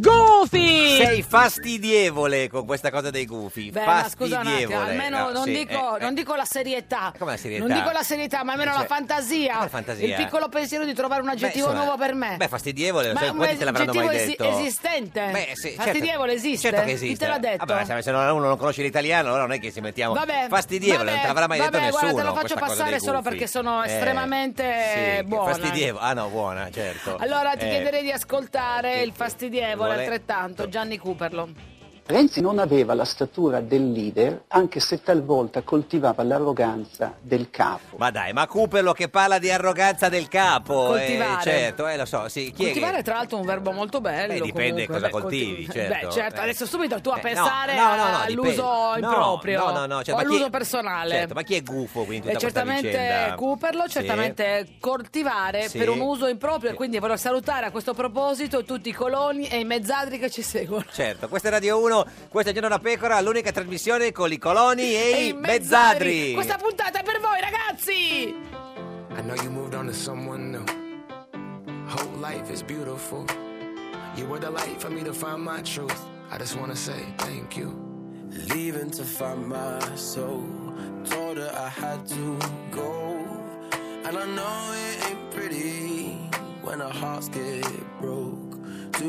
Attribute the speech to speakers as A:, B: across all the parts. A: Goofy!
B: Sei fastidievole con questa cosa dei gufi.
A: Beh, ma scusa un attimo,
B: fastidievole.
A: almeno
B: No,
A: non,
B: sì,
A: dico,
B: eh,
A: non
B: eh.
A: dico la serietà.
B: Come la serietà?
A: Non dico la serietà, ma almeno
B: Cioè,
A: la fantasia.
B: la fantasia?
A: Il piccolo pensiero di trovare un
B: Beh,
A: aggettivo
B: insomma,
A: nuovo per me.
B: Beh, fastidievole, lo
A: ma
B: sai,
A: un
B: quanti te l'avranno mai
A: aggettivo esi-
B: detto?
A: esistente.
B: Beh, sì, certo.
A: Fastidievole esiste?
B: Certo che
A: Chi
B: esiste.
A: te l'ha detto?
B: Vabbè, se- se non- uno non conosce l'italiano, allora non è che ci mettiamo.
A: Vabbè,
B: fastidievole, non
A: vabbè,
B: te l'avrà mai
A: vabbè,
B: detto
A: guarda,
B: nessuno.
A: te lo faccio
B: questa cosa
A: passare
B: dei
A: solo
B: gufi.
A: perché sono
B: Eh,
A: estremamente
B: sì,
A: buona.
B: Fastidievole. Ah, no, buona, certo.
A: Allora ti
B: Eh,
A: chiederei di ascoltare il fastidievole
B: vuole-
A: altrettanto, Gianni Cooperlo.
C: Renzi non aveva la statura del leader, anche se talvolta coltivava l'arroganza del capo.
B: Ma dai, ma Cuperlo che parla di arroganza del capo.
A: Coltivare.
B: Eh, certo, eh, lo so. Sì, chi è che-
A: Coltivare è tra l'altro un verbo molto bello.
B: Beh, dipende
A: comunque.
B: cosa
A: Beh,
B: coltivi,
A: colti-
B: certo.
A: Beh, certo,
B: Eh.
A: adesso subito tu a
B: Eh,
A: pensare
B: no, no, no, no, dipende.
A: all'uso
B: No,
A: improprio
B: no, no, no, certo,
A: o
B: ma chi-
A: all'uso personale.
B: Certo, ma chi è gufo quindi in
A: E
B: tutta questa
A: certamente
B: vicenda?
A: Cooperlo,
B: Sì.
A: certamente coltivare
B: Sì.
A: per un uso improprio. E Quindi voglio salutare a questo proposito tutti i coloni e i mezzadri che ci seguono.
B: Certo, questa è Radio 1, questa è Giorno da Pecora, l'unica trasmissione con i coloni e,
A: E
B: i
A: mezzadri.
B: mezzadri.
A: Questa puntata è per voi, ragazzi!
D: I know you moved on to someone new. Whole life is beautiful. You were the light for me to find my truth. I just wanna say thank you.
E: Leaving to find my soul. Told her I had to go. And I know it ain't pretty when our hearts get broke. Too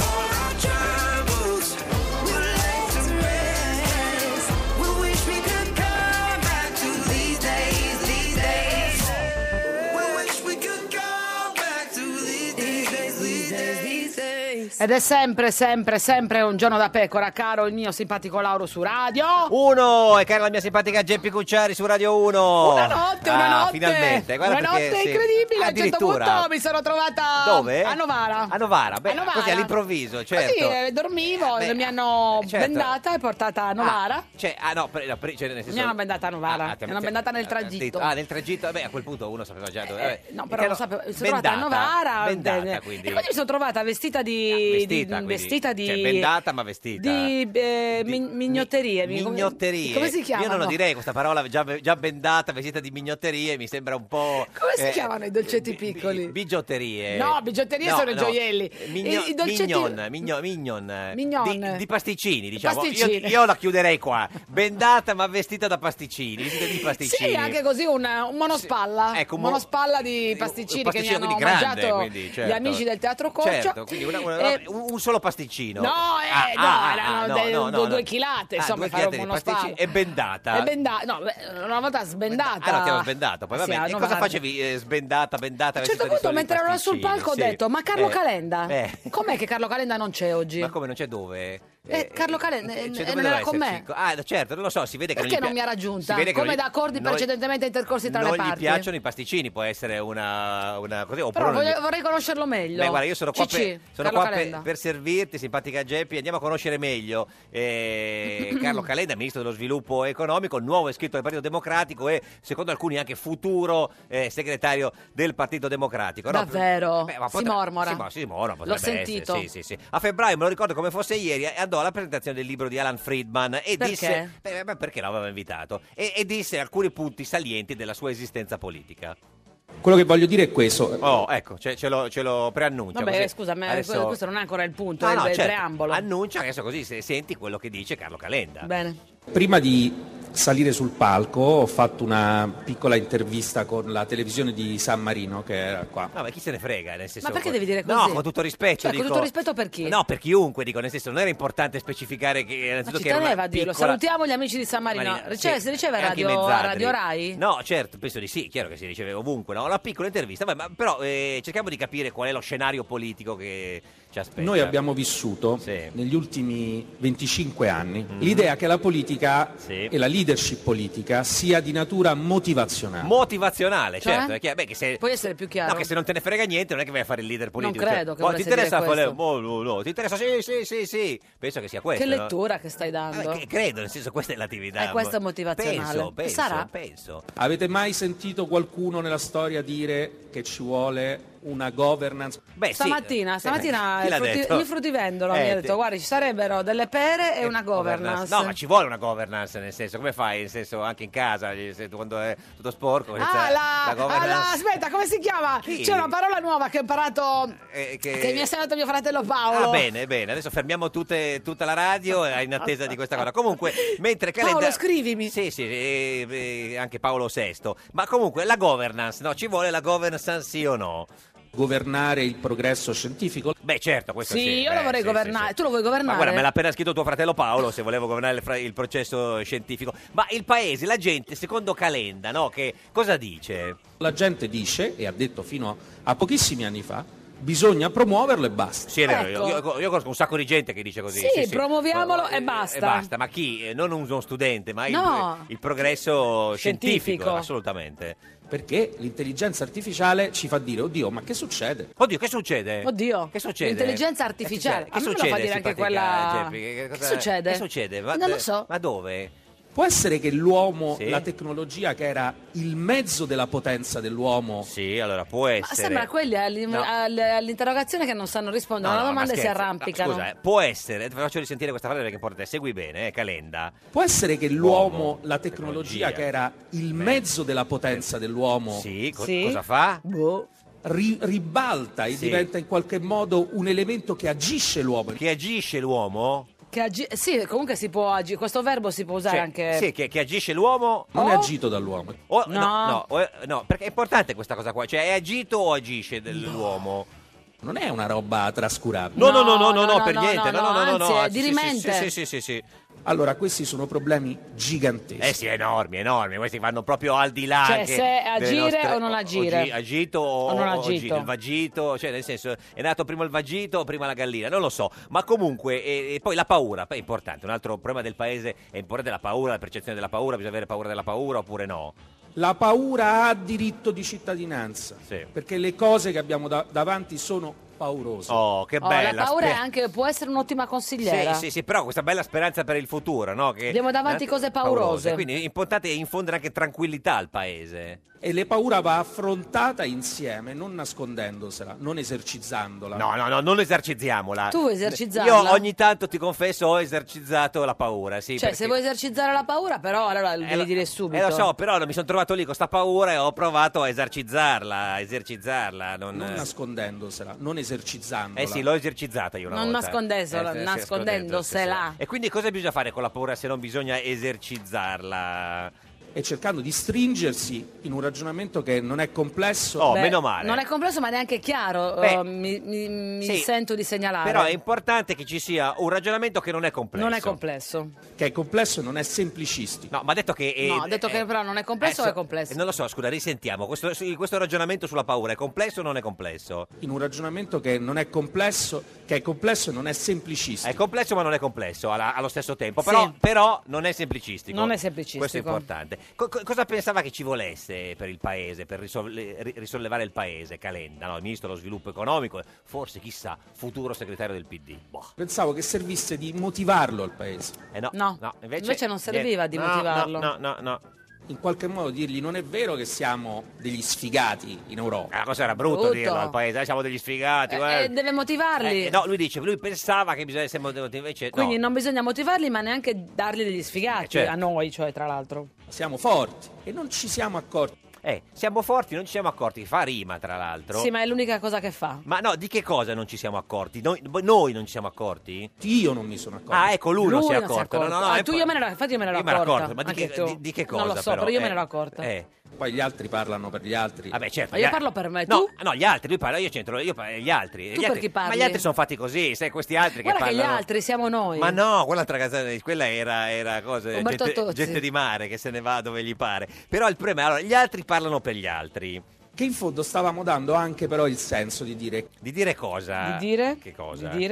F: All our troubles we'll lay to rest. We wish we could come back to these days, these days. We wish we could come back to these days, these days, these days.
A: Ed è sempre, sempre, sempre un giorno da pecora, caro il mio simpatico Lauro su radio.
B: Uno, e cara la mia simpatica Geppi Cucciari su Radio 1.
A: Una notte, una
B: Ah,
A: notte.
B: finalmente. Guarda
A: una
B: perché,
A: notte
B: sì.
A: incredibile. A un certo
B: Addirittura.
A: punto mi sono trovata
B: Dove?
A: a Novara.
B: A Novara, beh,
A: A Novara.
B: così all'improvviso, certo.
A: Così, eh, dormivo,
B: beh,
A: mi hanno
B: certo.
A: bendata e portata a Novara.
B: Ah, cioè, ah no, pre- no, pre- cioè, nel senso...
A: Mi hanno bendata a Novara,
B: Ah, ah, ti-
A: mi hanno
B: ti-
A: bendata nel
B: ah,
A: tragitto. Eh,
B: Ah, nel tragitto, beh, a quel punto uno sapeva già dove... vabbè.
A: No,
B: E
A: però
B: te hanno-
A: lo sapevo. Mi sono trovata a
B: bendata,
A: Novara.
B: Bendata,
A: eh,
B: quindi.
A: E poi mi sono trovata vestita di. di-
B: Ah, Vestita, quindi.
A: vestita di.
B: Cioè, bendata ma vestita.
A: Di, eh, mi- mignotterie. mi- come-
B: Mignotterie.
A: Come si chiamano?
B: Io non lo direi questa parola già, già bendata, vestita di mignotterie, mi sembra un po'.
A: Come si
B: eh,
A: chiamano i dolcetti piccoli?
B: Bigiotterie.
A: No, bigiotterie sono i gioielli.
B: Migno-
A: I- i dolcetti-
B: Mignon, migno- mignon, eh,
A: Mignon.
B: Di, di pasticcini, diciamo. Io- Io,
A: Pasticcini.
B: la chiuderei qua. Bendata ma vestita da pasticcini. Vestita di pasticcini.
A: Sì, anche così un, un monospalla.
B: Ecco, un
A: un
B: mono-
A: monospalla di pasticcini che mi
B: Pasticcino,
A: hanno
B: quindi grande,
A: mangiato
B: quindi,
A: gli
B: certo.
A: amici del Teatro Coccia.
B: Certo, quindi una- una-
A: E-
B: un, un solo pasticcino.
A: No, eh,
B: Ah,
A: no,
B: ah,
A: erano
B: ah, no,
A: de-
B: no,
A: du-
B: no,
A: due
B: no.
A: chilate,
B: Ah,
A: insomma,
B: due
A: fare un
B: chilate di
A: monospalla.
B: pasticcini E bendata.
A: E benda- no, beh, una volta sbendata.
B: Ah, no, ti avevo sbendato. Poi
A: Sì,
B: vabbè,
A: a
B: e cosa
A: Novara.
B: facevi eh, sbendata, bendata?
A: A un certo punto, mentre ero sul palco, ho detto: Ma Carlo Calenda? Com'è che Carlo Calenda non c'è oggi?
B: Eh. Ma come non c'è dove?
A: Eh, Carlo Calenda
B: Cioè,
A: eh, eh,
B: dove
A: non
B: doveva
A: era con me.
B: esserci? Ah, certo, non lo so, si vede che
A: Perché
B: non,
A: non
B: gli
A: mi
B: pia-
A: ha
B: si
A: raggiunta?
B: vede che
A: Come
B: non gli-
A: da accordi
B: non-
A: precedentemente intercorsi tra
B: non
A: le
B: gli
A: parti.
B: piacciono i pasticcini, può essere una, una così, oppure
A: Però
B: non gli-
A: voglio- vorrei conoscerlo meglio.
B: Beh, guarda, io sono qua,
A: Cicci,
B: per, sono
A: Carlo
B: qua
A: Calenda.
B: per, per servirti, simpatica Geppi. Andiamo a conoscere meglio eh, Carlo Calenda, ministro dello sviluppo economico, nuovo iscritto al Partito Democratico e secondo alcuni anche futuro eh, segretario del Partito Democratico. no?
A: Davvero?
B: Beh, ma
A: si
B: potre-
A: mormora.
B: Sì, ma sì, mormora,
A: L'ho
B: potrebbe essere,
A: sentito.
B: sì, sì, sì. A febbraio, me lo ricordo come fosse ieri, eh, andò alla presentazione del libro di Alan Friedman e
A: Perché?
B: disse... Beh, beh, perché l'aveva invitato? E, e disse alcuni punti salienti della sua esistenza politica.
G: Quello che voglio dire è questo.
B: Oh, ecco, ce, ce lo, ce lo preannuncia.
A: Vabbè,
B: così.
A: scusa, ma
B: Adesso-
A: questo non è ancora il punto,
B: No,
A: è
B: no,
A: il
B: certo.
A: preambolo.
B: Annuncia adesso così se senti quello che dice Carlo Calenda.
A: Bene.
G: Prima di salire sul palco ho fatto una piccola intervista con la televisione di San Marino che era qua.
B: No, ma chi se ne frega? Nel senso,
A: Ma perché devi dire
B: No,
A: così?
B: con tutto rispetto.
A: Cioè, con
B: dico-
A: tutto rispetto per chi?
B: No, per chiunque, dico, nel senso, non era importante specificare che
A: Ma
B: innanzitutto
A: ci
B: che era una
A: teneva a dirlo.
B: piccola-
A: Salutiamo gli amici di San Marino.
B: Marina,
A: Riceve-
B: sì.
A: cioè, Si riceve a
B: E anche i
A: radio, a
B: mezzadri.
A: radio Rai?
B: No, certo, penso di sì, chiaro che si riceve ovunque, no? Una piccola intervista, ma- ma però eh, cerchiamo di capire qual è lo scenario politico che ci aspetta.
G: Noi abbiamo vissuto negli ultimi 25 anni
B: Mhm.
G: l'idea che la politica e la leadership politica sia di natura motivazionale.
B: Motivazionale,
G: Cioè?
B: certo. è chiaro. Beh, che se...
A: Puoi essere più chiaro?
B: No, che se non te ne frega niente non è che vai a fare il leader politico.
A: credo che
B: "Oh,
A: volessi
B: ti interessa
A: dire
B: fare-
A: questo."
B: oh, no, no, ti interessa? Sì, sì, sì, sì. Penso che sia questo.
A: che
B: no?
A: lettura che stai dando?
B: Eh, che- credo, nel senso, questa è l'attività.
A: Eh, questo è motivazionale.
B: Penso, penso,
A: Sarà?
B: penso.
G: Avete mai sentito qualcuno nella storia dire che ci vuole una governance?
B: Beh, eh,
A: stamattina, stamattina
G: Chi
A: il,
G: l'ha
A: frutti-
G: detto?
A: il fruttivendolo
G: Eh,
A: mi ha
G: te-
A: detto: Guarda, ci sarebbero delle pere e una governance.
B: Eh, No, ma ci vuole una governance, nel senso, come fai? Nel senso, anche in casa, se- quando è tutto sporco. senza-
A: Ah, la,
B: la governance.
A: ah, la- aspetta, come si chiama?
B: Chi?
A: C'è una parola nuova che ho imparato.
B: eh,
A: Che... mi ha insegnato mio fratello
B: Ah,
A: Paolo.
B: bene, bene. Adesso fermiamo tutte- tutta la radio eh, in attesa di questa cosa. Comunque, mentre
A: Paolo,
B: Calenda... scrivimi. Sì, sì, eh, eh, anche Paolo VI. Ma comunque, la governance, no? Ci vuole la governance sì o no?
G: Governare il progresso scientifico?
B: Beh, certo, questo
A: Sì,
B: sì.
A: io
B: beh,
A: lo vorrei
B: sì,
A: governare. Tu lo vuoi
B: sì.
A: governare?
B: Ma guarda, me l'ha appena scritto tuo fratello Paolo se volevo governare il, fra- il processo scientifico. Ma il paese, la gente, secondo Calenda, no? Che cosa dice?
G: La gente dice, e ha detto fino a pochissimi anni fa, bisogna promuoverlo e basta.
B: Sì, è
A: Ecco,
B: vero, io, io- io conosco un sacco di gente che dice così.
A: Sì, promuoviamolo e basta.
B: Eh, E basta, ma chi? Eh, Non un- uno studente, ma il-
A: No.
B: il, progresso scientifico,
G: Scientifico.
B: assolutamente.
G: Perché l'intelligenza artificiale ci fa dire, oddio, ma che succede?
B: Oddio, eh. che succede? Eh,
A: Oddio,
G: Che succede?
A: l'intelligenza artificiale.
G: Che
A: A me me lo fa
G: succede,
A: dire anche
G: simpatica
A: quella.
G: Geppi? Che- che
A: Che
G: cosa-
A: succede?
G: che succede?
B: Ma-
A: non lo so.
B: Ma dove?
G: Può essere che l'uomo,
B: Sì.
G: la tecnologia che era il mezzo della potenza dell'uomo...
B: Sì, allora può
A: Ma Ah, sembra quelli all'in-
G: No.
A: all- all'interrogazione che non sanno rispondere
B: No,
A: alla
B: no, ma
A: domanda e si
B: scherzo.
A: arrampicano.
B: No, scusa, eh, può essere, ti faccio risentire questa frase perché è importante, segui bene, eh, Calenda.
G: Può essere che l'uomo, la tecnologia che era il mezzo della potenza dell'uomo...
B: Sì, co- Sì. cosa fa?
A: Boh.
G: Ri- ribalta e
B: Sì.
G: diventa in qualche modo un elemento che agisce l'uomo.
B: Che agisce l'uomo?
A: Che agi- sì, comunque si può agire. Questo verbo si può usare
B: Cioè,
A: anche.
B: Sì, che, che agisce l'uomo...
G: Non è agito dall'uomo.
B: o-
A: No.
B: no. no, o- no, perché è importante questa cosa qua, cioè è agito o agisce dell'uomo?
G: Non è una roba trascurabile.
B: No, no, no, no, no, no, per
A: no,
B: niente,
A: no,
B: no, no, no,
A: anzi,
B: no,
A: è
B: sì, sì,
A: dirimente.
B: Sì, sì, sì, sì, sì.
G: Allora, questi sono problemi giganteschi.
B: Eh sì, enormi, enormi, questi vanno proprio al di là.
A: Cioè,
B: anche
A: se agire
B: delle nostre-
A: o non agire.
B: o gi- agito o,
A: O non
B: o- o
A: agito.
B: giro, il vagito, cioè nel senso è nato prima il vagito o prima la gallina, non lo so. Ma comunque, e, e poi la paura, poi è importante, un altro problema del paese è importante la paura, la percezione della paura, bisogna avere paura della paura oppure no?
G: La paura ha diritto di cittadinanza, perché le cose che abbiamo da- davanti sono paurose.
B: Oh, che
A: Oh,
B: bella.
A: la paura è
B: sper-
A: anche, può essere un'ottima consigliera.
B: Sì, sì, sì, però questa bella speranza per il futuro, no? Che eh,
A: Abbiamo davanti cose paurose.
B: Quindi è importante infondere anche tranquillità al paese.
G: E le paura va affrontata insieme, non nascondendosela, non esercizzandola.
B: No, no, no, non esercizziamola.
A: Tu esercizzarla?
B: Io ogni tanto ti confesso ho esercizzato la paura, sì.
A: cioè,
B: perché-
A: se vuoi esercizzare la paura, però allora lo
B: Eh,
A: devi
B: lo-
A: dire subito.
B: Eh, lo so, però mi sono trovato lì con sta paura e ho provato a esercizzarla, a esercizzarla. Non,
G: Non nascondendosela, non esercizzandola.
B: Eh sì, l'ho esercizzata io una
A: Non
B: volta.
A: nascondendola,
B: Eh, sì, sì,
A: nascondendosela.
B: E quindi cosa bisogna fare con la paura se non bisogna esercizzarla?
G: E cercando di stringersi in un ragionamento che non è complesso.
B: Oh, Beh, meno male.
A: Non è complesso, ma neanche chiaro.
B: Beh,
A: eh, mi mi- mi
B: sì,
A: sento di segnalare.
B: Però è importante che ci sia un ragionamento che non è complesso.
A: Non è complesso.
G: Che è complesso e non è semplicistico.
B: No, ma ha detto che... eh,
A: no, ho detto
B: eh,
A: che però non è
B: eh,
A: complesso o
B: so-
A: è complesso?
B: eh, Non lo so, scusa, risentiamo. Questo, sì, questo ragionamento sulla paura è complesso o non è complesso?
G: In un ragionamento che non è complesso, che è complesso e non è semplicistico.
B: È complesso ma non è complesso alla- allo stesso tempo, però,
G: Sì.
B: però non è semplicistico.
G: Non è semplicistico.
B: Questo è importante. Co- co- cosa pensava che ci volesse per il paese, per risolle- ri- risollevare il paese, Calenda, no? il ministro dello sviluppo economico, forse chissà, futuro segretario del PD. Boh.
G: Pensavo che servisse di motivarlo al paese.
B: Eh no,
A: No.
B: invece,
A: Invece non serviva di
B: No,
A: motivarlo.
B: No, no, no. no.
G: In qualche modo dirgli non è vero che siamo degli sfigati in Europa.
B: Ah, La cosa era brutto,
A: Brutto.
B: dirlo al paese, eh, siamo degli sfigati. guarda.
A: Eh, deve motivarli.
B: Eh, no, lui dice, lui pensava che bisogna essere motivati, invece no.
A: Quindi non bisogna motivarli, ma neanche dargli degli sfigati.
B: Eh, certo.
A: A noi, cioè, tra l'altro.
G: Siamo forti e non ci siamo accorti.
B: Eh, siamo forti, non ci siamo accorti, fa rima tra l'altro.
A: Sì, ma è l'unica cosa che fa.
B: Ma no, di che cosa non ci siamo accorti? Noi, noi non ci siamo accorti?
G: Io non mi sono accorto.
B: Ah, ecco, lui, non si è accorto. No, no, no,
A: Ah,
B: è
A: tu
B: po-
A: io me ne ero, infatti io me ne ero
B: Io me
A: accorta.
B: l'ero accorto, ma di
A: anche
B: che-
A: tu.
B: di- di che
A: Non
B: cosa,
A: lo so,
B: però,
A: però, io
B: eh.
A: me ne ero accorta.
B: Eh.
G: Poi gli altri parlano per gli altri.
B: Vabbè, certo.
A: Ma io
B: gli-
A: parlo per me,
B: No,
A: tu?
B: ah, no, gli altri, lui parla, io c'entro, io parlo, gli altri.
A: Tu
B: gli
A: per
B: altri-
A: chi
B: Ma
A: parli?
B: gli altri sono fatti così, sai, questi altri
A: Guarda
B: che
A: che gli
B: parlano.
A: altri siamo noi.
B: Ma no, quell'altra canzone, quella era, era cosa,
A: Umberto
B: gente,
A: Tozzi.
B: gente di mare che se ne va dove gli pare. Però il problema è, allora, gli altri parlano per gli altri.
G: Che in fondo stavamo dando anche però il senso di dire
B: Di dire cosa?
G: Di dire?
B: Che cosa?
G: Di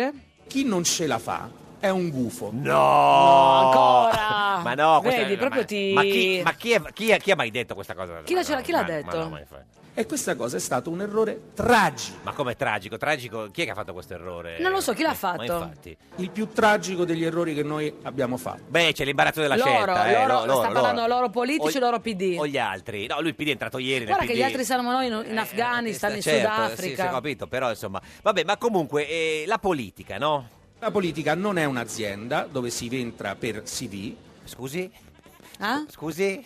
G: chi non ce la fa è un gufo.
B: No!
A: ancora!
B: Ma no, questa-
A: Vedi, proprio
B: ma,
A: ti-
B: Ma, chi, ma chi, è- chi è- chi ha mai detto questa cosa?
A: Chi la- ce l'ha- chi l'ha
B: Ma-
A: detto?
B: Ma, no, ma infatti.
G: E questa cosa è stato un errore tragico.
B: Ma com'è tragico? Tragico, chi è che ha fatto questo errore?
A: Non lo so, chi l'ha
B: Eh, Ma-
A: fatto?
B: Ma infatti.
G: Il più tragico degli errori che noi abbiamo fatto.
B: Beh, c'è l'imbarazzo della
A: loro,
B: scelta. eh,
A: loro,
B: no,
A: sta parlando loro, politici,
B: O-
A: loro PD.
B: O gli altri. No, lui il PD è entrato ieri
A: Guarda
B: nel
A: che
B: PD.
A: gli altri siamo noi in, in Afghanistan, in
B: Eh, Certo, Sì, sì, ho
A: Sudafrica.
B: capito, però insomma. Vabbè, ma comunque eh, la politica, no?
G: La politica non è un'azienda dove si entra per CV.
B: Scusi?
A: Ah?
B: Scusi?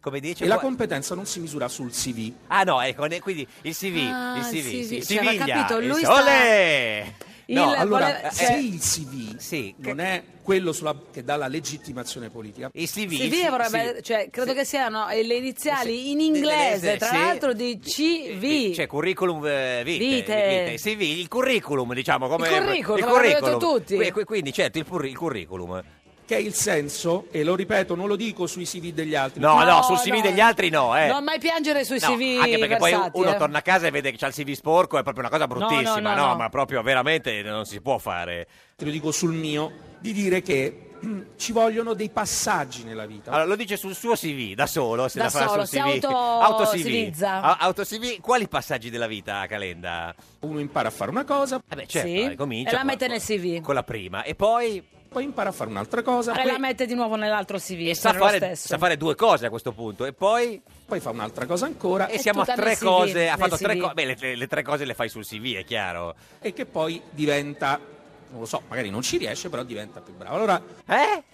B: Come dice?
G: E la
B: Qua-
G: competenza non si misura sul CV.
B: Ah no, ecco, ne- quindi il CV,
G: Ah,
B: il CV,
G: il CV,
B: sì,
G: cioè, aveva
B: Siviglia,
G: capito,
B: il
G: lui
B: s-
G: sta-
B: Olè! No,
G: allora,
B: eh,
G: se
B: eh,
G: il CV non
B: che-
G: è quello sulla- che dà la legittimazione politica,
B: il CV,
A: CV vorrebbe- cioè, credo che siano eh, le iniziali in inglese, tra
B: sì.
A: l'altro di CV.
B: cioè curriculum eh, vitae,
A: Vitae.
B: vitae, il CV, il curriculum, diciamo, come
A: Il curriculum, come abbiamo detto tutti.
B: Que- que- Quindi certo, il, purri- il curriculum.
G: che è il senso, e lo ripeto, non lo dico sui CV degli altri.
B: No, no, sul CV degli altri no, eh.
A: Non mai piangere sui
B: No,
A: CV
B: anche perché
A: versati,
B: poi uno
A: eh.
B: torna a casa e vede che c'ha il CV sporco, è proprio una cosa bruttissima,
A: no, no, no.
B: ma proprio veramente non si può fare.
G: Te lo dico sul mio, di dire che mm, ci vogliono dei passaggi nella vita.
B: Allora, lo dice sul suo CV, da solo, se
G: Da
B: la fa
G: solo,
B: sul
G: si
B: CV.
G: auto-
B: CV.
G: civilizza.
B: A- auto CV, quali passaggi della vita, Calenda?
G: Uno impara a fare una cosa,
B: Vabbè, certo,
A: Sì.
B: eh, comincia
A: e la
B: con,
A: mette nel CV.
B: con la prima e poi...
G: Poi impara a fare un'altra cosa.
A: E la mette di nuovo nell'altro CV. E
B: sa fare, sa fare due cose a questo punto e poi...
G: Poi fa un'altra cosa ancora.
B: E
G: È
B: siamo a
G: tutta
B: tre
G: nel CV,
B: cose, ha
G: nel
B: fatto tre
G: CV.
B: cose... Beh, le, le- le tre cose le fai sul CV, è chiaro.
G: e che poi diventa, non lo so, magari non ci riesce, però diventa più bravo. Allora,
B: Eh?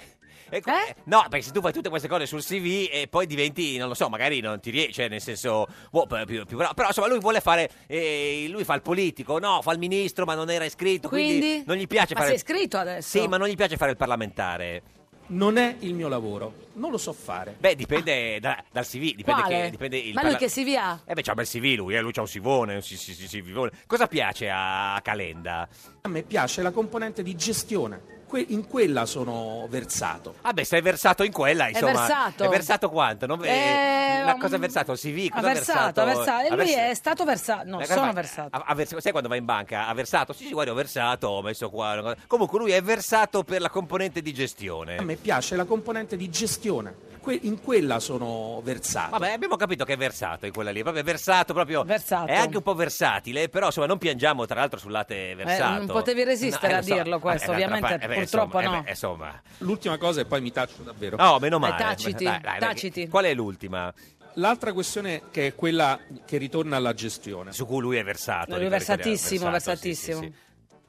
B: E qu-
A: Eh?
B: No, perché se tu fai tutte queste cose sul CV e poi diventi, non lo so, magari non ti riesce, cioè, nel senso, boh, p- più, più bravo. Però insomma, lui vuole fare, eh, lui fa il politico, no, fa il ministro, ma non era iscritto, quindi,
A: Quindi?
B: non gli piace
A: Ma
B: fare.
A: sei iscritto adesso?
B: eh, Sì, ma non gli piace fare il parlamentare.
G: non è il mio lavoro, non lo so fare.
B: Beh, dipende da- dal CV, dipende,
A: Quale?
B: che, dipende il
A: Ma lui
B: parla-
A: che CV ha?
B: Eh beh, c'ha un bel CV lui, eh, lui c'ha un sivone, un si- si- si- sivivone. Cosa piace a Calenda?
G: A me piace la componente di gestione. que- in quella sono versato.
B: Ah beh, sei versato in quella, insomma.
A: versato.
B: È versato quanto? Non- eh,
H: Eh,
B: la cosa è versato, si CV,
H: Ha
B: cosa ha
H: versato, ha versato. E
B: Ha
H: lui
B: vers-
H: è stato versato. No,
B: Ma cosa
H: sono
B: fai?
H: versato.
B: Ha- ha vers- sai quando vai in banca? Ha versato? Sì, sì, guarda, ho versato, ho messo qua. una cosa- Comunque lui è versato per la componente di gestione.
G: A me piace la componente di gestione, que- in quella sono versato.
B: Vabbè, abbiamo capito che è versato in quella lì, proprio è versato, proprio è anche un po' versatile, però insomma non piangiamo tra l'altro sul
H: Eh,
B: latte versato. eh,
A: non potevi resistere a dirlo questo,
B: d'altra
A: ovviamente,
B: eh beh,
A: purtroppo
B: insomma, eh
A: no.
B: beh, insomma,
G: L'ultima cosa e poi mi taccio davvero.
B: no, meno male. Dai,
G: Taciti,
B: dai, dai, che- Qual è l'ultima?
G: L'altra questione che è quella che ritorna alla gestione.
B: Su cui lui è versato.
H: Lui è versatissimo, versatissimo.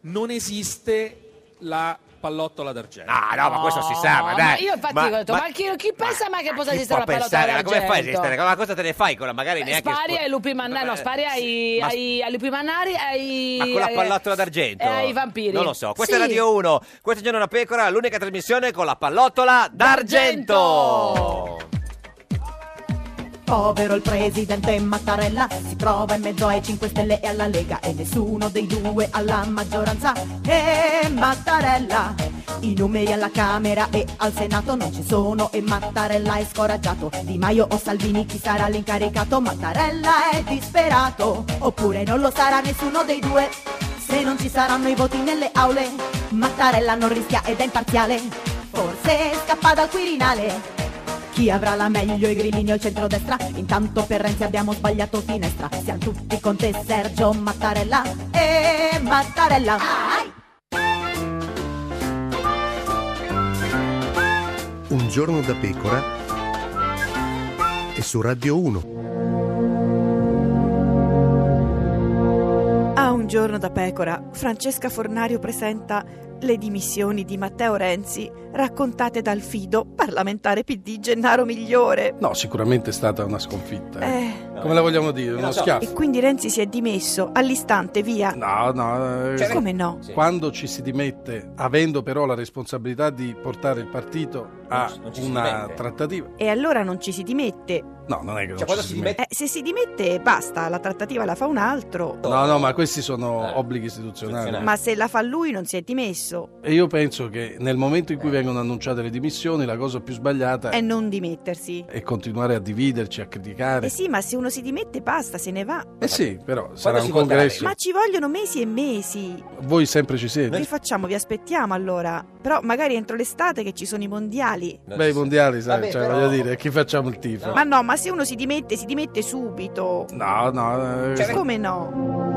G: Non esiste la pallottola d'argento.
B: Ah, no, ma questo si sa, ma dai.
A: io infatti
B: ma-
A: ho detto,
B: ma-
A: ma, chi, chi pensa mai che possa
B: Chi
A: esistere la
B: può
A: pallottola
B: pensare, ma come fai a
A: d'argento?
B: esistere? Ma cosa te ne fai con la magari neanche
A: Spari
B: scu-
A: ai lupi mannari, no, spari ai,
B: ma-
A: ai, ai lupi mannari, ai...
B: Ma con la
A: ai-
B: pallottola d'argento?
A: E Eh, ai vampiri.
B: Non lo so. Questa
A: Sì.
B: è Radio 1, questo è Giorno una Pecora, l'unica trasmissione con la pallottola d'argento.
I: Povero il presidente Mattarella si trova in mezzo ai 5 Stelle e alla Lega e nessuno dei due alla maggioranza. E Mattarella, i numeri alla Camera e al Senato non ci sono e Mattarella è scoraggiato. Di Maio o Salvini chi sarà l'incaricato? Mattarella è disperato oppure non lo sarà nessuno dei due. Se non ci saranno i voti nelle aule, Mattarella non rischia ed è imparziale. Forse scappa dal Quirinale. Chi avrà la meglio i grillini o il centrodestra? Intanto per Renzi abbiamo sbagliato finestra. Siamo tutti con te Sergio Mattarella e Mattarella.
J: Un giorno da pecora e su Radio 1.
K: A un giorno da pecora, Francesca Fornario presenta Le dimissioni di Matteo Renzi, raccontate dal fido parlamentare PD Gennaro Migliore.
L: No, sicuramente è stata una sconfitta.
K: Eh.
L: Come la vogliamo dire? Uno
K: E
L: schiaffo.
K: quindi Renzi si è dimesso all'istante, via.
L: No, no. eh,
K: Cioè, Come no? Sì.
L: Quando ci si dimette, avendo però la responsabilità di portare il partito a
K: Non ci si
L: una
K: dimette.
L: trattativa.
K: E allora non ci si dimette.
L: No, non è che non ci Cioè, si dimette.
K: Eh, se si dimette, basta, la trattativa la fa un altro.
L: No, no, ma questi
K: Eh,
L: sono obblighi istituzionali.
K: Ma se la fa lui non si è dimesso.
L: E io penso che nel momento
K: Eh.
L: in cui vengono annunciate le dimissioni, la cosa più sbagliata
K: È non dimettersi.
L: è continuare a dividerci, a criticare.
K: Eh sì, ma se uno si dimette, basta, se ne va.
L: Eh sì, però sarà
K: si
L: un congresso.
K: Ma ci vogliono mesi e mesi.
L: Voi sempre ci siete?
K: Che facciamo? Vi aspettiamo allora. Però magari entro l'estate che ci sono i mondiali.
L: Beh, i mondiali, sai,
K: Vabbè,
L: cioè,
K: però-
L: voglio dire, a chi facciamo il tifo?
K: Ma no, ma se uno si dimette, si dimette subito.
L: No, no. eh,
K: Cioè, come no?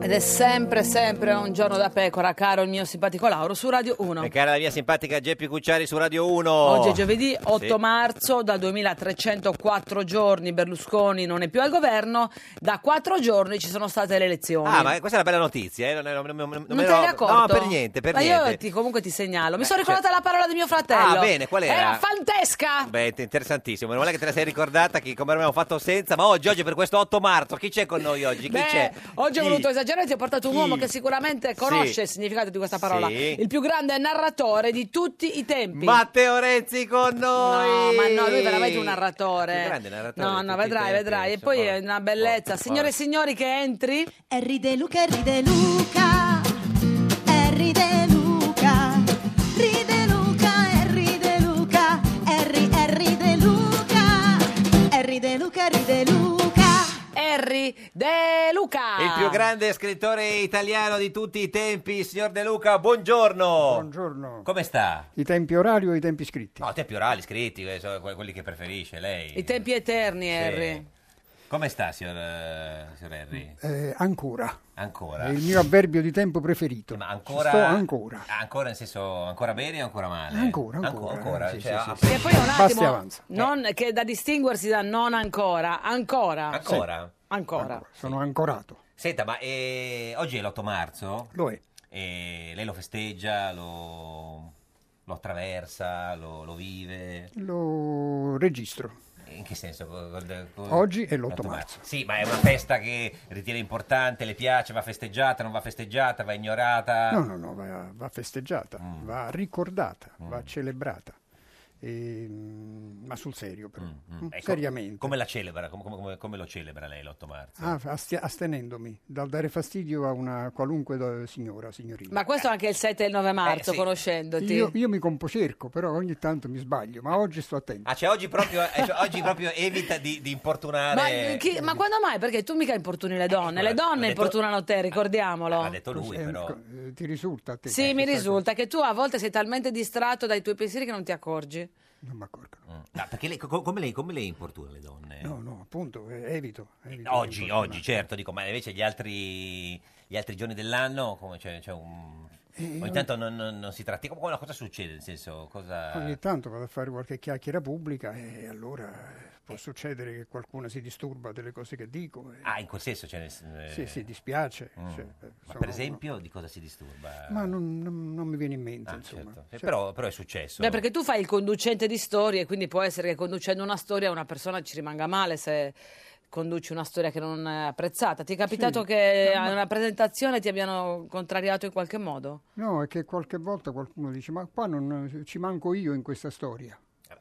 A: Ed è sempre, sempre un giorno da pecora, caro il mio simpatico Lauro, su Radio 1.
B: E cara la mia simpatica Geppi Cucciari su Radio 1.
A: Oggi è giovedì 8
B: Oh, Sì.
A: marzo, da 2304 giorni Berlusconi non è più al governo, da 4 giorni ci sono state le elezioni.
B: Ah, ma questa è una bella notizia, eh? non, non- non- non me
A: non te
B: l'ero-
A: ne accorto?
B: No, per niente, per
A: ma
B: niente.
A: io ti- comunque ti segnalo. Mi
B: Eh,
A: sono ricordata
B: cioè-
A: la parola di mio fratello.
B: Ah, bene, qual era?
A: Era fantesca!
B: Beh, te- interessantissimo, non male che te la sei ricordata che come abbiamo fatto senza, ma oggi, oggi per questo 8 marzo, chi c'è con noi oggi? Chi
A: Beh,
B: c'è?
A: oggi ho
B: Chi?
A: voluto esagerare ti ho portato un uomo
B: Chi?
A: che sicuramente conosce il significato di questa parola.
B: Sì.
A: Il più grande narratore di tutti i tempi.
B: Matteo Renzi con
A: No,
B: noi!
A: ma no, lui è veramente un narratore.
B: Il più grande narratore
A: No,
B: di tutti
A: no,
B: i
A: vedrai,
B: tempi,
A: vedrai. E
B: insomma.
A: poi è una bellezza. Signore e signori, che entri.
I: E ride Luca, e ride Luca, e ride Luca, ride Luca, e ride Luca, e ri- e ride Luca, e ride Luca, e ride Luca.
A: Harry De Luca.
B: Il più grande scrittore italiano di tutti i tempi, signor De Luca, buongiorno. Buongiorno. Come sta?
M: I tempi orari o i tempi scritti?
B: No, tempi orali, scritti, que- so- que- quelli che preferisce lei.
A: I tempi eterni,
B: Sì.
A: Harry.
B: Come sta, signor, eh, signor Henry?
M: Eh, ancora.
B: Ancora?
M: È il mio avverbio di tempo preferito.
B: Ma ancora...
M: Sto ancora.
B: Ah, Ancora, nel senso, ancora bene o ancora male?
M: Ancora, ancora.
B: ancora,
M: Sì,
B: cioè,
M: sì,
B: ah,
M: sì, sì.
A: E poi un
M: Basti
A: attimo,
M: avanza.
A: non che è da distinguersi da non ancora, ancora.
B: Ancora?
A: Sì, Ancora.
M: Sono ancorato.
B: Senta, ma eh, oggi è l'8 marzo?
M: Lo è.
B: E lei lo festeggia, lo, lo attraversa, lo, lo vive?
M: Lo registro.
B: In che senso? Col- col-
M: Oggi è l'8
B: l'otto
M: marzo.
B: Sì, ma è una festa che ritiene importante, le piace, va festeggiata, non va festeggiata, va ignorata. Mm.
M: No, no, no, va, va festeggiata, va ricordata, va celebrata. ehm, ma sul serio però,
B: Mm.
M: mm,
B: Ecco,
M: seriamente.
B: Come la celebra? Come, come- come- come lo celebra lei l'8 marzo?
M: Ah, asti- astenendomi dal dare fastidio a una qualunque do- signora, signorina.
A: Ma questo anche il 7 e il
B: Eh,
A: 9 marzo,
M: sì.
A: conoscendoti.
M: Io, io mi compocerco, però ogni tanto mi sbaglio, ma oggi sto attento.
B: Ah, cioè oggi proprio, eh, cioè, oggi proprio evita di, di
A: Ma, eh,
B: importunare...
A: chi- ma quando mai? Perché tu mica importuni le donne,
B: l'ha- l'ha
A: le donne
B: detto-
A: importunano te, ricordiamolo.
B: L'ha detto lui,
M: Cos'è,
B: però.
M: eh, Ti risulta a te?
A: Sì,
M: Eh,
A: mi
M: sai
A: risulta che tu a volte sei talmente distratto dai tuoi pensieri che non ti accorgi.
B: Mm. Ah, perché lei, co- come, lei, come lei importuna le donne?
M: cosa- No, no, appunto, eh, evito. evito
B: Oggi, oggi, certo, dico, ma invece gli altri, gli altri giorni dell'anno, come c'è, c'è un...
M: Eh,
B: Ogni tanto non, non- non si tratti, come una cosa succede, nel senso, cosa...
M: Ogni tanto vado a fare qualche chiacchiera pubblica e allora eh, può succedere che qualcuno si disturba delle cose che dico. eh. e-
B: Ah, in quel senso, cioè... nel-
M: Sì, sì, dispiace.
B: Mm.
M: cioè, eh,
B: Ma
M: sono
B: per
M: uno-
B: esempio di cosa si disturba?
M: Ma non, non- non mi viene in mente,
B: Ah,
M: insomma.
B: certo. Eh,
M: Cioè,
B: Però, però è successo.
A: Beh, perché tu fai il conducente di storie, quindi può essere che conducendo una storia una persona ci rimanga male se conduci una storia che non è apprezzata. Ti è capitato
M: Sì.
A: che
M: No,
A: a
M: ma-
A: una presentazione ti abbiano contrariato in qualche modo?
M: No, è che qualche volta qualcuno dice, ma qua non, ci manco io in questa storia.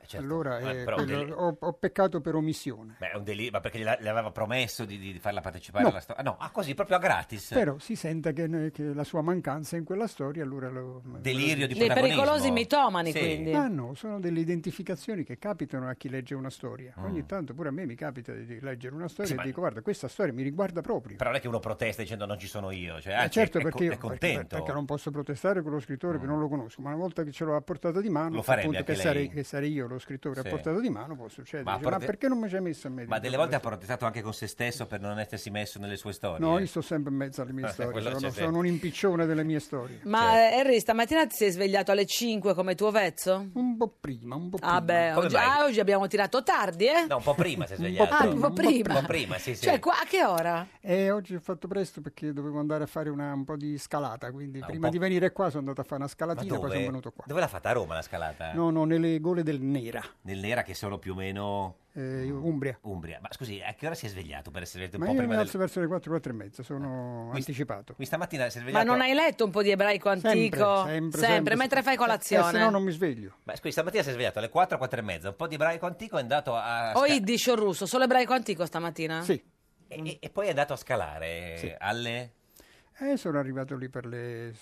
B: certo.
M: Allora
B: Eh,
M: eh,
B: però
M: quello-
B: delle-
M: ho, ho peccato per omissione.
B: Beh, è un delirio, ma perché gliela- le aveva promesso di, di farla partecipare
M: No.
B: alla storia? No, ah, così, proprio a gratis.
M: Però si sente che, che la sua mancanza in quella storia allora lo...
B: Delirio di
A: Dei
B: protagonismo.
A: pericolosi mitomani,
B: Sì.
A: quindi.
M: Ah no, sono delle identificazioni che capitano a chi legge una storia.
B: Mm.
M: Ogni tanto pure a me mi capita di- di leggere una storia
B: Sì,
M: e
B: ma-
M: dico guarda questa storia mi riguarda proprio.
B: Però non è che uno protesta dicendo non ci sono io, cioè,
M: Eh,
B: anzi,
M: certo
B: è,
M: perché,
B: è
M: io, perché-
B: contento. Mm.
M: perché non posso protestare con lo scrittore che non lo conosco, ma una volta che ce l'ho a portata di mano,
B: Lo farebbe
M: appunto, che,
B: anche lei?
M: sarei, che sarei io lo scrittore
B: Sì.
M: a portata di mano, può succedere.
B: Ma
M: Dice, Ma,
B: prote-
M: perché non mi ci hai messo a
B: Ma
M: me? dentro
B: delle volte ha
M: questa
B: protestato anche con se stesso per non essersi messo nelle sue storie.
M: No, io sto sempre in mezzo alle mie
B: Ah,
M: storie,
B: quello
M: sono,
B: c'è
M: sono un impiccione delle mie storie.
A: Ma eh, Henry, stamattina ti sei svegliato alle 5 come tuo vezzo?
M: Un po' prima, un po'
A: Ah, beh,
B: Come
A: oggi,
B: mai?
A: ah, oggi abbiamo tirato tardi, eh?
B: No, un po' prima si è
M: Un po'
B: svegliato.
A: prima, Ah, un po' prima.
B: Un po' prima, sì, sì.
A: Cioè, qua a che ora?
M: E oggi ho fatto presto perché dovevo andare a fare una- un po' di scalata, quindi prima di venire qua sono andato a fare una
B: Eh, Ma
M: scalatina, poi
B: dove? Eh.
M: sono venuto qua.
B: Dove l'ha fatta a Roma la scalata?
M: No, no, nelle gole del Nera,
B: Nell'era che sono più o meno
M: eh, Umbria.
B: Umbria. Ma scusi, a che ora si è svegliato per essere svegliato un
M: Ma
B: po'
M: io mi
B: prima del... Eh.
M: alzo verso le 4, 4 e mezza, sono anticipato.
B: Qui stamattina si è
A: Ma
B: svegliato...
A: non hai letto un po' di ebraico antico?
M: sempre, sempre.
A: mentre fai
M: Eh, se no
A: colazione.
M: non mi sveglio.
B: Ma scusi, stamattina si è svegliato alle 4, 4 e mezza, un po' di ebraico antico, è andato a...
A: O
B: sca-
A: iddish o russo, solo ebraico antico stamattina?
M: Sì.
B: E, e- e poi è andato a scalare eh,
M: Sì.
B: alle...
M: E sono arrivato lì per le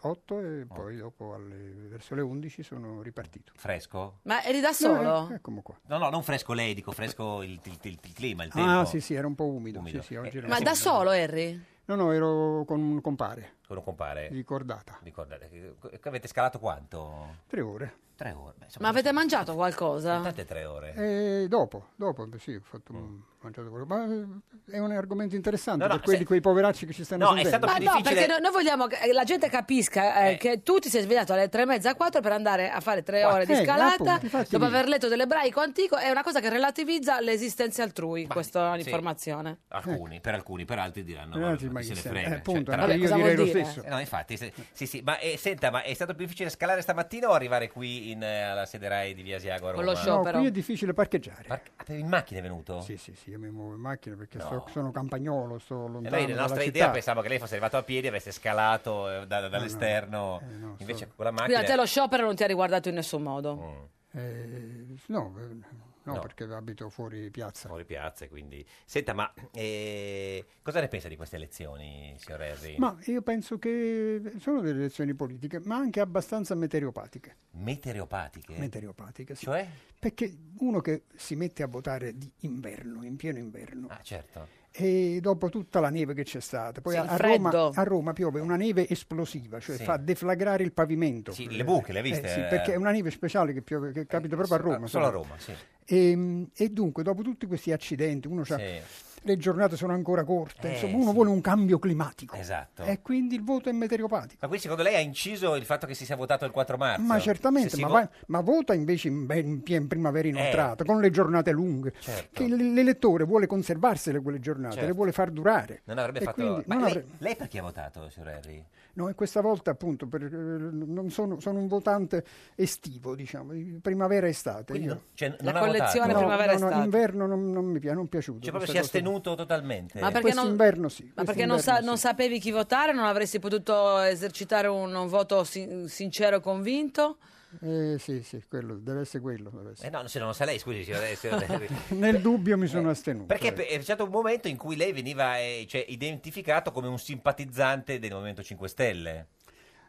M: 8
B: Oh.
M: e poi dopo alle- verso le 11 sono ripartito.
B: Fresco?
A: Ma eri da
M: No,
A: solo?
M: eh, eccomo qua.
B: No, no, non fresco lei, dico fresco il, il- il- il clima, il tempo.
M: Ah, sì, sì, era un po' umido.
B: Umido. Eh,
M: Sì, sì, oggi era
A: Ma
M: un
A: da
M: po'
A: solo, Harry?
M: umido. No, no, ero con un compare,
B: Quello compare.
M: ricordata.
B: Ricordate. che- che Avete scalato quanto?
M: Tre ore.
B: Tre ore. Beh, insomma,
A: Ma avete mangiato qualcosa?
B: tante tre ore.
M: E Eh, dopo, dopo, sì, ho fatto un mangiato quello. Ma eh, è un argomento interessante
B: Mm. No, no,
M: per quelli,
B: se-
M: quei poveracci che ci stanno
B: No, è
M: sentendo.
A: Ma no, perché no- noi vogliamo che eh, la gente capisca eh, che tu ti sei svegliato alle tre e mezza, quattro per andare a fare tre ore di
M: Eh,
A: scalata
M: appunto, infatti
A: dopo
M: lì.
A: aver letto dell'ebraico antico. È una cosa che relativizza l'esistenza altrui, questa
B: sì.
A: informazione.
B: Alcuni, per alcuni, per altri diranno
M: ecco. Per
B: "Ma
M: altri,
B: chi
M: ma
B: se
M: chi
B: ne
M: se ne-
B: frega". Cioè,
M: eh, appunto,
B: tra
M: anche
B: l'altro-
M: io Cosa direi vuol lo dire? stesso.
B: Eh, No, infatti, se- sì, sì, ma eh, senta, ma è stato più difficile scalare stamattina o arrivare qui in, eh, alla sederai di Via Asiago a Roma?
M: No, qui è difficile parcheggiare.
B: Ah, per- in macchina è venuto?
M: Sì, sì, sì, io mi muovo in macchina perché sto- sono campagnolo, sto
B: E
M: lontano
B: noi,
M: dalla
B: la nostra
M: città.
B: idea pensavo che lei fosse arrivato a piedi e avesse scalato eh, da- da-
M: Eh,
B: dall'esterno, invece con la
A: Quindi
B: macchina...
A: a te lo sciopero non ti ha riguardato in nessun modo.
B: Mm.
M: Eh, no, eh, no,
B: No.
M: perché abito fuori piazza.
B: Fuori piazze, quindi... Senta, ma eh, cosa ne pensa di queste elezioni, signor Henry?
M: Ma io penso che sono delle elezioni politiche, ma anche abbastanza meteoropatiche.
B: Meteoropatiche?
M: Meteoropatiche, sì.
B: Cioè?
M: Perché uno che si mette a votare di inverno, in pieno inverno,
B: Ah, certo.
M: e dopo tutta la neve che c'è stata, poi
B: Sì,
M: a,
B: il
M: a Roma,
B: freddo.
M: a Roma piove una neve esplosiva, cioè
B: Sì.
M: fa deflagrare il pavimento.
B: Sì, le buche, le
M: Eh,
B: hai viste?
M: sì, perché è una neve speciale che, piove, che capita proprio a
B: Solo
M: Roma.
B: a
M: soprattutto.
B: Roma, sì.
M: E, e dunque, dopo tutti questi accidenti, uno c'ha-
B: Sì.
M: le giornate sono ancora corte,
B: Eh,
M: insomma, uno
B: sì.
M: vuole un cambio climatico.
B: Esatto.
M: E quindi il voto è meteoropatico.
B: Ma quindi secondo lei ha inciso il fatto che si sia votato il 4 marzo?
M: Ma certamente,
B: Ah, certo. Se si
M: ma,
B: vo- Eh.
M: va- ma vota invece in, ben- in pien- primavera inoltrata, con le giornate lunghe.
B: Certo.
M: Che l- l'elettore vuole conservarsele quelle giornate,
B: Certo.
M: le vuole far durare.
B: Non avrebbe
M: E
B: fatto...
M: quindi
B: Ma
M: non
B: lei,
M: avre-
B: lei perché ha votato, signor Henry?
M: No, e questa volta appunto per- eh, non sono, sono un votante estivo, diciamo, di primavera-estate.
B: Quindi
M: io.
B: non- cioè, La non ha collezione votato?
M: No,
A: primavera-estate.
M: No, no, inverno non, non mi piace, non è piaciuto.
B: Cioè proprio
M: questa
B: si è
M: cosa.
B: astenuto totalmente?
A: Ma perché non-
M: Quest'inverno sì.
A: Ma perché non, sa- non sapevi chi votare, non avresti potuto esercitare un, un voto sin- sincero e convinto?
M: Eh, sì, sì, quello, deve essere quello. deve essere.
B: Eh no, se non lo sa lei, scusi, signora, signora Derry.
M: Nel dubbio mi sono astenuto.
B: Eh, Perché
M: ecco.
B: pe- è stato un momento in cui lei veniva eh, cioè, identificato come un simpatizzante del Movimento 5 Stelle.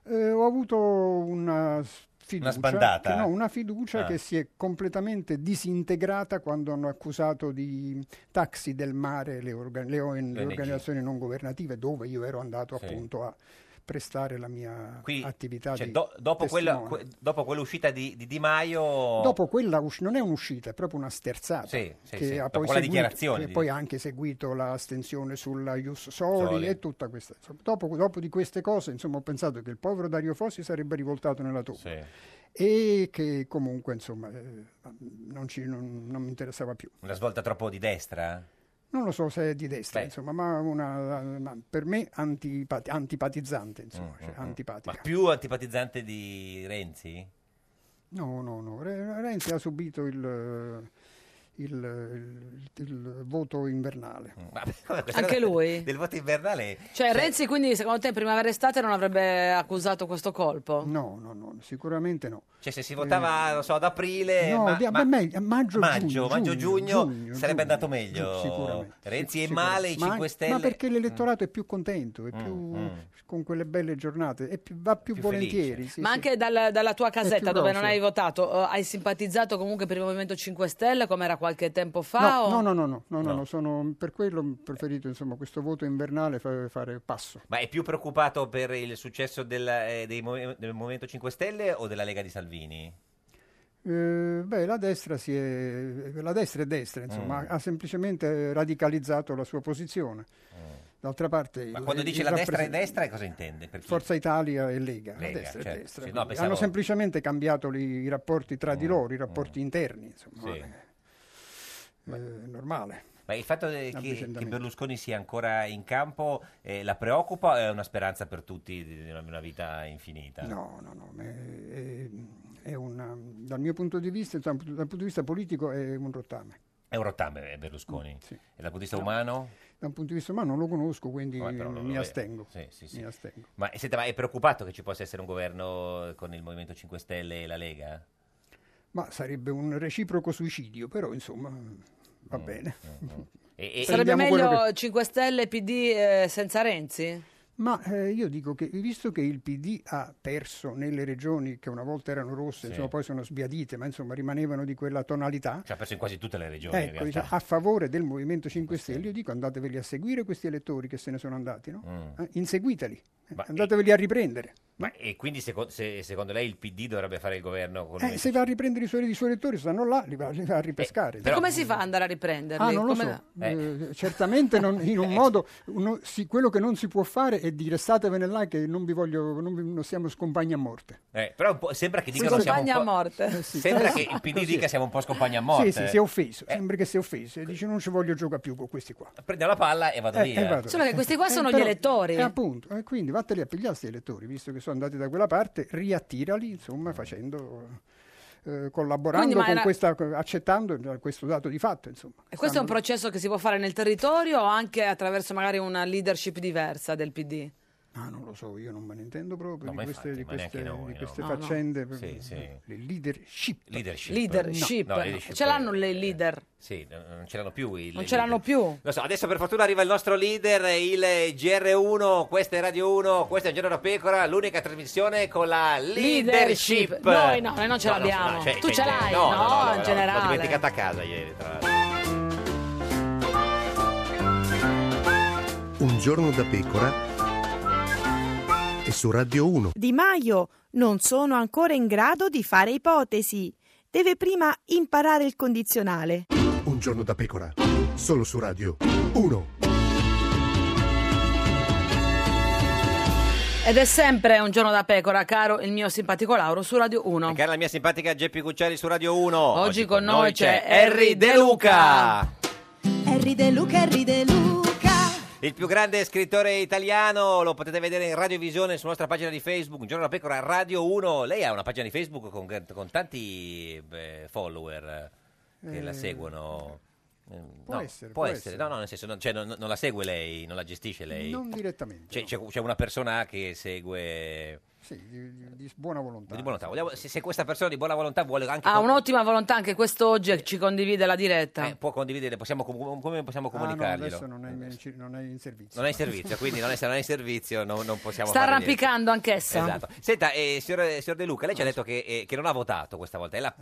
M: Eh, ho avuto una fiducia,
B: Una sbandata?
M: che- no, una
B: Ah.
M: fiducia che si è completamente disintegrata quando hanno accusato di taxi del mare le, orga- le ON le
B: ONG.
M: organizzazioni non governative dove io ero andato
B: Sì.
M: appunto a prestare la mia
B: Qui,
M: attività
B: cioè,
M: di
B: do- dopo, quella,
M: testimone.
B: que- oh. dopo quell'uscita di, di Di Maio...
M: Dopo quella usci- non è un'uscita, è proprio una sterzata.
B: Sì, sì,
M: che
B: sì,
M: ha
B: dopo
M: poi
B: quella
M: seguito-
B: dichiarazione
M: che
B: di-
M: poi ha anche seguito l'astensione sulla Ius Soli,
B: Soli.
M: e tutta questa. insomma, dopo, dopo di queste cose, insomma, ho pensato che il povero Dario Fossi sarebbe rivoltato nella tomba. E che comunque, insomma, eh, non, ci- non- non mi interessava più.
B: Una svolta troppo di destra? eh?
M: Non lo so se è di destra,
B: Beh.
M: insomma, ma una, ma per me antipati- antipatizzante, insomma, cioè, antipatica.
B: Mm, Ma più antipatizzante di Renzi?
M: No, no, no. Re- Renzi ha subito il, eh, il- il- il voto invernale.
B: Mm.
A: Anche lui?
B: Del voto invernale?
A: Cioè, Renzi, quindi, secondo te, primavera-estate non avrebbe accusato questo colpo?
M: No, no, no, sicuramente no.
B: Cioè se si votava, non so, ad aprile...
M: no,
B: ma-
M: di-
B: ma-
M: Eh, beh, meglio, maggio,
B: maggio,
M: giugno,
B: maggio, giugno,
M: giugno,
B: sarebbe
M: giugno,
B: andato meglio.
M: giu- sicuramente,
B: Renzi
M: sì,
B: è
M: sicuramente.
B: male, i
M: Ma
B: 5
M: anche-
B: Stelle. Eh.
M: Ma perché l'elettorato è più contento, è più,
B: mm.
M: con quelle belle giornate, è più- va più,
B: Più
M: volentieri. sì,
A: Ma
M: sì.
A: anche dal- dalla tua casetta
M: più
A: dove
M: roseo.
A: non hai votato, eh, hai simpatizzato comunque per il Movimento 5 Stelle come era qualche tempo fa?
M: No,
A: o-
M: no, no, no, no, no, no,
B: No.
M: no, sono per quello ho preferito insomma questo voto invernale fa- fare passo.
B: Ma è più preoccupato per il successo del, eh, dei mov- del Movimento 5 Stelle o della Lega di Salvini?
M: Eh, beh, la destra, si è, la destra è destra, insomma,
B: Mm.
M: ha semplicemente radicalizzato la sua posizione. D'altra parte,
B: Mm. Ma
M: il-
B: quando
M: il
B: dice la destra è
M: rappresent-
B: destra, cosa intende? Per chi?
M: Forza Italia e Lega, la
B: Lega,
M: destra e
B: certo.
M: destra.
B: Sì, no,
M: Quindi
B: pensavo- Mm,
M: Hanno semplicemente cambiato li- i rapporti tra di loro, i rapporti interni, insomma,
B: Sì.
M: eh, eh, normale.
B: Ma il fatto eh, che,
M: Avvicendamento.
B: che Berlusconi sia ancora in campo eh, la preoccupa o è una speranza per tutti di di una, una vita infinita?
M: No, no, no. ma è- è- è una- dal mio punto di vista, dal punto di vista politico, è un rottame.
B: È un rottame eh, Berlusconi. E dal punto di vista umano?
M: Da un punto di vista umano non lo conosco, quindi
B: Vabbè, però lo-
M: mi
B: lo è.
M: astengo.
B: Sì, sì, sì.
M: Mi astengo.
B: Ma, eh, senta, ma è preoccupato che ci possa essere un governo con il Movimento 5 Stelle e la Lega?
M: Ma sarebbe un reciproco suicidio, però insomma va bene.
B: Mm, E- e-
A: Sarebbe
M: Prendiamo quello
A: meglio 5 Stelle e PD eh, senza Renzi?
M: Ma eh, io dico che visto che il PD ha perso nelle regioni che una volta erano rosse,
B: Sì.
M: insomma, poi sono sbiadite, ma insomma rimanevano di quella tonalità,
B: Ci ha perso in quasi tutte le regioni in
M: ecco,
B: realtà.
M: diciamo, a favore del Movimento 5 Stelle, io dico andateveli a seguire questi elettori che se ne sono andati, no?
B: Mm.
M: Eh, inseguiteli, eh,
B: Ma-
M: andateveli a riprendere.
B: Ma- e quindi seco- se- secondo lei il PD dovrebbe fare il governo con il
M: Eh, se va a riprendere i suoi, i suoi elettori, stanno là, li va, li
B: Eh,
M: va a ripescare.
A: E come si fa ad andare a riprenderli?
M: Ah, non lo
A: Come-
M: so. Eh, certamente non- in
B: Eh.
M: un modo, uno- si- quello che non si può fare è dire statevene là che non vi voglio, non, vi- non siamo scompagni a morte.
B: Eh, però un po'- sembra che dicano siamo un
A: Compagni a
B: po'...
A: morte.
B: Sembra che il PD dica siamo un po' scompagni a morte.
M: Eh, Sì, sì, si è offeso,
B: Eh.
M: sembra che sia offeso. E dice non ci voglio giocare più con questi qua.
B: Prende la palla e vado
M: Eh,
B: via.
M: eh, vado.
A: Solo che questi qua sono gli elettori.
M: eh, appunto, eh, quindi vatteli a pigliare questi elettori, visto che sono andati da quella parte, riattirali,
B: Mm.
M: insomma, facendo... eh, collaborando
A: Quindi, ma
M: con
A: era- Eh.
M: questa, accettando eh, questo dato di fatto, insomma.
A: E questo è un
M: Stanno-
A: processo che si può fare nel territorio o anche attraverso magari una leadership diversa del PD?
M: Ah, non lo so, io non me ne intendo proprio
B: No, ma
M: di queste,
B: infatti,
M: di
B: ma neanche
M: queste-
B: noi,
M: di
B: no.
M: queste
A: No, no.
M: faccende. eh,
B: Sì, sì.
M: Le leadership.
B: Leadership.
A: Leadership.
B: No, no, leadership.
A: Ce l'hanno le leader?
B: Sì, no, non ce l'hanno più. i-
A: Non
B: le-
A: ce l'hanno più?
B: Lo so, adesso per fortuna arriva il nostro leader, il GR1, questa è Radio 1, questa è Un Giorno da Pecora, l'unica trasmissione con la leadership.
A: Leadership. Noi no, noi non ce l'abbiamo. Tu ce l'hai?
B: No,
A: No, in generale.
B: L'ho dimenticata a casa ieri, tra l'altro.
J: Un giorno da pecora e su Radio 1.
K: Di Maio non sono ancora in grado di fare ipotesi. Deve prima imparare il condizionale.
J: Un giorno da pecora, solo su Radio 1.
A: Ed è sempre un giorno da pecora, caro il mio simpatico Lauro su Radio 1.
B: Cara la mia simpatica Geppi Cucciari su Radio 1. Oggi,
A: con noi c'è Harry De
B: Luca.
I: Harry De Luca, Harry De Luca.
B: Il più grande scrittore italiano, lo potete vedere in radiovisione sulla nostra pagina di Facebook, Un giorno da pecora, Radio 1. Lei ha una pagina di Facebook con, con tanti beh, follower eh, che
M: Eh,
B: la seguono. Eh,
M: può
B: no,
M: essere,
B: può
M: può
B: essere. No, no, nel senso, non, cioè, non- non la segue lei, Cioè, non la gestisce lei.
M: Non direttamente.
B: C'è, c'è- c'è una persona che segue...
M: Sì, di, di- di buona volontà.
B: Di volontà. Vogliamo- se, se questa persona di buona volontà vuole anche
A: Ha
B: con-
A: un'ottima volontà anche quest'oggi, ci condivide la diretta.
B: può condividere, possiamo, com- come possiamo
M: Ah, no,
B: comunicarglielo?
M: adesso non è, in, ci- non è in servizio.
B: Non è in servizio, quindi non è, se non è in servizio non, non possiamo
A: Sta
B: fare niente.
A: arrampicando anch'essa.
B: Esatto. Senta, eh, signor, signor De Luca, lei ci ha detto che, eh, che non ha votato questa volta. È, la-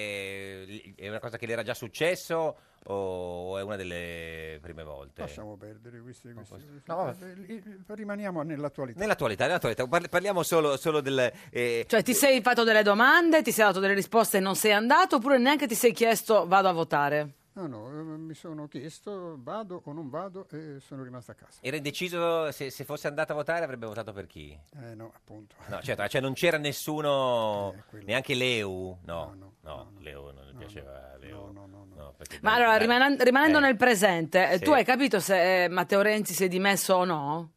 B: eh, è una cosa che le era già successo o è una delle prime volte?
M: Lasciamo perdere queste questioni.
B: No, vabbè.
M: Eh, li- Rimaniamo nell'attualità.
B: Nell'attualità, nell'attualità. Parli- parliamo solo, solo del... eh,
A: Cioè, ti sei fatto delle domande, ti sei dato delle risposte e non sei andato, oppure neanche ti sei chiesto vado a votare.
M: No, no, eh, mi sono chiesto vado o non vado e sono rimasto a casa.
B: Era indeciso se, se fosse andata a votare avrebbe votato per chi?
M: Eh no, appunto.
B: No, certo, cioè non c'era nessuno, neanche Leu, no, no, Leu non gli piaceva Leu. No, no, no. perché-
A: Ma allora,
B: eh,
A: rimanan- rimanendo
B: eh,
A: nel presente, eh,
B: Sì.
A: tu hai capito se eh, Matteo Renzi si è dimesso o no?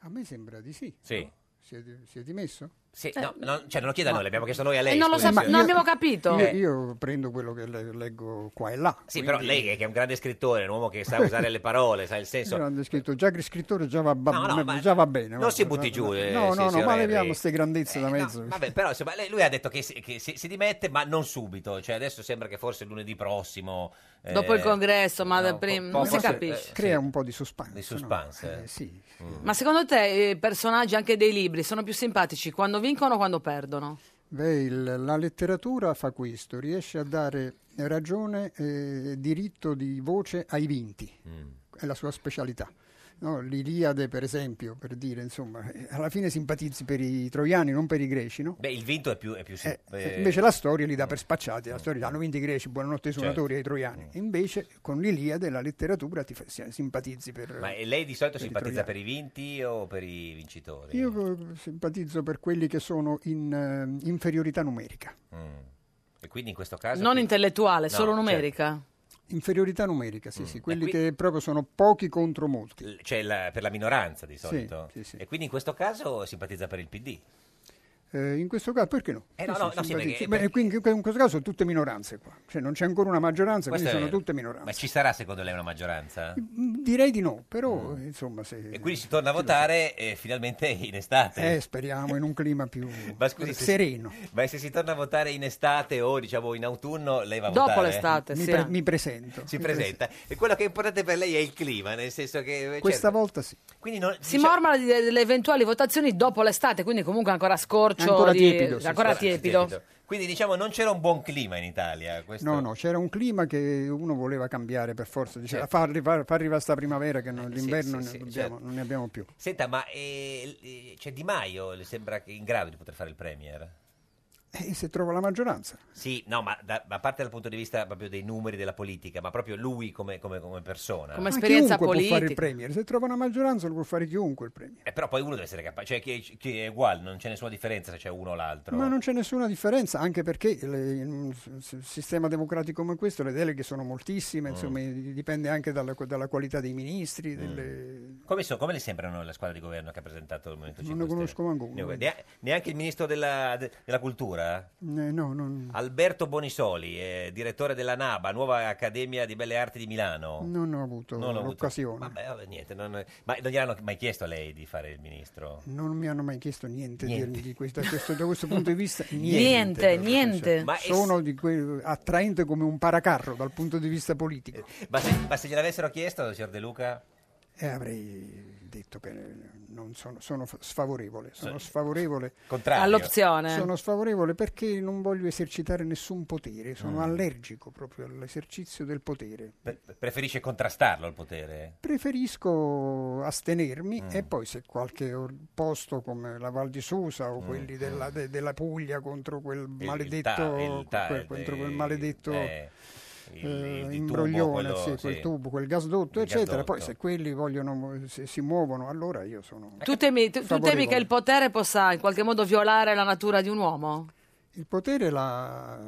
M: A me sembra di sì.
B: Sì.
M: Si è, di- si è dimesso?
B: Sì, no, no, cioè non lo chieda a noi, l'abbiamo chiesto noi a lei.
A: Eh, non lo
B: scusi,
A: sap-
B: signora.
A: non abbiamo capito.
M: Io, io prendo quello che le- leggo qua e là.
B: Sì,
M: quindi-
B: però lei che è un grande scrittore, un uomo che sa usare le parole, sa il senso.
M: Grande scritto, già che scrittore già va, ba-
B: No, no,
M: ma-
B: ma
M: già va bene.
B: non
M: guarda,
B: si butti
M: guarda.
B: giù, eh,
M: No,
B: sì,
M: no, no,
B: signor
M: ma
B: Henry.
M: leviamo queste grandezze da mezzo.
B: Vabbè, però insomma, lei- lui ha detto che, si, che si- si dimette, ma non subito. Cioè, adesso sembra che forse lunedì prossimo. eh,
A: Dopo il congresso, ma
B: no,
A: prima-
B: po-
A: non si
B: forse-
A: capisce.
B: eh,
M: Crea un po' di suspense.
B: Di suspense.
M: no? Eh, sì.
A: Ma secondo te eh, i personaggi anche dei libri sono più simpatici quando vincono o quando perdono?
M: Beh, il- la letteratura fa questo, riesce a dare ragione e diritto di voce ai vinti,
N: Mm.
M: è la sua specialità. No, L'Iliade, per esempio, per dire, insomma, eh, alla fine simpatizzi per i troiani, non per i greci, no?
B: Beh, il vinto è più. È più sim-
M: Eh,
B: eh,
M: Invece la storia li dà per spacciati, la storia hanno vinto i greci, buonanotte ai
B: Certo.
M: suonatori e ai troiani. Invece con l'Iliade la letteratura ti fa- si- simpatizzi per...
B: Ma lei di solito
M: per i
B: simpatizza
M: troiani.
B: per i vinti o per i vincitori?
M: Io eh, simpatizzo per quelli che sono in eh, inferiorità numerica.
B: Mm. E quindi in questo caso.
A: Esatto. Non
B: chi-
A: intellettuale,
B: No,
A: solo
B: certo. Mm.
A: numerica.
M: Inferiorità numerica, sì, sì, quelli
B: qui-
M: che proprio sono pochi contro molti.
B: L- Cioè la- per la minoranza di
M: Sì,
B: solito. E quindi in questo caso simpatizza per il PD.
M: Eh, in questo caso, perché no?
B: Eh, no, no, no, sì,
M: simpatizzo.
B: perché-
M: Beh, quindi in in questo caso sono tutte minoranze qua, cioè non c'è ancora una maggioranza,
B: Questo
M: quindi
B: è
M: sono
B: vero.
M: tutte minoranze.
B: Ma ci sarà secondo lei una maggioranza?
M: Mm, Direi di no, però insomma se...
B: Mm. E quindi si torna a votare eh, finalmente in estate.
M: Eh, speriamo in un clima più eh,
B: Ma scusi, se-
M: sereno.
B: Ma se si torna a votare in estate o diciamo in autunno, lei va a
M: Dopo
B: votare?
M: l'estate, Mi sì. pre- mi presento.
B: Si
M: Mi
B: presenta. E quello che è importante per lei è il clima, nel senso che... eh,
M: Questa
B: certo.
M: volta sì.
B: Quindi non,
A: Si mormora di- delle eventuali votazioni dopo l'estate, quindi comunque ancora scorcio,
M: Ancora
A: di-
M: tiepido, sì,
A: ancora
M: sì, sì,
A: tiepido.
B: Quindi diciamo non c'era un buon clima in Italia. Questo...
M: No, cioè, no, c'era un clima che uno voleva cambiare per forza, diceva
B: Certo. Eh,
M: fa, arriva- fa arrivare sta primavera che non-
B: sì,
M: l'inverno
B: sì,
M: ne
B: sì,
M: dobbiamo-
B: certo.
M: non ne abbiamo più.
B: Senta, ma eh, eh, cioè Di Maio le sembra che in grado di poter fare il Premier?
M: E se trova la maggioranza?
B: Sì, no, ma da- ma a parte dal punto di vista proprio dei numeri della politica, ma proprio lui come, come- come persona.
M: Ma chiunque può fare il premier, se trova una maggioranza lo può fare chiunque il premier.
B: Eh, però poi uno deve essere capace, cioè chi, chi è uguale, non c'è nessuna differenza se c'è uno o l'altro.
M: Ma non c'è nessuna differenza, anche perché le- in un s- s- sistema democratico come questo le deleghe sono
A: Mm.
M: moltissime, insomma, di- dipende anche dalla, dalla qualità dei ministri. delle-
B: Come, so- come le sembrano la squadra di governo che ha presentato il Movimento
M: Non
B: 5
M: ne
B: Stelle?
M: conosco manco uno.
B: Ne- nea- neanche il ministro della, de- della cultura?
M: Eh, no, non-
A: Ah.
B: Alberto Bonisoli, eh, direttore della NABA, Nuova Accademia di Belle Arti di Milano.
M: non ho avuto
B: Non ho avuto.
M: l'occasione.
B: Vabbè, vabbè, niente, non- ma non gliel'hanno mai chiesto a lei di fare il ministro?
M: Non mi hanno mai chiesto niente, di-
B: Niente.
M: Di questo, da questo- da questo punto di vista. Niente,
A: Niente, niente.
M: Cioè,
A: Ma è-
M: sono di que- attraente come un paracarro dal punto di vista
A: Eh,
M: politico.
B: Ma se, ma se gliel'avessero chiesto, signor De Luca?
M: E Eh, avrei detto che non sono, sono f- sfavorevole, sono
B: Sì.
M: sfavorevole
B: Contrario. All'opzione.
M: Sono sfavorevole perché non voglio esercitare nessun potere, sono
B: Mm.
M: allergico proprio all'esercizio del potere.
B: Pre- preferisce contrastarlo al potere?
M: Preferisco astenermi
B: Mm.
M: e poi se qualche or- posto come la Val di Susa o quelli della, de- della Puglia contro quel
B: Mm. Il-
M: maledetto,
B: il ta- il ta-
M: quel- contro quel
B: il-
M: maledetto
B: eh, il-
M: eh,
B: il tubo,
M: imbroglione,
B: quello-
M: sì, quel
B: sì.
M: tubo, quel gasdotto,
B: Il
M: eccetera,
B: gasdotto.
M: poi se quelli vogliono, se si muovono, allora io sono...
A: Tu temi, tu- tu temi
M: favorevole.
A: che il potere possa in qualche modo violare la natura di un uomo?
M: Il potere, la,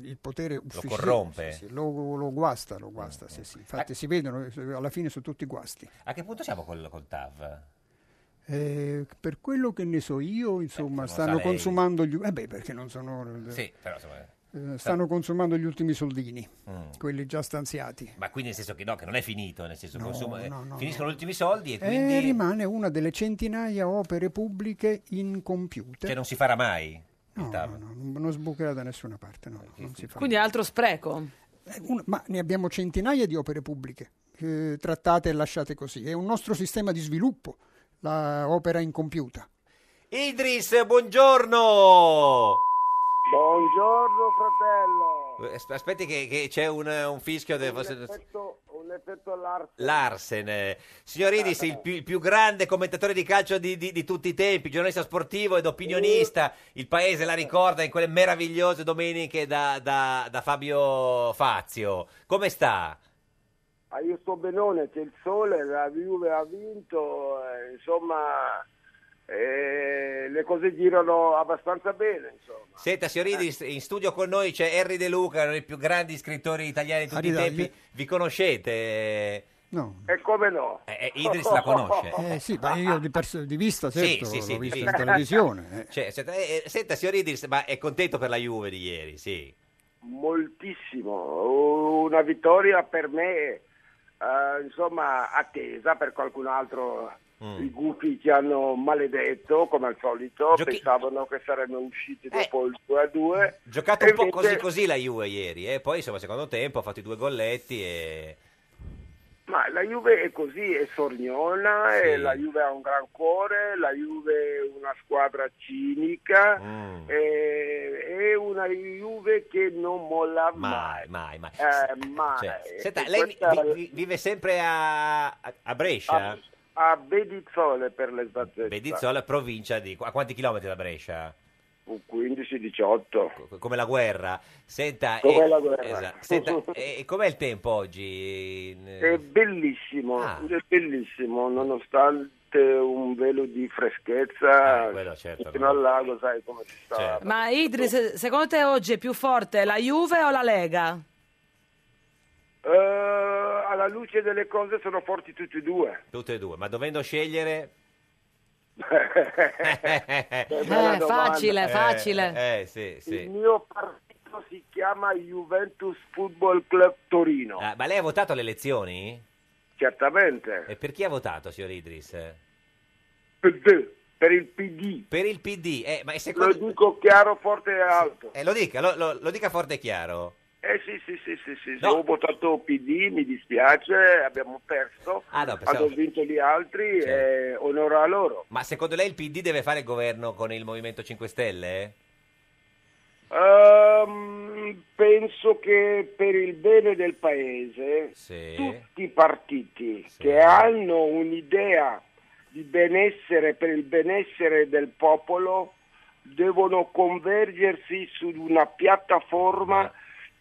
M: il potere ufficiale,
B: corrompe. Mm,
M: sì, sì, lo, lo guasta, lo guasta, sì, sì. infatti si vedono eh, alla fine sono tutti guasti.
B: A che punto siamo col, col TAV?
M: Eh, per quello che ne so io, insomma,
B: lo sa
M: stanno
B: lei.
M: consumando gli... Eh beh, eh perché non sono...
B: Sì, però insomma...
M: Eh, stanno consumando gli ultimi soldini,
B: Mm.
M: quelli già stanziati.
B: Ma quindi nel senso che no, che non è finito, nel senso
M: No,
B: consumo- eh,
M: no, no,
B: finiscono gli ultimi soldi e
M: E
B: quindi
M: Eh, rimane una delle centinaia opere pubbliche incompiute.
B: cioè, non si farà mai. il tavolo.
M: Non, non sbucherà da nessuna parte, no, non si fa.
A: Quindi è altro spreco.
M: Eh, un- ma ne abbiamo centinaia di opere pubbliche eh, trattate e lasciate così. È un nostro sistema di sviluppo, la opera incompiuta.
B: Idris, buongiorno!
O: Buongiorno fratello,
B: Eh, asp- Aspetti che, che c'è un, un fischio del
O: Effetto- un effetto Larsen.
B: Larsen. eh. Signor Idris, il più, il più grande commentatore di calcio di, di- di tutti i tempi, giornalista sportivo ed opinionista, il paese la ricorda in quelle meravigliose domeniche da, da- da Fabio Fazio. Come sta?
O: Ah, io sto benone, c'è il sole, la Juve ha vinto, eh, insomma eh, le cose girano abbastanza bene. Insomma.
B: Senta, signor Idris, in studio con noi c'è Henry De Luca, uno dei più grandi scrittori italiani di tutti i
M: Arrivederci.
B: tempi. Vi conoscete?
M: No.
O: E come no?
B: Eh, eh, Idris la conosce.
M: Eh sì, ma io di, pers- di vista certo
B: sì, sì,
M: l'ho
B: di
M: visto in
B: vista.
M: televisione.
B: Cioè, senta, eh, eh, senta, signor Idris, ma è contento per la Juve di ieri? Sì.
O: Moltissimo, una vittoria per me eh, insomma attesa, per qualcun altro
B: Mm.
O: i gufi ci hanno maledetto come al solito, pensavano che saremmo usciti dopo il 2-2.
B: Eh. giocato
O: E
B: un po'
O: invece-
B: così così la Juve ieri e poi insomma secondo tempo ha fatto i due golletti e
O: Ma la Juve è così, è sorgnona,
B: Sì.
O: e la Juve ha un gran cuore, la Juve è una squadra cinica,
B: Mm.
O: e- è una Juve che non molla mai.
B: mai mai mai
O: Eh, mai.
B: Cioè, senta,
O: E
B: lei vi-
O: questa-
B: vi- vi- vive sempre a, a- a Brescia
O: a, a Bedizzole per l'esattezza.
B: Bedizzola provincia di a quanti chilometri da Brescia
O: 15-18
B: come la guerra senta
O: Come
B: e-
O: la guerra.
B: esatto. Senta, e- e com'è il tempo oggi
O: È bellissimo,
B: Ah.
O: è bellissimo, nonostante un velo di freschezza,
B: certo,
O: fino al lago sai come si sta.
A: Ma Idris, secondo te oggi è più forte la Juve o la Lega?
O: Eh, alla luce delle cose sono forti tutti e due.
B: tutte e due ma dovendo scegliere
O: bella domanda. Eh, facile,
B: Eh,
O: facile.
B: eh, sì,
O: Il
B: sì.
O: mio partito si chiama Juventus Football Club Torino.
B: Ah, ma lei ha votato alle elezioni?
O: Certamente.
B: E per chi ha votato, signor Idris?
O: Per il PD.
B: Per il PD, eh, ma è
O: Lo
B: secondo...
O: dico chiaro, forte e alto.
B: Eh, lo dica, lo, lo- lo dica forte e chiaro.
O: Eh sì, sì, sì, sì, sì, sì.
B: No.
O: ho votato PD, mi dispiace, abbiamo perso,
B: Ah, no, pensavo- Certo.
O: hanno vinto gli altri e onora a loro.
B: Ma secondo lei il PD deve fare il governo con il Movimento 5 Stelle?
O: Ehm, penso che per il bene del paese tutti i partiti che hanno un'idea di benessere per il benessere del popolo devono convergersi su una piattaforma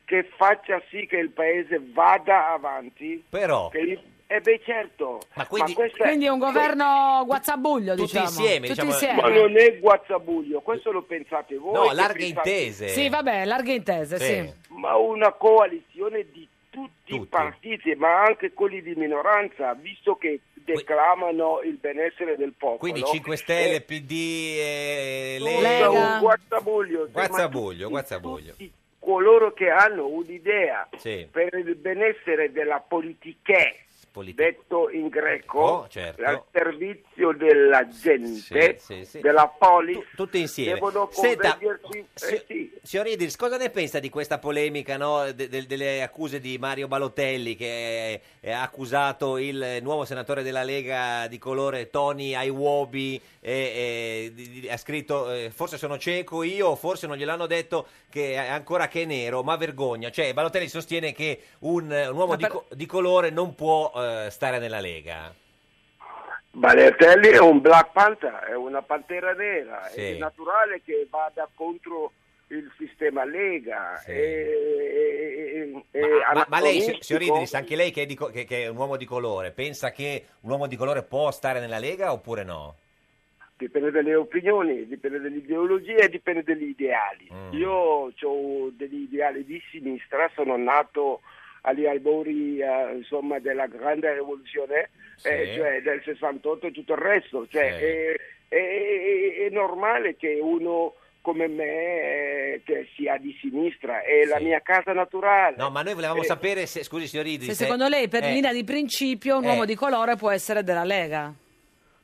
O: che faccia sì che il paese vada avanti.
B: Però-
O: Che il- eh beh certo,
B: Ma quindi-
O: questa è-
A: Quindi è un governo guazzabuglio,
B: Tutti
A: diciamo.
B: insieme,
A: Tutti
B: diciamo.
A: insieme.
O: Ma non è guazzabuglio, questo lo pensate voi.
B: No,
O: che
B: larghe
O: pensate-
B: intese.
A: Sì, vabbè, larghe intese, sì.
O: ma una coalizione di tutti, i partiti, ma anche quelli di minoranza, visto che declamano il benessere del popolo.
B: Quindi 5 Stelle, PD, eh,
O: Tutto
B: Lega.
O: un guazzabuglio,
B: Guazzabuglio, Guazzabuglio.
O: coloro che hanno un'idea
B: Sì,
O: per il benessere della politiche, detto in greco,
B: Oh, certo.
O: al servizio della gente,
B: Sì, sì, sì.
O: della polis,
B: tutti insieme.
O: devono
B: Senta,
O: convergersi. eh sì.
B: Signor Idris, cosa ne pensa di questa polemica no, de- de- delle accuse di Mario Balotelli che eh, ha accusato il nuovo senatore della Lega di colore Tony Aiwobi e, e di- di- ha scritto eh, forse sono cieco io, forse non gliel'hanno detto che è ancora che è nero, ma vergogna. Cioè Balotelli sostiene che un, un uomo di, co- di colore non può eh, stare nella Lega.
O: Balotelli è un Black Panther, è una pantera nera,
B: Sì.
O: è naturale che vada contro il sistema Lega.
B: Sì.
O: è- è- è- è
B: Ma- Ma, ma lei, si-
O: anacronistico.
B: signor Idris, anche lei che è, di co- che- che è un uomo di colore, pensa che un uomo di colore può stare nella Lega oppure no?
O: Dipende dalle opinioni, dipende dall'ideologia, dipende dagli ideali. Io ho degli ideali di sinistra, sono nato agli albori eh, insomma, della grande rivoluzione,
P: Sì.
O: eh, cioè del 68 e tutto il resto. Cioè,
P: Sì.
O: è, è- è- è normale che uno come me eh, che sia di sinistra, è la mia casa naturale.
B: No, ma noi volevamo
O: Eh,
B: sapere se, scusi signor Idris,
A: Se secondo lei per
B: eh,
A: linea di principio un
B: eh.
A: uomo di colore può essere della Lega.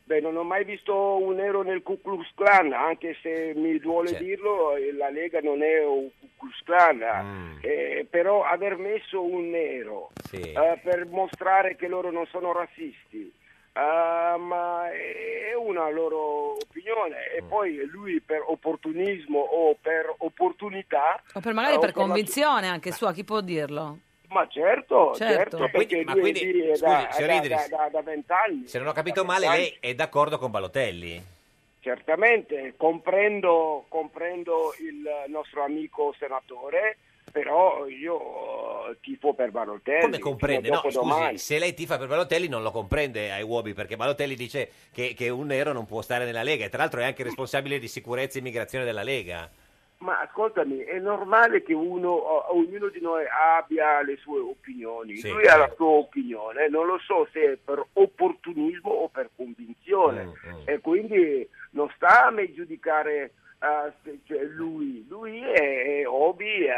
O: Beh, non ho mai visto un nero nel Ku Klux Klan, anche se mi duole
B: Certo.
O: dirlo, eh, la Lega non è un Ku Klux
B: Mm.
O: Klan, Eh, però aver messo un nero
B: sì.
O: eh, per mostrare che loro non sono razzisti, eh, ma è una loro opinione
B: Mm.
O: e poi lui per opportunismo o per opportunità...
A: O per magari
O: eh,
A: per
O: ho parlato-
A: convinzione anche sua, chi può dirlo?
O: Ma certo,
A: Certo.
O: certo,
A: Ma quindi-
O: perché
B: ma
O: lui
B: quindi,
O: è lì, eh,
B: scusi,
O: da-
B: signor
O: da-
B: Idris.
O: da- da- da vent'anni.
B: se non ho capito male lei è d'accordo con Balotelli?
O: Certamente, comprendo, comprendo il nostro amico senatore, però io eh, tifo per Barotelli.
B: Come comprende? No,
O: domani.
B: scusi, se lei tifa per Balotelli non lo comprende ai uomini perché Balotelli dice che, che un nero non può stare nella Lega e tra l'altro è anche responsabile di sicurezza e immigrazione della Lega.
O: Ma ascoltami, è normale che uno, o- ognuno di noi abbia le sue opinioni.
B: Sì.
O: Lui ha la sua opinione, non lo so se è per opportunismo o per
B: Mm,
O: convinzione. E quindi non sta a me giudicare eh, se- cioè, lui. Lui è, è hobby, eh,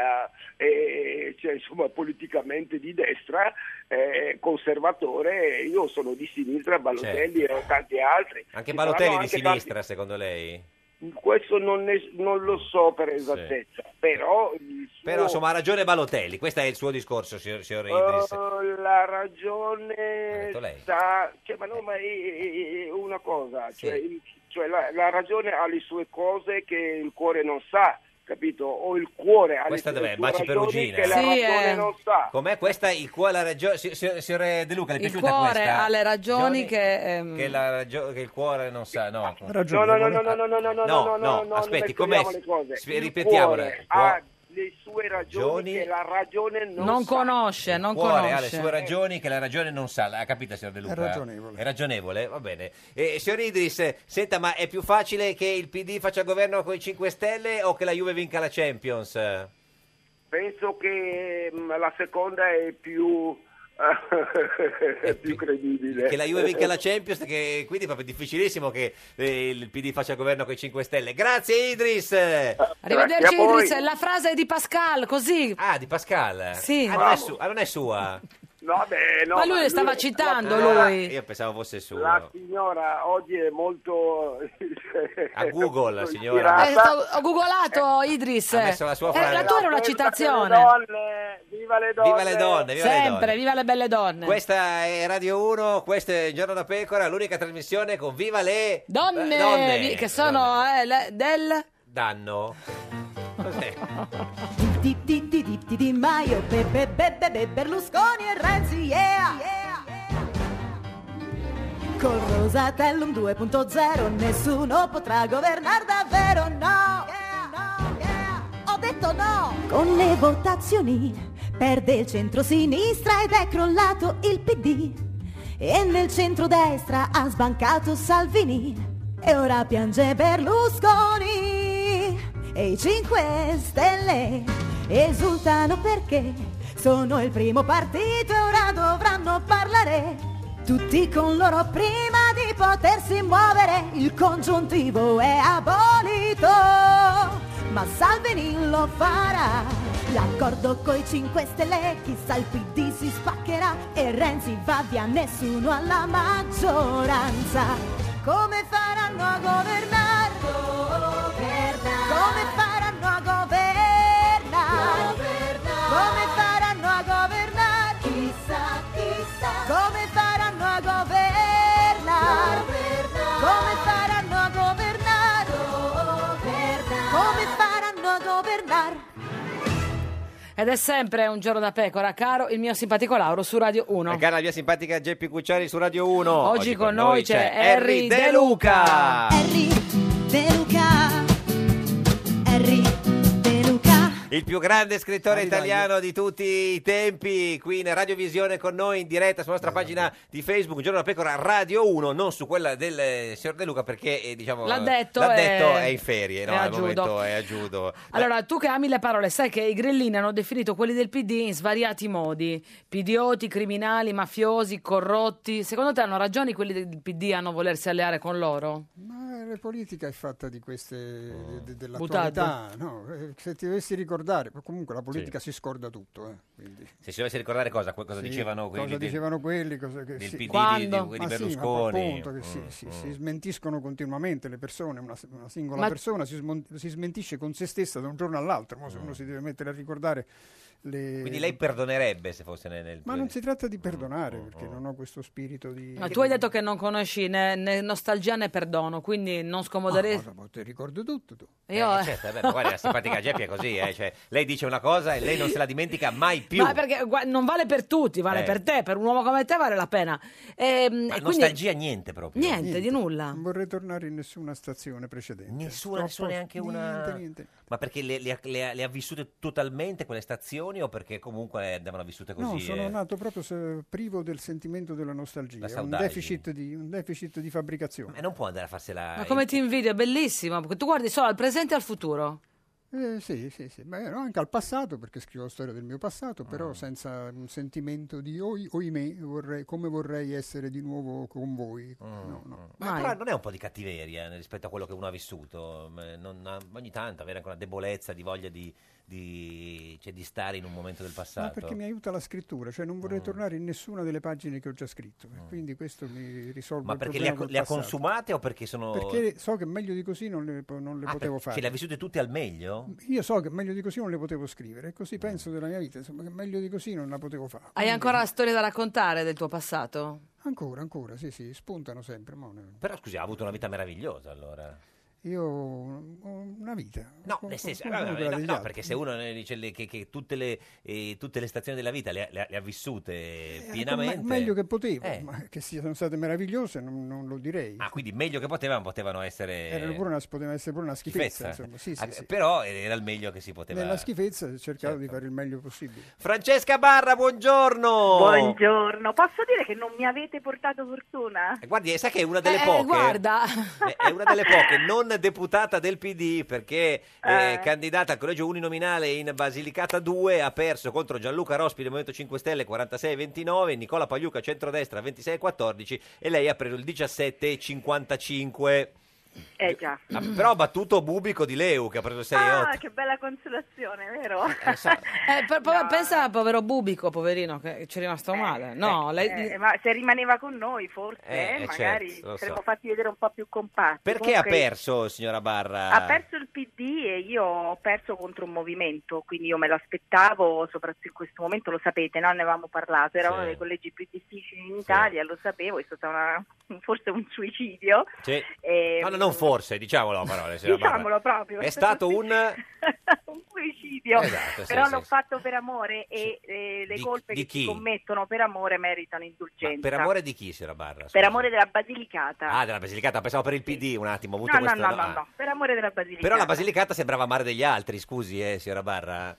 O: è- cioè, insomma, politicamente di destra, è conservatore. Io sono di sinistra, Balotelli
B: Certo.
O: e tanti altri.
B: Anche
O: Ci saranno
B: Balotelli di
O: anche tanti-
B: sinistra, secondo lei?
O: questo non, ne- non lo so per esattezza, però, il suo-
B: Però insomma ha ragione Balotelli, questo è il suo discorso, signor, signor Idris.
O: Eh, la ragione
B: detto lei.
O: sta- cioè, ma no, ma è, è- è una cosa, cioè, il- cioè, la, la ragione ha le sue cose che il cuore non sa, capito? O il cuore ha
B: Questa
O: le
B: dov'è?
O: sue
B: Baci
O: ragioni
B: Perugina.
O: che la ragione
A: eh.
O: non sa.
B: Com'è questa? Il cuore, la ragione... si- si- Signor De Luca, le è
A: Il
B: piaciuta
A: cuore
B: questa?
A: ha le ragioni
B: Giorni-
A: che... ehm,
B: Che, la ragio- che il cuore non sa, no.
O: No, no, no, no, no, no, no, no, no, no, no, no, no,
B: aspetti,
O: non
B: com'è?
O: mescoliamo le cose.
B: Sp-
O: Il
B: Ripetiamola.
O: cuore
B: Il
O: eh, ha
B: cuo-
O: le sue ragioni che la ragione non,
A: Non
O: sa.
A: conosce, non
B: il
O: ah,
B: cuore ha le
A: conosce.
B: sue ragioni che la ragione non sa, ha capito signor De Luca?
M: È ragionevole.
B: È ragionevole, va bene. Eh, signor Idris, eh, senta, ma è più facile che il PD faccia governo con i 5 Stelle o che la Juve vinca la Champions?
O: Penso che mm, la seconda è più, è più credibile.
B: Che la Juve vinca la Champions, che quindi è proprio difficilissimo che eh, il PD faccia governo con i 5 Stelle. Grazie Idris!
A: Arrivederci Idris, la frase è di Pascal, così.
B: Ah, di Pascal?
A: Sì.
B: Ah, non è, su- ah, non è sua? Ah,
O: No, beh, Eh, no,
A: Ma lui le stava
O: la-
A: citando,
O: la-
A: lui.
B: Io pensavo fosse
O: La
B: sua.
O: signora oggi è molto...
B: A Google, la
A: Eh,
B: signora.
A: sto- ho googolato Idris.
B: Ha messo la sua
A: Eh, la
B: frase.
A: tua era una citazione.
O: Viva le donne!
B: Viva le donne, viva le donne.
A: Sempre, viva le belle donne.
B: Questa è Radio 1, questo è Il Giorno da Pecora, l'unica trasmissione con Viva le
A: Donne,
B: eh,
A: vi- che sono eh, le- del...
B: Danno. Cos'è?
I: Di di di di di Di Maio, be, be, be, be, be, Berlusconi e Renzi, yeah! Col Rosatellum 2.0 nessuno potrà governare davvero, no! Ho detto no! Con le votazioni perde il centro-sinistra ed è crollato il PD. E nel centro-destra ha sbancato Salvini. E ora piange Berlusconi. E i 5 Stelle esultano perché sono il primo partito e ora dovranno parlare. Tutti con loro prima di potersi muovere, il congiuntivo è abolito, ma Salvini lo farà. L'accordo coi 5 Stelle, chissà il PD si spaccherà e Renzi va via, nessuno alla maggioranza. Come faranno a governare? Come faranno a governare? Come faranno a governare? Chissà, chissà. Come faranno a governare? Come faranno a governare? Come faranno a governare?
A: Ed è sempre un giorno da pecora, caro il mio simpatico Lauro su Radio 1.
B: E cara la mia simpatica Geppi Cucciari su Radio 1.
A: Oggi con noi c'è Harry De
B: Luca.
I: De Luca, Harry De Luca,
B: il più grande scrittore
P: Dai, dai.
B: italiano di tutti i tempi, qui in Radiovisione con noi in diretta sulla nostra pagina di Facebook, Giorno da Pecora Radio 1, non su quella del eh, signor De Luca perché eh, diciamo,
A: L'ha detto,
B: l'ha detto,
A: è-
B: è, in ferie, no,
A: è a
B: al
A: judo.
B: momento è a judo.
A: Allora, tu che ami le parole, sai che i grillini hanno definito quelli del PD in svariati modi. Pidioti, criminali, mafiosi, corrotti. Secondo te hanno ragione quelli del PD a non volersi alleare con loro?
M: Ma la politica è fatta di queste de-
B: Ah.
M: de- dell'attualità,
A: Buttate.
M: no? Eh, Se ti dovessi ricordare, comunque la politica si scorda tutto, eh, quindi.
B: Se si dovesse ricordare cosa, cosa
M: Sì,
B: dicevano quelli
M: cosa
B: del-
M: dicevano quelli cosa, che
B: del
M: sì.
B: PD di- Quando? di- di
M: Ma sì, ma
B: Berlusconi.
M: appunto, che si,
B: Mm,
M: si-
B: mm.
M: si smentiscono continuamente le persone una, una singola
A: Ma-
M: persona si, smon- si smentisce con se stessa da un giorno all'altro ma se uno si deve mettere a ricordare le
B: Mm. Quindi lei Oh, perdonerebbe se fosse nel... nel-
M: ma non si tratta di perdonare perché non ho questo spirito di
A: No, tu hai detto che non conosci né, né nostalgia né perdono, quindi non scomoderesti.
M: Ma ti ricordo tutto tu.
A: Io...
B: Eh, certo, eh, beh, ma guarda, la simpatica Geppi è così, eh, cioè, lei dice una cosa e lei non se la dimentica mai più.
A: Ma perché gua- non vale per tutti, vale
B: Eh.
A: per te, per un uomo come te vale la pena. Ehm,
B: Ma
A: e quindi-
B: nostalgia niente proprio.
A: Niente, di nulla.
M: non vorrei tornare in nessuna stazione precedente
B: Nessuna, nessuna, neanche una-
M: niente, niente.
B: Ma perché le, le ha- le ha- le ha vissute totalmente quelle stazioni o perché comunque andavano vissute così?
M: No, sono
B: eh?
M: nato proprio se- privo del sentimento della nostalgia,
B: La
M: un
B: saudade.
M: deficit, di, un deficit di fabbricazione.
B: Ma Eh, non può andare a farsela...
A: Ma come ti invidio, è bellissimo, perché tu guardi solo al presente e al futuro.
M: Eh, sì, sì, sì, ma ero anche al passato perché scrivo storia del mio passato, però
B: Ah.
M: senza un sentimento di oi, oimè, vorrei, come vorrei essere di nuovo con voi.
B: Ah,
M: No, no.
B: Ma però non è un po' di cattiveria eh, rispetto a quello che uno ha vissuto. Ma non ha- ogni tanto avere anche una debolezza di voglia di, di- cioè, di stare in un momento del
M: Ma
B: passato.
M: perché mi aiuta la scrittura, cioè non
B: Ah.
M: vorrei tornare in nessuna delle pagine che ho già scritto, e quindi questo mi risolve
B: Ma
M: il
B: perché le
M: problema
B: ha,
M: col
B: le ha
M: passato.
B: consumate o perché sono...
M: Perché so che meglio di così non le, po- non le
B: Ah,
M: potevo
B: perché-
M: fare.
B: cioè, le ha vissute tutte al meglio?
M: Io so che meglio di così non le potevo scrivere, e
B: Ah.
M: così penso della mia vita, insomma, che meglio di così non la potevo fare.
A: Hai ancora la storia da raccontare del tuo passato?
M: Ancora, ancora, sì, sì, spuntano sempre. ma ne-
B: Però scusi, ha avuto una vita meravigliosa allora.
M: Io ho una vita.
B: No,
M: co-
B: nel
M: co-
B: senso,
M: come
B: no, no,
M: quella
B: no,
M: degli
B: no,
M: altri.
B: perché se uno eh, dice le- che, che tutte, le, eh, tutte le stazioni della vita le, ha- le ha- le ha vissute
M: Eh,
B: pienamente...
M: me- meglio che potevo,
B: Eh.
M: ma che siano state meravigliose non, non lo direi.
B: Ah, quindi meglio che potevano, potevano essere...
M: Erano pure una, poteva essere pure una schifezza,
B: Eh. schifezza.
M: insomma. Sì,
B: Ah,
M: sì, sì.
B: Però era il meglio che si poteva... Certo.
M: Nella schifezza cercavo di fare il meglio possibile.
B: Francesca Barra, buongiorno!
Q: Buongiorno, posso dire che non mi avete portato fortuna?
B: Eh, Guardi, eh, sai che è una delle
Q: Eh,
B: poche...
Q: guarda.
B: Eh, È una delle poche non deputata del PD perché eh, candidata al collegio uninominale in Basilicata 2 ha perso contro Gianluca Rospi del Movimento 5 Stelle 46-29, Nicola Pagliuca centrodestra 26-14 e lei ha preso il 17-55.
Q: Eh già.
B: Ah, però ha battuto Bubico di Leu che ha preso 6-8.
Q: Ah, che bella consolazione, vero?
A: Eh, per- po- Pensa al povero Bubico, poverino, che ci è rimasto male. No, lei...
Q: Eh, ma se rimaneva con noi forse,
B: Eh,
Q: eh,
B: eh,
Q: magari
B: certo, lo so.
Q: saremmo fatti vedere un po' più compatti.
B: Perché ha
Q: Comunque,
B: perso, Ah. signora Barra?
Q: Ha perso il PD e io ho perso contro un movimento, quindi io me l'aspettavo, soprattutto in questo momento, lo sapete, no? ne avevamo parlato, era
R: Sì.
Q: uno dei collegi più difficili in Italia, lo sapevo, è stato una- forse un suicidio.
B: Sì.
Q: Eh,
B: No, no, non forse, diciamolo a parole, signora Barra.
Q: Diciamolo proprio.
B: È stato un...
Q: suicidio,
B: Esatto, sì,
Q: però
B: sì,
Q: l'ho
B: sì.
Q: fatto per amore e eh, le
B: Di-
Q: colpe
B: di
Q: che si
B: chi?
Q: commettono per amore meritano indulgenza.
B: Per amore di chi, signora Barra?
Q: Per amore della Basilicata.
B: Ah, della Basilicata, pensavo per il PD un attimo. Ho avuto
Q: no, no,
B: questa...
Q: no, no,
B: ah.
Q: no, per amore della Basilicata.
B: Però la Basilicata sembrava mare degli altri, scusi, eh, signora Barra.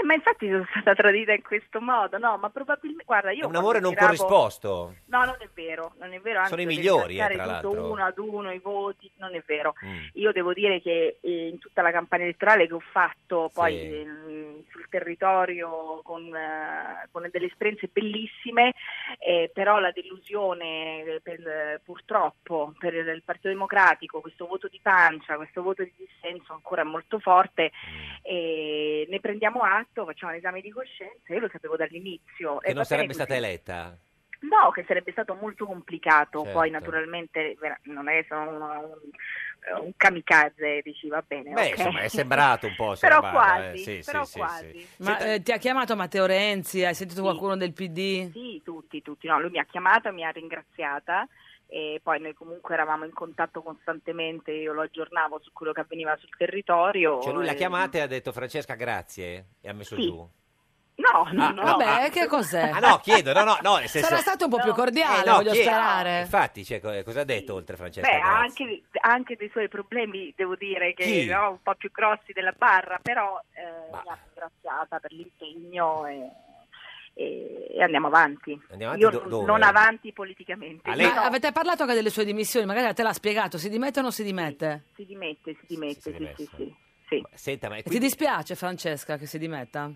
Q: Eh, ma infatti sono stata tradita in questo modo, no, ma probabilmente, guarda,
B: È
Q: io...
B: un amore
Q: quando
B: non
Q: giravo- Eh,
B: corrisposto.
Q: No, non è vero, non è vero. Anzi,
B: Sono i
Q: devi
B: migliori, eh,
Q: ringraziare
B: tra
Q: tutto
B: l'altro.
Q: uno ad uno i voti, non è vero.
B: Mm.
Q: Io devo dire che eh, in tutta la campagna elettorale che ho fatto poi
B: Sì.
Q: ehm, sul territorio con, eh, con delle esperienze bellissime, eh, però la delusione eh, per- purtroppo per il Partito Democratico, questo voto di pancia, questo voto di dissenso ancora molto forte,
B: Mm.
Q: eh, ne prendiamo atto, facciamo un esame di coscienza, io lo sapevo dall'inizio.
B: Che
Q: e va
B: non sarebbe
Q: bene
B: stata
Q: così.
B: eletta.
Q: No, che sarebbe stato molto complicato,
B: Certo.
Q: poi naturalmente vera- non è sono una- un, kamikaze, dici va bene.
B: Beh,
Q: ok.
B: insomma, è sembrato un po', signora
Q: però
B: Barra,
Q: quasi,
B: eh, sì,
Q: però
B: sì, sì,
Q: quasi.
B: sì.
A: Ma eh, ti ha chiamato Matteo Renzi? Hai sentito qualcuno del PD?
Q: Sì, tutti, tutti. No, lui mi ha chiamata, mi ha ringraziata e poi noi comunque eravamo in contatto costantemente, io lo aggiornavo su quello che avveniva sul territorio.
B: Cioè lui l'ha
Q: e-
B: chiamata e ha detto Francesca grazie e ha messo
Q: Sì.
B: giù.
Q: No, No, no, no.
A: Vabbè, che cos'è?
B: Ah no, chiedo, no, no, no, nel senso...
A: Sarà stato un po' più cordiale,
B: Eh, no,
A: Ah, voglio
B: chiedo.
A: sperare.
B: Infatti, cioè, co- cosa ha detto oltre Francesca?
Q: Beh, ah, ha
B: Grazia?
Q: anche, anche dei suoi problemi, devo dire, che
B: Chi?
Q: no, un po' più grossi della barra, però eh, mi ha ringraziata per l'impegno e, e- e andiamo avanti.
B: Andiamo
Q: Io
B: avanti do-
Q: non-
B: dove?
Q: non avanti politicamente.
A: Ma avete parlato anche delle sue dimissioni, magari te l'ha spiegato, si dimette o non si dimette?
Q: Si dimette, si dimette,
A: sì, sì, sì.
B: Senta, ma è
A: E ti dispiace Francesca che si dimetta?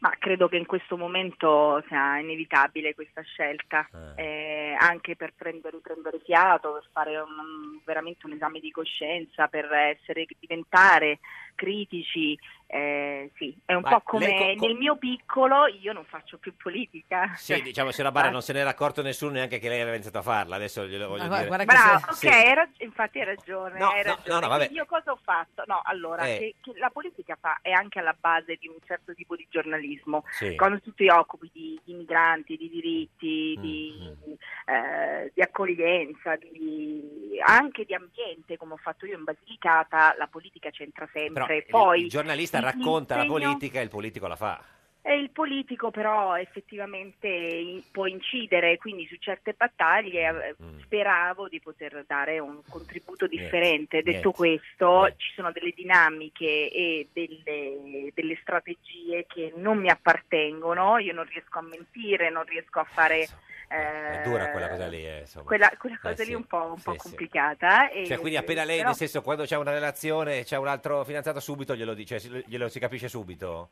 Q: Ma credo che in questo momento sia inevitabile questa scelta, eh, anche per prendere, prendere fiato, per fare un- veramente un esame di coscienza, per essere, diventare critici. eh, sì, è un
B: Ma
Q: po'
B: lei
Q: come
B: co- co-
Q: nel mio piccolo io non faccio più politica.
B: Sì, diciamo, se la
A: Ah.
B: barra non se n'era accorto nessuno neanche che lei aveva iniziato a farla, adesso glielo voglio
Q: Ma
B: dire.
Q: guarda- guarda che Bravo,
B: Sì.
Q: ok, hai rag- infatti hai ragione.
B: No,
Q: hai
B: no,
Q: ragione.
B: no, no, vabbè.
Q: Io cosa ho fatto? No, allora,
B: Eh.
Q: che, che la politica fa, è anche alla base di un certo tipo di giornalismo.
F: Sì.
Q: Quando tu ti occupi di, di migranti, di diritti, di,
B: Mm-hmm.
Q: eh, di accoglienza, di- anche di ambiente, come ho fatto io in Basilicata, la politica c'entra
B: Però
Q: sempre.
B: il-
Q: Poi
B: il giornalista
Q: il-
B: racconta la
Q: l'impegno-
B: politica e il politico la fa.
Q: e il politico però effettivamente in- può incidere, quindi su certe battaglie eh,
B: Mm.
Q: speravo di poter dare un contributo differente.
F: niente.
Q: Detto questo, ci sono delle dinamiche e delle, delle strategie che non mi appartengono, io non riesco a mentire, non riesco a fare...
B: È
Q: eh,
B: dura quella cosa lì, eh, insomma.
Q: quella- quella
B: Eh,
Q: cosa lì
B: sì.
Q: è un po', un po'
B: Sì, sì.
Q: complicata. eh, e-
B: Cioè, quindi appena lei,
Q: però-
B: nel senso, quando c'è una relazione, c'è un altro fidanzato, subito glielo dice, si- glielo si capisce subito.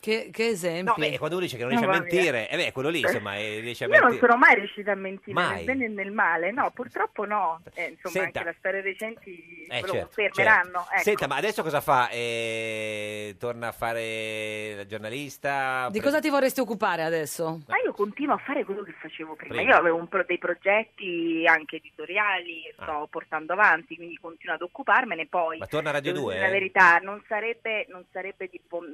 A: Che, che esempio?
B: No, beh, quando uno dice che non
Q: No,
B: riesce a
Q: va via.
B: mentire, eh beh, quello lì, insomma, eh, riesce a
Q: Io non
B: mentire.
Q: sono mai riuscita a mentire
B: Mai.
Q: nel bene e nel male, no, purtroppo no. Eh, insomma,
B: Senta.
Q: anche le storie recenti
B: Eh,
Q: lo
B: certo,
Q: confermeranno.
B: certo.
Q: ecco.
B: Senta, ma adesso cosa fa? Eh, torna a fare la giornalista?
A: Di
B: Pre-
A: cosa ti vorresti occupare adesso?
Q: Ma io continuo a fare quello che facevo prima.
B: Prima.
Q: Io avevo un pro- dei progetti anche editoriali che sto portando avanti, quindi continuo ad occuparmene. Poi,
B: Ah. Ma torna a Radio
Q: devo
B: 2,
Q: dire La
B: eh?
Q: verità, non sarebbe, non sarebbe di, buon,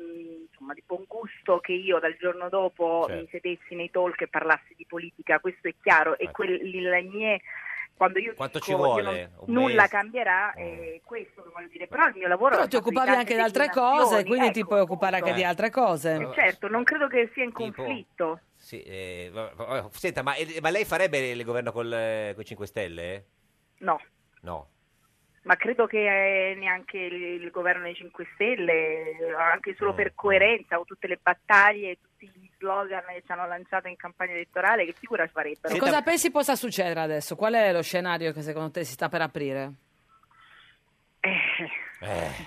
Q: insomma, di buon gusto che io dal giorno dopo
F: Certo.
Q: mi sedessi nei talk e parlassi di politica, questo è chiaro. E
F: Certo.
Q: quelli, le mie. Quando io
B: Quanto
Q: dico
B: ci
Q: io
B: vuole?
Q: non-
B: Un
Q: nulla
B: mese? Mm.
Q: cambierà, è questo che voglio dire. Però il mio lavoro.
A: Però
Q: l'ho
A: ti
Q: fatto
A: occupavi
Q: tante
A: anche di altre cose,
Q: declinazioni,
A: quindi ti
Q: ecco,
A: puoi occupare anche
B: appunto.
A: di altre
Q: eh,
A: cose.
Q: Certo, non credo che sia in
B: Tipo?
Q: conflitto.
B: Sì, eh, va- va- senta, ma, eh, ma lei farebbe il governo col, eh, con i 5 Stelle?
Q: No.
B: No.
Q: Ma credo che eh, neanche il, il governo dei 5 Stelle, eh, anche solo
B: Mm.
Q: per coerenza, o tutte le battaglie, tutti gli slogan che ci hanno lanciato in campagna elettorale, che figura ci farebbero?
A: E cosa pensi possa succedere adesso? Qual è lo scenario che secondo te si sta per aprire?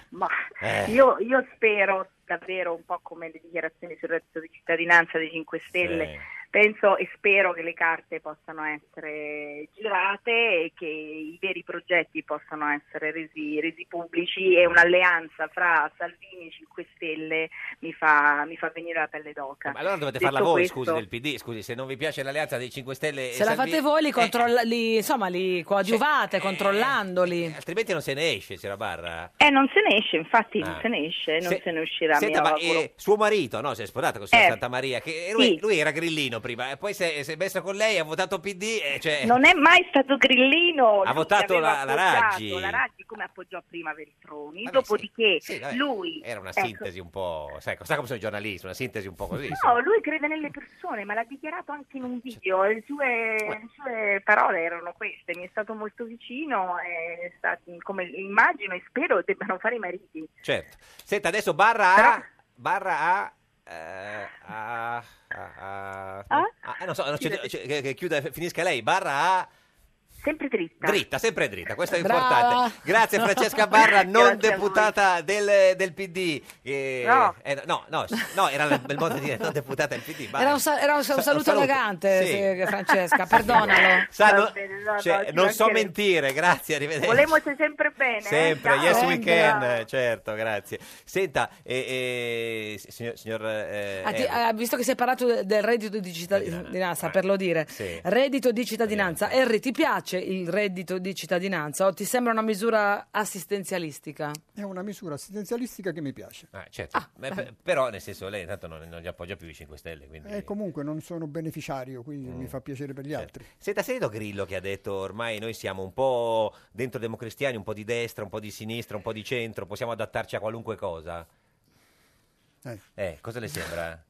Q: Ma
A: Eh.
Q: Eh. io, io spero davvero, un po' come le dichiarazioni sul reddito di cittadinanza dei 5 Stelle, penso e spero che le carte possano essere girate e che i veri progetti possano essere resi, resi pubblici e un'alleanza fra Salvini e 5 Stelle mi fa, mi fa venire la pelle d'oca.
B: Ma allora dovete
Q: Detto
B: farla voi,
Q: questo-
B: scusi, del PD. Scusi, se non vi piace l'alleanza dei 5 Stelle... e eh.
A: Se la
B: Salvini-
A: fate voi li, controlla- li- insomma, li coadiuvate, controllandoli.
B: Altrimenti non se ne esce, c'è la barra.
Q: Eh, non se ne esce, infatti
B: Ah.
Q: non se ne esce, non
B: Se-
Q: se ne uscirà.
B: Senta,
Q: mi
B: ma
Q: auguro.
B: eh, suo marito, no, si è sposato con signora
Q: Eh,
B: Santa Maria, che lui,
Q: sì.
B: lui era grillino prima, e poi si è, si è messo con lei, ha votato PD, eh, cioè...
Q: Non è mai stato Grillino.
B: Ha
Q: lui
B: votato
Q: aveva
B: la- la
Q: appoggiato
B: Raggi.
Q: La Raggi come appoggiò prima Veltroni. dopodiché
B: Sì, vabbè,
Q: lui...
B: Era una
Q: ecco,
B: sintesi un po'... Sai, sa come sono i giornalisti, una sintesi un po' così.
Q: No, lui crede nelle persone, ma l'ha dichiarato anche in un video. Le sue, le sue parole erano queste: mi è stato molto vicino, e sta- come immagino e spero debbano fare i mariti.
B: Certo. Senta, adesso barra A... Barra A... eh, a, a, a- Ah, non so, no, c'è- c'è- che, che chiuda, finisca lei. Barra A...
Q: Sempre dritta.
B: Dritta, sempre dritta, questo è
Q: Brava.
B: importante. Grazie Francesca Barra, non
Q: Grazie a voi.
B: deputata del, del PD. che-
A: No.
B: eh, no, no, no, era il bel modo di dire non deputata del PD. barra.
A: Era un, sa- era un sa- un
B: Sa-
A: saluto, elegante,
B: Sì.
A: se- Francesca, perdonalo.
B: Sa,
Q: Va
B: no-
Q: bene, no, no,
B: cioè,
Q: ci
B: non so
Q: mancherebbe.
B: mentire, grazie, arrivederci.
Q: Volemoci sempre bene. eh?
B: Sempre,
Q: Ciao.
B: yes weekend, eh, certo, grazie. Senta, eh, eh, signor... signor, eh,
A: Ah, ti-
B: Erni,
A: ah, visto che si è parlato del reddito di cittadinanza, per lo dire,
B: eh. Sì.
A: reddito di cittadinanza, Henry, ti piace il reddito di cittadinanza o ti sembra una misura assistenzialistica?
M: È una misura assistenzialistica che mi piace.
B: Ah, certo. Beh, per- però nel senso lei intanto non, non gli appoggia più i 5 Stelle,
Q: Mm.
B: quindi...
M: E comunque non sono beneficiario, quindi
B: Mm.
M: mi fa piacere per gli altri.
B: Senta, ha sentito Grillo che ha detto ormai noi siamo un po' dentro democristiani, un po' di destra, un po' di sinistra, un po' di centro, possiamo adattarci a qualunque cosa?
M: Eh.
B: Eh, cosa le sembra?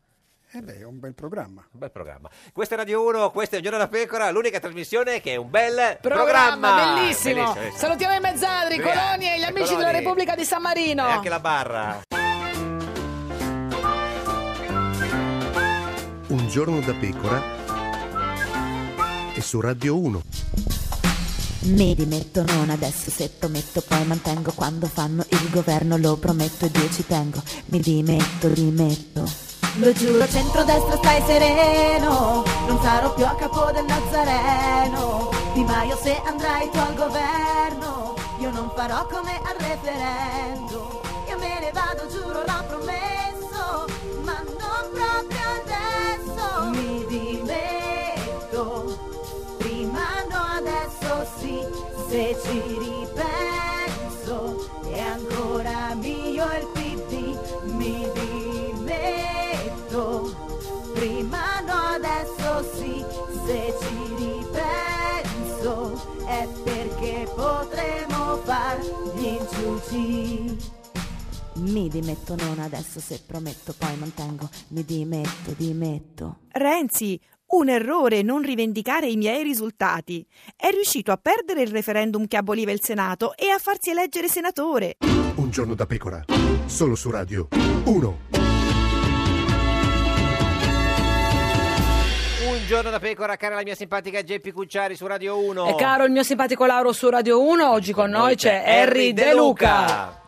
M: Eh beh, è un bel programma.
B: Un bel programma. Questa è Radio 1, questo è Un Giorno da Pecora, l'unica trasmissione che è un bel
A: Programma,
B: programma.
A: bellissimo.
B: bellissimo. eh,
A: Salutiamo i mezzadri,
B: Sì,
A: Colonia e gli
B: eh,
A: amici
B: Coloni.
A: della Repubblica di San Marino.
B: E anche la barra.
J: Un giorno da pecora e su Radio 1.
P: Mi dimetto non adesso se prometto poi mantengo quando fanno il governo lo prometto e Dio ci tengo mi dimetto dimetto
I: Lo giuro, centrodestra stai sereno, non sarò più a capo del Nazareno. Di Maio se andrai tu al governo, io non farò come al referendum. Io me ne vado, giuro, l'ho promesso, ma non proprio adesso. Mi dimetto, prima no, adesso sì, se ci ripenso, è ancora mio il PD, mi dimetto. Prima no, adesso sì, se ci ripenso, è perché potremo far gli inciuci.
P: mi dimetto non adesso se prometto poi mantengo mi dimetto dimetto
K: Renzi, un errore non rivendicare i miei risultati. È riuscito a perdere il referendum che aboliva il Senato e a farsi eleggere senatore.
J: Un giorno da pecora, solo su Radio 1.
B: Un giorno da pecora, cara la mia simpatica Geppi Cucciari su Radio 1.
A: E caro il mio simpatico Lauro su Radio 1, oggi con noi c'è Harry De Luca.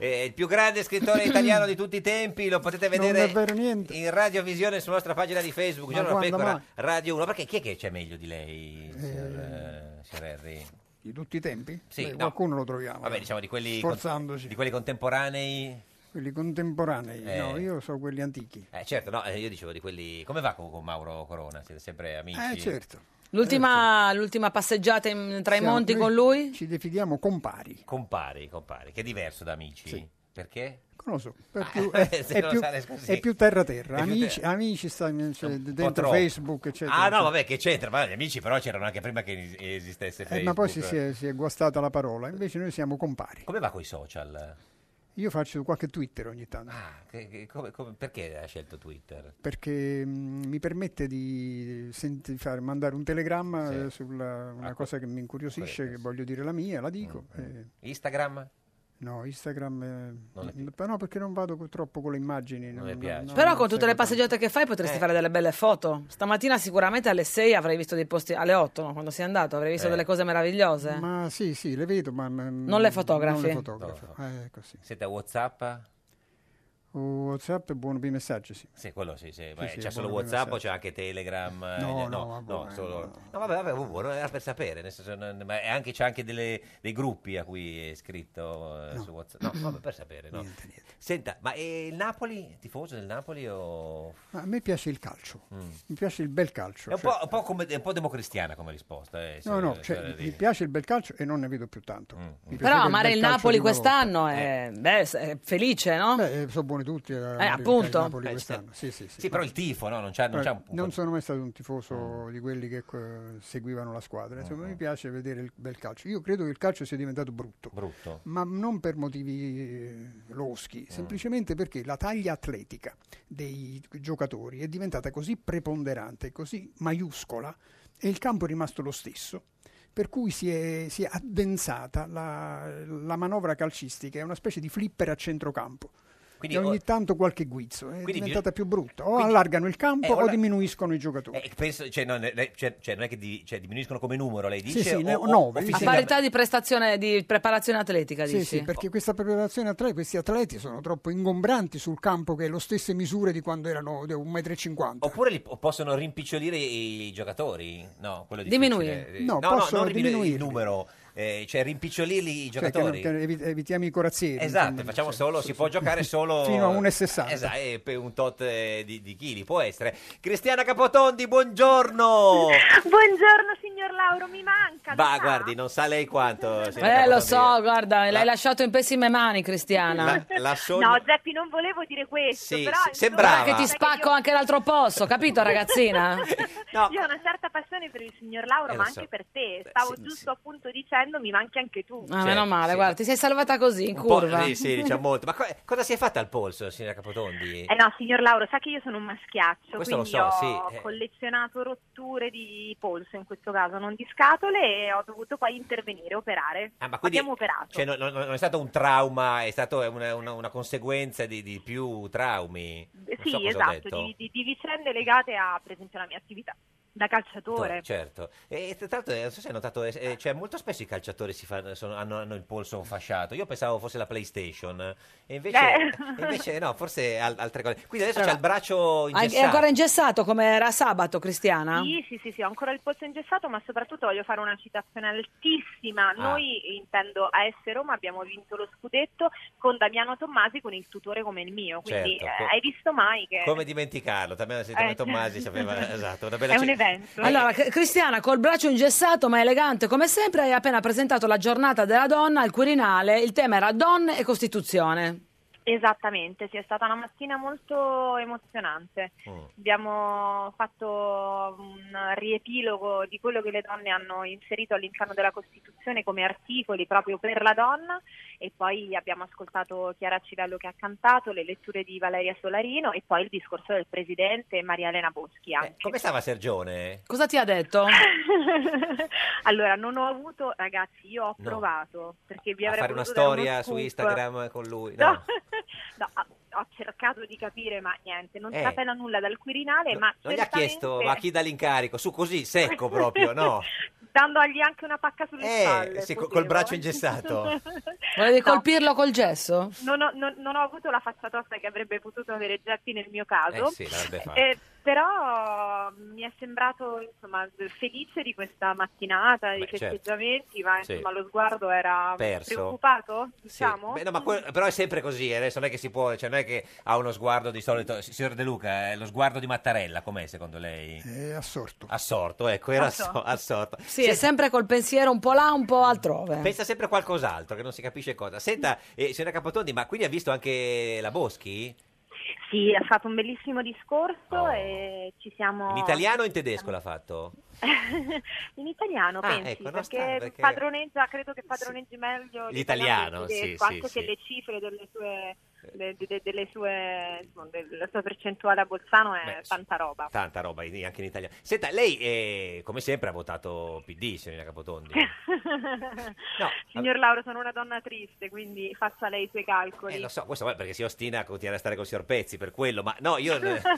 B: Eh, il più grande scrittore italiano di tutti i tempi, lo potete vedere
M: Non è vero niente.
B: in radiovisione sulla nostra pagina di Facebook,
M: Ma
B: Giorno da
M: guarda
B: Pecora,
M: mai.
B: Radio 1. Perché chi è che c'è meglio di lei, signor, eh, signor Henry?
M: Di tutti i tempi?
B: Sì,
M: Beh,
B: no.
M: Qualcuno lo troviamo. eh.
B: Vabbè, diciamo di quelli, con-
M: Sforzandosi.
B: di quelli contemporanei.
M: Quelli contemporanei,
B: Eh.
M: no, io so quelli antichi.
B: Eh, certo, no, eh, io dicevo di quelli... Come va con, con Mauro Corona? Siete sempre amici?
M: Eh, certo.
A: L'ultima, l'ultima passeggiata in- tra i
M: Siamo-
A: monti
M: noi
A: con lui?
M: Ci definiamo compari.
B: Compari, compari, che è diverso da amici. Perché?
M: Non lo so, per più-
B: eh,
M: è,
B: se
M: è
B: lo
M: più,
B: sale così.
M: è più terra-terra.
B: È più
M: Amici,
B: terra.
M: amici sta in- cioè,
B: Un po'
M: dentro
B: troppo.
M: Facebook, eccetera.
B: Ah no, vabbè, che c'entra? Ma gli amici però c'erano anche prima che es- esistesse
M: Eh,
B: Facebook.
M: ma poi si, si è, si è guastata la parola. Invece noi siamo compari.
B: Come va con i social?
M: Io faccio qualche Twitter ogni tanto.
B: Che- che- come- come- perché ha scelto Twitter?
M: Perché mh, mi permette di senti- fare, mandare un telegramma
B: Sì. Ah,
M: eh, sulla una cosa che mi incuriosisce, che voglio dire la mia, la dico.
B: Mm.
M: eh.
B: Instagram?
M: no, Instagram, eh,
B: le
M: n- però perché non vado co- troppo con le immagini. Non
B: le piace. No,
A: Però
M: non
A: con tutte le
M: seguo
A: passeggiate che fai potresti
M: Eh.
A: fare delle belle foto. Stamattina sicuramente alle 6 avrai visto dei posti, alle 8 no, quando sei andato, avrai visto
M: Eh.
A: delle cose meravigliose.
M: Ma sì, sì, le vedo, ma ma-
A: Non le fotografi?
M: Non le fotografo.
B: No.
M: Eh, così.
B: Siete a Whatsapp?
M: Oh, WhatsApp è buono per i messaggi, sì.
B: Sì, quello sì, sì. Beh,
M: sì,
B: c'è
M: è
B: solo
M: buono per
B: Whatsapp o
M: messaggi.
B: c'è anche Telegram? eh,
M: No, no,
B: no,
M: vabbè,
B: solo- no, vabbè, vabbè, buono, era per sapere. nel senso, non- ma è anche, c'è anche delle- dei gruppi a cui è scritto eh, su Whatsapp. No, vabbè, per sapere. No. Senta, ma eh, il Napoli, tifoso del Napoli o...
M: Ma a me piace il calcio,
B: Mm.
M: mi piace il bel calcio.
B: È un
M: cioè-
B: po', un po' come- è un po' democristiana come risposta. eh,
M: No,
B: signor-
M: no, cioè,
B: signor
M: mi
B: Henry.
M: piace il bel calcio e non ne vedo più tanto.
B: Mm,
M: Mi
A: Però
M: piaceva
A: amare
M: bel
A: il
M: calcio
A: Napoli
M: di una volta.
A: quest'anno è, beh, è felice, no?
M: Beh, sono buoni tutti.
A: Eh, appunto.
M: Napoli
A: Eh,
M: quest'anno. Sì, sì, sì.
B: Sì, però il tifo, no? Non c'è, non c'è un... Mm,
M: Eh, non sono mai stato un tifoso di quelli che eh, seguivano la squadra. Insomma, mi piace vedere il bel calcio. Io credo che il calcio sia diventato brutto,
B: Brutto.
M: ma non per motivi eh, loschi,
B: Mm.
M: semplicemente perché la taglia atletica dei giocatori è diventata così preponderante, così maiuscola, e il campo è rimasto lo stesso. Per cui si è, si è addensata la, la manovra calcistica, è una specie di flipper a centrocampo.
B: Quindi
M: e
B: o-
M: ogni tanto qualche guizzo, è
B: Quindi
M: diventata
B: bisog-
M: più brutta. O
B: quindi-
M: allargano il campo
B: Eh, o
M: o
B: la-
M: diminuiscono i giocatori.
B: Eh, penso- cioè, non, lei- cioè- cioè, non è che di- cioè, diminuiscono come numero, lei
M: Sì,
B: dice?
M: sì,
B: o-
M: ne-
B: o-
M: nove,
B: o
M: sì,
A: A
B: fisicamente?
A: parità di prestazione, di preparazione atletica,
M: Sì,
A: dici?
M: sì, perché questa preparazione atleti, questi atleti sono troppo ingombranti sul campo che è lo stesse misure di quando erano di 1,50 m.
B: Oppure li po- possono rimpicciolire i giocatori? No, quello è
M: Diminuire.
B: difficile. Eh,
M: No,
B: no,
M: possono
B: non diminuire il
M: diminuirli.
B: numero, eh, cioè rimpicciolirli i
M: Cioè, che non-
B: giocatori.
M: che evi- evitiamo i corazzieri.
B: Esatto,
M: insomma. cioè,
B: facciamo solo, si può giocare solo
M: Fino a 1,60.
B: Esatto, e per un tot eh, di, di chili può essere. Cristiana Capotondi, buongiorno.
Q: Buongiorno signor Lauro, mi manca.
B: Ma guardi, non sa lei quanto. signora
A: Eh, lo
B: Capotondi.
A: so, guarda, l'hai lasciato in pessime mani, Cristiana.
B: La, la sogno-
Q: No, Zeppi, non volevo dire questo,
B: Sì,
Q: però
B: sì,
Q: insomma,
B: sembrava.
A: Guarda che ti spacco anche l'altro posto, capito, ragazzina? Ah,
Q: Io ho una certa passione per il signor Lauro,
A: Eh,
Q: ma
A: lo so.
Q: anche per te. Stavo
A: sì,
Q: giusto appunto dicendo
S: mi manchi anche tu.
A: Ah, meno male, guarda, ti sei salvata così in
B: Certo, Un po',
A: curva.
B: sì, sì, diciamo molto. Ma co- cosa si è fatta al polso, signora Capotondi?
S: Eh no, signor Lauro, sa che io sono un maschiaccio,
B: Questo
S: quindi
B: lo so,
S: ho
B: sì, eh.
S: collezionato rotture di polso in questo caso, non di scatole, e ho dovuto poi intervenire, operare.
B: Ah, ma quindi-
S: Abbiamo operato.
B: Cioè, no- no- non è stato un trauma, è stata una, una- una conseguenza di, di più traumi. Non
S: sì,
B: so cosa ho
S: esatto,
B: detto.
S: di, di- di vicende legate a, per esempio, la mia attività da calciatore.
B: Certo, e tra l'altro eh, non so se hai notato, eh, eh, cioè, molto spesso i calciatori si fanno, sono- hanno, hanno il polso fasciato. Io pensavo fosse la PlayStation, eh, e invece,
S: Eh.
B: e invece no, forse al- altre cose. Quindi adesso
A: Allora,
B: c'è il braccio
A: Ah, È
B: ingessato.
A: ancora ingessato come era sabato, Cristiana?
S: Sì, sì, sì, sì, ho ancora il polso ingessato, ma soprattutto voglio fare una citazione
B: Ah.
S: altissima. Noi, intendo AS Roma, abbiamo vinto lo scudetto con Damiano Tommasi, con il tutore come il mio. Quindi
B: Certo, co-
S: eh, hai visto mai che...
B: Come dimenticarlo? También
S: Eh.
B: Tommasi sapeva, esatto, una bella
S: È un
B: cita-
S: evento.
A: Allora, C- Cristiana, col braccio ingessato ma elegante come sempre, hai appena presentato la giornata della donna al Quirinale. Il tema era donne e Costituzione.
S: Esattamente, sì, è stata una mattina molto emozionante. Abbiamo fatto un riepilogo di quello che le donne hanno inserito all'interno della Costituzione come articoli proprio per la donna e poi abbiamo ascoltato Chiara Civello che ha cantato, le letture di Valeria Solarino e poi il discorso del presidente Maria Elena Boschi. anche.
B: Eh, Come stava Sergione?
A: Cosa ti ha detto?
S: allora, non ho avuto, ragazzi, io ho
B: No.
S: provato perché vi
B: A
S: avrei
B: fare una
S: voluto dare uno
B: storia su
S: scoop.
B: Instagram con lui?
S: No,
B: No.
S: no, ho cercato di capire, ma niente, non
B: Eh.
S: sapeva nulla dal Quirinale, ma
B: Non gli ha
S: certamente-
B: chiesto ma a chi dà l'incarico? Su così, secco proprio, no?
S: Dandogli anche una pacca sulle spalle.
B: Eh, sì, co- col
S: potevo.
B: braccio ingessato.
A: Volevi
S: No.
A: colpirlo col gesso?
S: Non ho, non- non ho avuto la faccia tosta che avrebbe potuto avere Geppi nel mio caso.
A: Eh sì, l'avrebbe fatta.
S: Eh, però mi è sembrato insomma, felice di questa mattinata, di
B: Beh, certo.
S: festeggiamenti, ma
B: Sì.
S: insomma, lo sguardo era
B: Perso.
S: preoccupato, diciamo.
B: Beh, no, ma que- però è sempre così, eh, adesso non è che si può, cioè non è che ha uno sguardo di solito. Si- Signor De Luca, eh, lo sguardo di Mattarella com'è secondo lei?
T: È assorto.
B: Assorto, ecco, era asso-
A: Assorto.
B: assorto.
A: Sì, è sempre col pensiero un po' là, un po' altrove.
B: Pensa sempre a qualcos'altro che non si capisce cosa. Senta, eh, signora Capotondi, ma quindi ha visto anche la Boschi?
S: Sì, ha fatto un bellissimo discorso e ci siamo...
B: Oh. In italiano o in tedesco l'ha fatto?
S: in italiano,
B: Ah,
S: pensi,
B: ecco, no,
S: perché,
B: strano, perché-
S: padroneggia, credo che padroneggi meglio
B: L'italiano,
S: del
B: sì,
S: tedesco,
B: sì,
S: anche
B: sì. Eh.
S: se le cifre delle sue... de- de- delle sue insomma, della sua percentuale a Bolzano è
B: Beh, sì.
S: tanta roba.
B: Tanta roba in- anche in italiano. Senta, lei eh, come sempre ha votato PD, signorina Capotondi.
S: Signor Lauro, sono una donna triste, quindi faccia lei i suoi calcoli.
B: Eh, lo so, questo va- perché si ostina a continuare a stare con il signor Pezzi per quello, ma no, io... no,
A: Adesso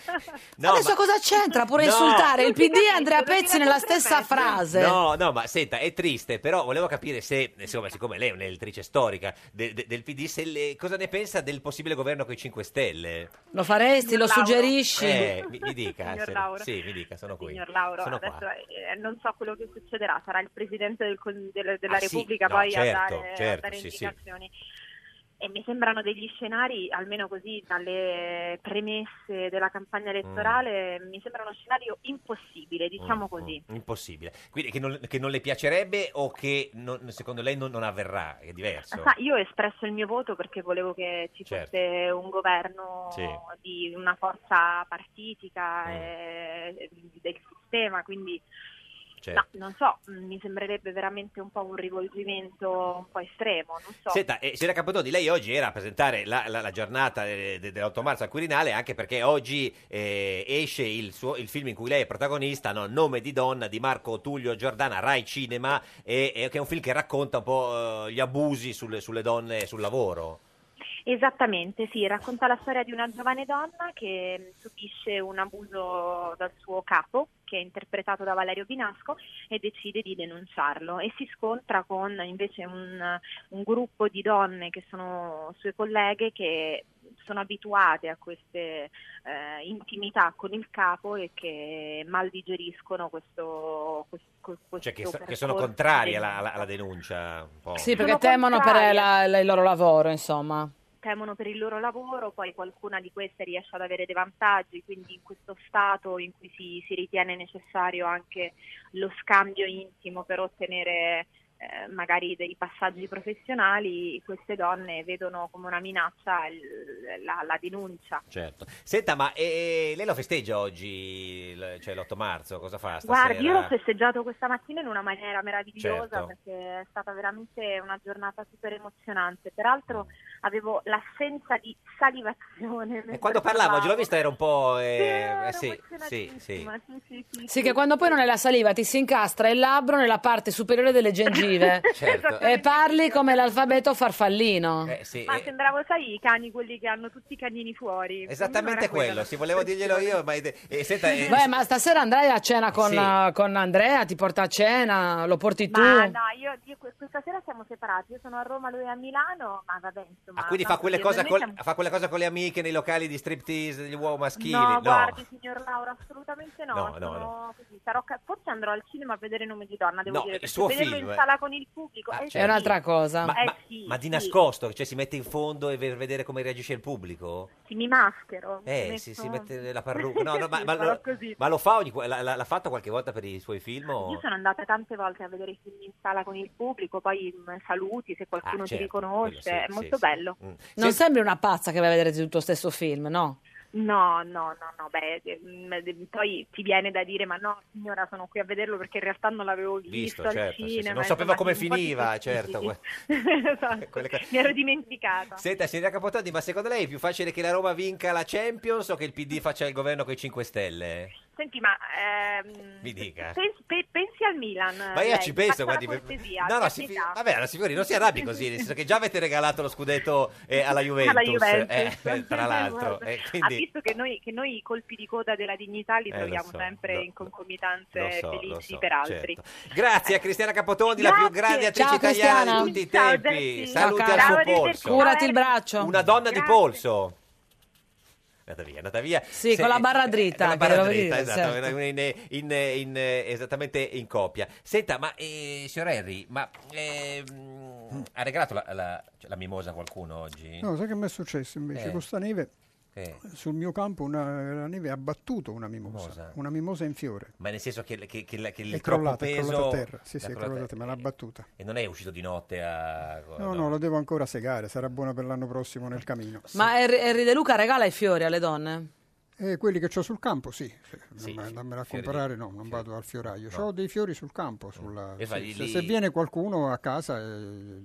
B: ma-
A: cosa c'entra? Pure
B: No.
A: insultare il
S: Tutti
A: PD e Andrea
S: capiscono,
A: Pezzi
S: chi la
A: nella
S: potrebbe
A: stessa
S: essere?
A: frase.
B: No, no, ma senta, è triste, però volevo capire se, insomma, siccome lei è un'elettrice storica de- de- del PD, se le- cosa ne pensa del possibile governo con i 5 Stelle?
A: Lo faresti? Eh, Lo
S: Lauro.
A: suggerisci?
B: Eh, mi, mi dica,
S: Signor
B: se-
S: Lauro.
B: sì, mi dica, sono qui.
S: Signor Lauro,
B: sono
S: adesso
B: qua.
S: eh, non so quello che succederà, sarà il Presidente del Con- del- della
B: Ah, sì,
S: Repubblica
B: no,
S: poi
B: certo,
S: a dare, a
B: certo,
S: dare
B: sì, sì.
S: indicazioni. E mi sembrano degli scenari, almeno così dalle premesse della campagna elettorale, mi sembra uno scenario impossibile, diciamo
B: Mm,
S: così.
B: mm, impossibile. Quindi che non, che non le piacerebbe o che non- secondo lei non, non avverrà, è diverso.
S: Sa, Ah, io ho espresso il mio voto perché volevo che ci
B: Certo.
S: fosse un governo
B: Sì. Mm.
S: di una forza partitica eh, del sistema, quindi
B: Certo.
S: no, non so, mh, mi sembrerebbe veramente un po' un rivolgimento un po' estremo, non so.
B: Senta, eh, signora Capotondi, lei oggi era a presentare la, la- la giornata eh, de- dell'8 marzo al Quirinale anche perché oggi eh, esce il, suo, il film in cui lei è protagonista, no? Nome di donna di Marco Tullio Giordana, Rai Cinema, e, e che è un film che racconta un po' eh, gli abusi sulle, sulle donne e sul lavoro.
S: Esattamente, sì, racconta la storia di una giovane donna che mh, subisce un abuso dal suo capo, che è interpretato da Valerio Binasco, e decide di denunciarlo e si scontra con invece un, un gruppo di donne che sono sue colleghe che sono abituate a queste eh, intimità con il capo e che mal digeriscono questo, quest- co- questo
B: Cioè che, so- che sono
S: percorso
B: contrari
S: di
B: alla, alla- alla denuncia. un po'.
A: Sì, perché
S: Sono
A: temono per
S: contraria.
A: la- la- il loro lavoro, insomma.
S: temono per il loro lavoro, poi qualcuna di queste riesce ad avere dei vantaggi, quindi in questo stato in cui si, si ritiene necessario anche lo scambio intimo per ottenere eh, magari dei passaggi professionali, queste donne vedono come una minaccia il- la- la denuncia.
B: Certo. Senta, ma eh, lei lo festeggia oggi, il- cioè l'8 marzo, cosa fa stasera?
S: Guardi, io l'ho festeggiato questa mattina in una maniera meravigliosa
B: Certo.
S: perché è stata veramente una giornata super emozionante. Peraltro avevo l'assenza di salivazione.
B: Mm. E quando parlava, oggi l'ho vista, era un po'...
S: Sì,
B: Eh,
S: ero
B: eh, sì, sì, sì.
S: Sì, sì, sì,
A: Sì, che quando poi non è la saliva ti si incastra il labbro nella parte superiore delle gengive
B: Certo.
A: e parli come l'alfabeto farfallino.
B: Eh, sì,
S: Ma
B: eh,
S: sembravo, sai, i cani quelli che hanno tutti i cagnini fuori.
B: esattamente
S: Quindi non
B: quello, sì, volevo dirglielo io, ma... eh, senta, eh,
A: Beh, ma stasera andrai a cena con,
B: Sì.
A: eh, con Andrea, ti porta a cena, lo porti
S: era
A: tu.
S: quello. Ma no, io, io que- questa sera siamo separati, io sono a Roma, lui è a Milano, ma vabbè, insomma.
B: Ah, quindi
S: no,
B: fa, quelle
S: perché
B: cose
S: noi
B: col-
S: siamo-
B: fa quelle cose con le amiche nei locali di striptease degli uomini maschili?
S: No, guardi, signor Laura, assolutamente no.
B: No, no,
S: sono
B: no.
S: così, sarò ca- forse andrò al cinema a vedere Nome di Donna, devo
B: No,
S: dire.
B: il
S: perché
B: suo
S: vederlo
B: film,
S: in
B: eh.
S: sala con il pubblico eh,
B: certo.
S: sì.
B: È un'altra
A: cosa.
B: Ma,
S: Eh,
B: ma-
S: sì,
B: ma di
S: sì.
B: nascosto, cioè si mette in fondo e per vedere come reagisce il pubblico?
S: Sì, mi maschero.
B: Eh,
S: mi
B: si,
S: metto-
B: si mette la parrucca. No, no, ma,
S: Sì,
B: ma
S: farò
B: lo,
S: così. Ah,
B: ma lo fa ogni, l'ha, l'ha- l'ha fatto qualche volta per i suoi film? o-
S: Io sono andata tante volte a vedere i film in sala con il pubblico, poi mm, saluti se qualcuno
B: Ah,
S: ti
B: certo, quello
S: riconosce,
B: sì,
S: è
B: sì,
S: molto
B: sì.
S: bello.
B: Mm.
A: Non sembri una pazza che vai a vedere tutto lo stesso film, no?
S: No, no, no, no, beh, eh, mm, eh, poi ti viene da dire ma no signora sono qui a vederlo perché in realtà non l'avevo visto,
B: Visto,
S: al
B: certo, sì, sì.
S: cinema.
B: Non sapeva
S: insomma,
B: come
S: un po' ti
B: finiva,
S: fastidi.
B: certo, que-
S: Esatto,
B: quelle cose.
S: mi ero dimenticata.
B: Senta, signora Capotondi, ma secondo lei è più facile che la Roma vinca la Champions o che il PD faccia il governo con i 5 Stelle?
S: Senti, ma ehm,
B: Mi dica.
S: pensi, pe- pensi al Milan.
B: Ma io
S: lei,
B: ci penso,
S: faccia
B: guardi,
S: la
B: per-
S: cortesia,
B: no, no,
S: per
B: si, fi-
S: pietà.
B: vabbè, allora, signori, non si arrabbi così, nel senso che già avete regalato lo scudetto eh, alla Juventus,
S: Alla Juventus.
B: eh, eh, tra l'altro,
S: Guarda,
B: eh,
S: Ha
B: quindi
S: visto che noi, che noi i colpi di coda della dignità li
B: Eh, lo
S: troviamo
B: so,
S: sempre
B: lo-
S: in concomitanze
B: lo so, lo
S: felici
B: so,
S: per altri.
B: certo. Grazie a Cristiana Capotondi, la più
S: Grazie.
B: grande attrice
S: Ciao,
B: italiana
S: Cristiana.
B: di tutti i
S: Ciao,
B: tempi.
S: Gersi.
B: Saluti
S: Ciao,
B: al
S: cara.
B: suo
S: Ciao,
B: polso.
A: Curati il braccio.
B: Una donna di polso. È Andata via, è andata via.
A: Sì, con la barra dritta.
B: La
A: che
B: barra
A: devo
B: dritta,
A: dire,
B: esatto, in-
A: certo.
B: in- in- in- esattamente in coppia. Senta, ma eh, signor Henry, ma ehm, ha regalato la, la- cioè, la mimosa a qualcuno oggi?
M: No, sai che mi è successo invece?
B: Eh.
M: Con sta neve,
B: Eh,
M: sul mio campo una- la neve ha battuto una mimosa,
B: Mimosa.
M: una mimosa in fiore.
B: Ma nel senso che, che- che- che il
M: È
B: troppo
M: crollata, è
B: peso...
M: crollata a terra. Sì,
B: l'ha
M: sì,
B: crollata- eh.
M: è
B: Boh,
M: crollata, a terra, ma l'ha battuta.
B: E non è uscito di notte a...
M: No, no, lo devo ancora segare, sarà buona per l'anno prossimo nel camino.
A: Ma Henry Henry De Luca regala i fiori alle donne?
M: E Eh, quelli che ho sul campo, sì. sì,
B: Sì,
M: non me- non me la
B: fiori Mm.
M: comprare, no, non vado al fioraio. Ho dei fiori sul campo. Sulla,
B: E vai
M: sì, se,
B: lì-
M: se viene qualcuno a casa eh,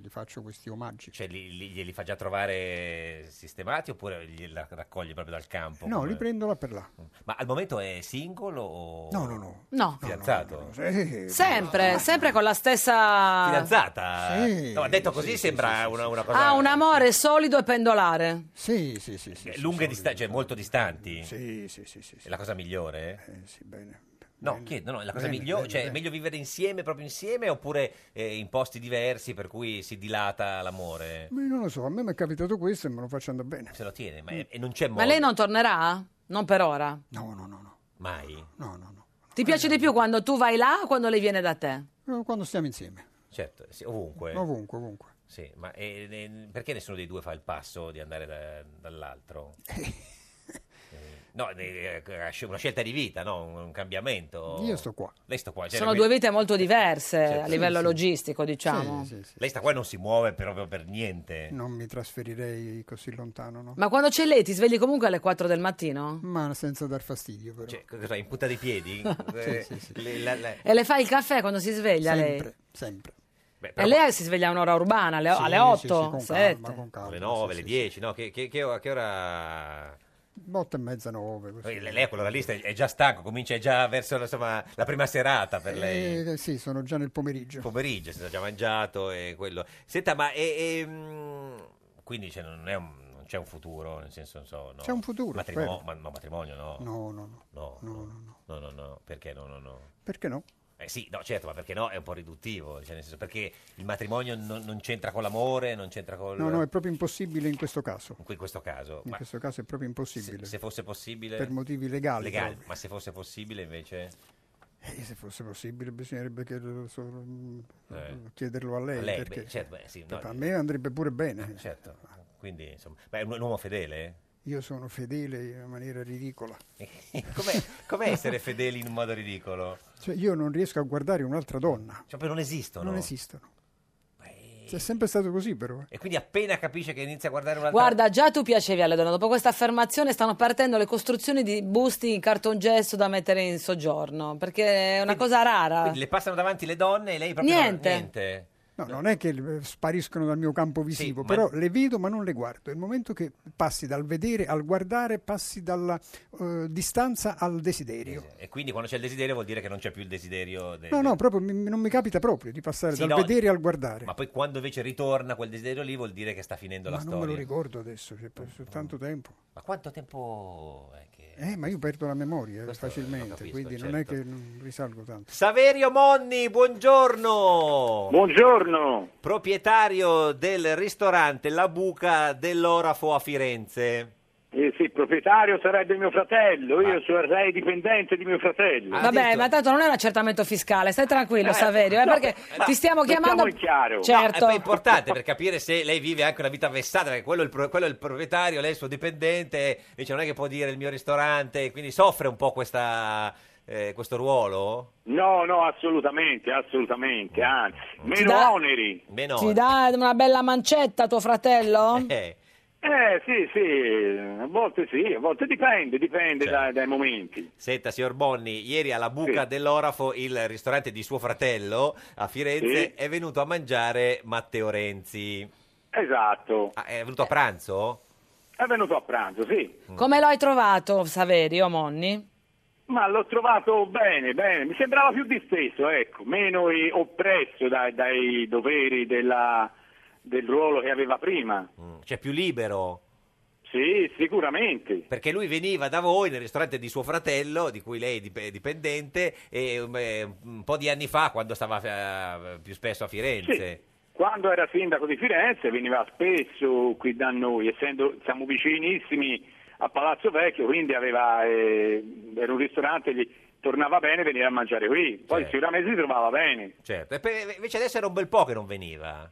M: gli faccio questi omaggi.
B: Cioè, li, li- glieli fa già trovare sistemati oppure gliela raccoglie proprio dal campo?
M: No,
B: Come-
M: li prendo là per là.
B: Ma al momento è singolo o...
M: No, no, no.
A: Ah, No.
B: Fidanzato?
M: Eh,
A: Sempre, sempre con la
M: Ah,
A: stessa...
B: Fidanzata? No, ha detto così sembra una, una cosa...
A: Ha un amore solido e pendolare.
M: Ah, Sì, sì, sì.
B: eh, Lunghe distanze, cioè molto distanti?
M: Sì, sì, sì. sì,
B: È la cosa migliore?
M: Eh, sì, bene.
B: No, chiedo, no, è la cosa
M: Bene,
B: migliore,
M: bene,
B: cioè è
M: bene.
B: meglio vivere insieme, proprio insieme, oppure eh, in posti diversi per cui si dilata l'amore?
M: Ma io non lo so, a me mi è capitato questo e me lo faccio andare bene.
B: Se lo tiene,
M: Mm.
B: ma e non c'è modo.
A: Ma lei non tornerà? Non per ora.
B: Mai?
M: No, no,
A: Ti piace di più quando tu vai là o quando lei viene da te?
M: Eh, Quando stiamo insieme,
B: Certo, sì, ovunque.
M: ovunque, ovunque.
B: Sì, ma eh, eh, perché nessuno dei due fa il passo di andare da- dall'altro? Eh, No, eh, eh, una scelta di vita, no? Un, un cambiamento.
M: Io sto qua.
B: Lei sta qua. cioè,
A: Sono
B: quindi-
A: due vite molto diverse a
B: Certo.
A: livello
B: Sì, sì.
A: logistico, diciamo.
B: Lei sta qua e non si muove proprio per niente.
M: Non mi trasferirei così lontano, no?
A: Ma quando c'è lei ti svegli comunque alle 4 del mattino?
M: Ma senza dar fastidio, però.
B: Cioè, cosa, in punta dei piedi? Eh, le- la- la-
A: E le fa il caffè quando si sveglia lei?
M: sempre, sempre.
B: Beh,
A: E
B: però-
A: lei si sveglia a un'ora urbana, alle,
M: Sì,
A: alle
M: sì,
A: 8,
M: sì, con
A: 7.
M: calma, con calma.
B: alle 9, alle 10, no? Che, che- che ora- che ora...
M: Otto e mezza, nove. così.
B: Poi Lei a quell'ora lì sta- è già stanco, comincia già verso insomma, la prima serata per lei.
M: Eh, eh, sì, sono già nel pomeriggio.
B: pomeriggio, si è già mangiato e quello. Senta, ma e- e, mm, quindi cioè, non, è un- non c'è un futuro, nel senso, non so, no.
M: C'è un futuro,
B: Matrimo-
M: spero.
B: ma- no, matrimonio no.
M: No, no, no.
B: No, no, no, no, no, perché no, no, no.
M: Perché no?
B: Eh sì, no, certo, ma perché no? È un po' riduttivo, cioè, nel senso, perché il matrimonio non, non c'entra con l'amore, non c'entra con...
M: No, no, è proprio impossibile in questo caso.
B: in questo caso,
M: In
B: ma
M: questo caso è proprio impossibile.
B: se fosse possibile...
M: Per motivi legali
B: ma se fosse possibile invece...
M: E Eh, se fosse possibile, bisognerebbe chiederlo, solo- mm,
B: Eh.
M: chiederlo a lei.
B: A lei,
M: perché cioè,
B: beh, certo, beh, sì, no.
M: a me andrebbe pure bene.
B: Certo, quindi insomma... Ma è un, un uomo fedele?
M: Io sono fedele in una maniera ridicola.
B: Com'è, com'è essere fedeli in un modo ridicolo?
M: Cioè, io non riesco a guardare un'altra donna.
B: Cioè, proprio non esistono.
M: Non esistono. Cioè, È sempre stato così però. eh.
B: E quindi appena capisce che inizia a guardare un'altra...
A: Guarda, già tu piacevi alle donne. Dopo questa affermazione stanno partendo le costruzioni di busti in cartongesso da mettere in soggiorno, perché è una cosa rara.
B: Quindi le passano davanti le donne e lei proprio... non-
A: Niente.
B: niente.
M: No, non è che eh, spariscono dal mio campo visivo,
B: ma-
M: però le vedo ma non le guardo. È il momento che passi dal vedere al guardare, passi dalla eh, distanza al desiderio.
B: E quindi quando c'è il desiderio vuol dire che non c'è più il desiderio... del-
M: No, no, proprio mi- mi- non mi capita proprio di passare
B: Sì,
M: dal
B: no,
M: vedere al guardare.
B: Ma poi quando invece ritorna quel desiderio lì vuol dire che sta finendo
M: Ma
B: la
M: non me
B: storia. Mm,
M: lo ricordo adesso, cioè, per soltanto tempo.
B: Ma quanto tempo è che...
M: Eh, ma io perdo la memoria eh,
B: Questo
M: facilmente,
B: lo capisco,
M: quindi non è
B: certo.
M: che non risalgo tanto.
B: Saverio Monni, buongiorno.
R: Buongiorno.
B: Proprietario del ristorante La Buca dell'Orafo a Firenze.
R: Eh sì, il proprietario sarebbe mio fratello,
B: Ah.
R: io sarei dipendente di mio fratello.
A: Vabbè, ma tanto non è un accertamento fiscale, stai tranquillo, Saverio, eh,
R: no,
A: perché
R: eh, no,
A: ti stiamo
R: mettiamo
A: chiamando.
R: in chiaro.
B: No,
A: Certo.
B: è poi importante per capire se lei vive anche una vita vessata, perché quello è il, pro- quello è il proprietario, lei è il suo dipendente, dice non è che può dire il mio ristorante, quindi soffre un po' questa, eh, questo ruolo.
R: No, no, assolutamente, assolutamente, anzi, meno
A: dà-
R: oneri.
B: Meno
A: Ti dà una bella mancetta tuo fratello?
R: Eh sì, sì, a volte sì, a volte dipende, dipende dai, dai momenti.
B: Senta, signor Bonni, ieri alla Buca
R: Sì.
B: dell'Orafo, il ristorante di suo fratello a Firenze,
R: Sì.
B: è venuto a mangiare Matteo Renzi. Ah,
R: Esatto.
B: è venuto a pranzo?
R: È venuto a pranzo, sì.
A: Come lo hai trovato, Saverio Monni?
R: Ma l'ho trovato bene, bene, mi sembrava più disteso, ecco, meno eh, oppresso dai, dai doveri della- del ruolo che aveva prima.
B: Cioè più libero?
R: Sì, sicuramente.
B: Perché lui veniva da voi nel ristorante di suo fratello, di cui lei è dip- dipendente, e, um, eh, un po' di anni fa, quando stava eh, più spesso a Firenze.
R: Quando era sindaco di Firenze veniva spesso qui da noi, essendo siamo vicinissimi a Palazzo Vecchio, quindi aveva, eh, era un ristorante, gli tornava bene venire a mangiare qui, poi
B: Certo.
R: sicuramente si trovava bene.
B: Certo, e pe- invece adesso era un bel po' che non veniva.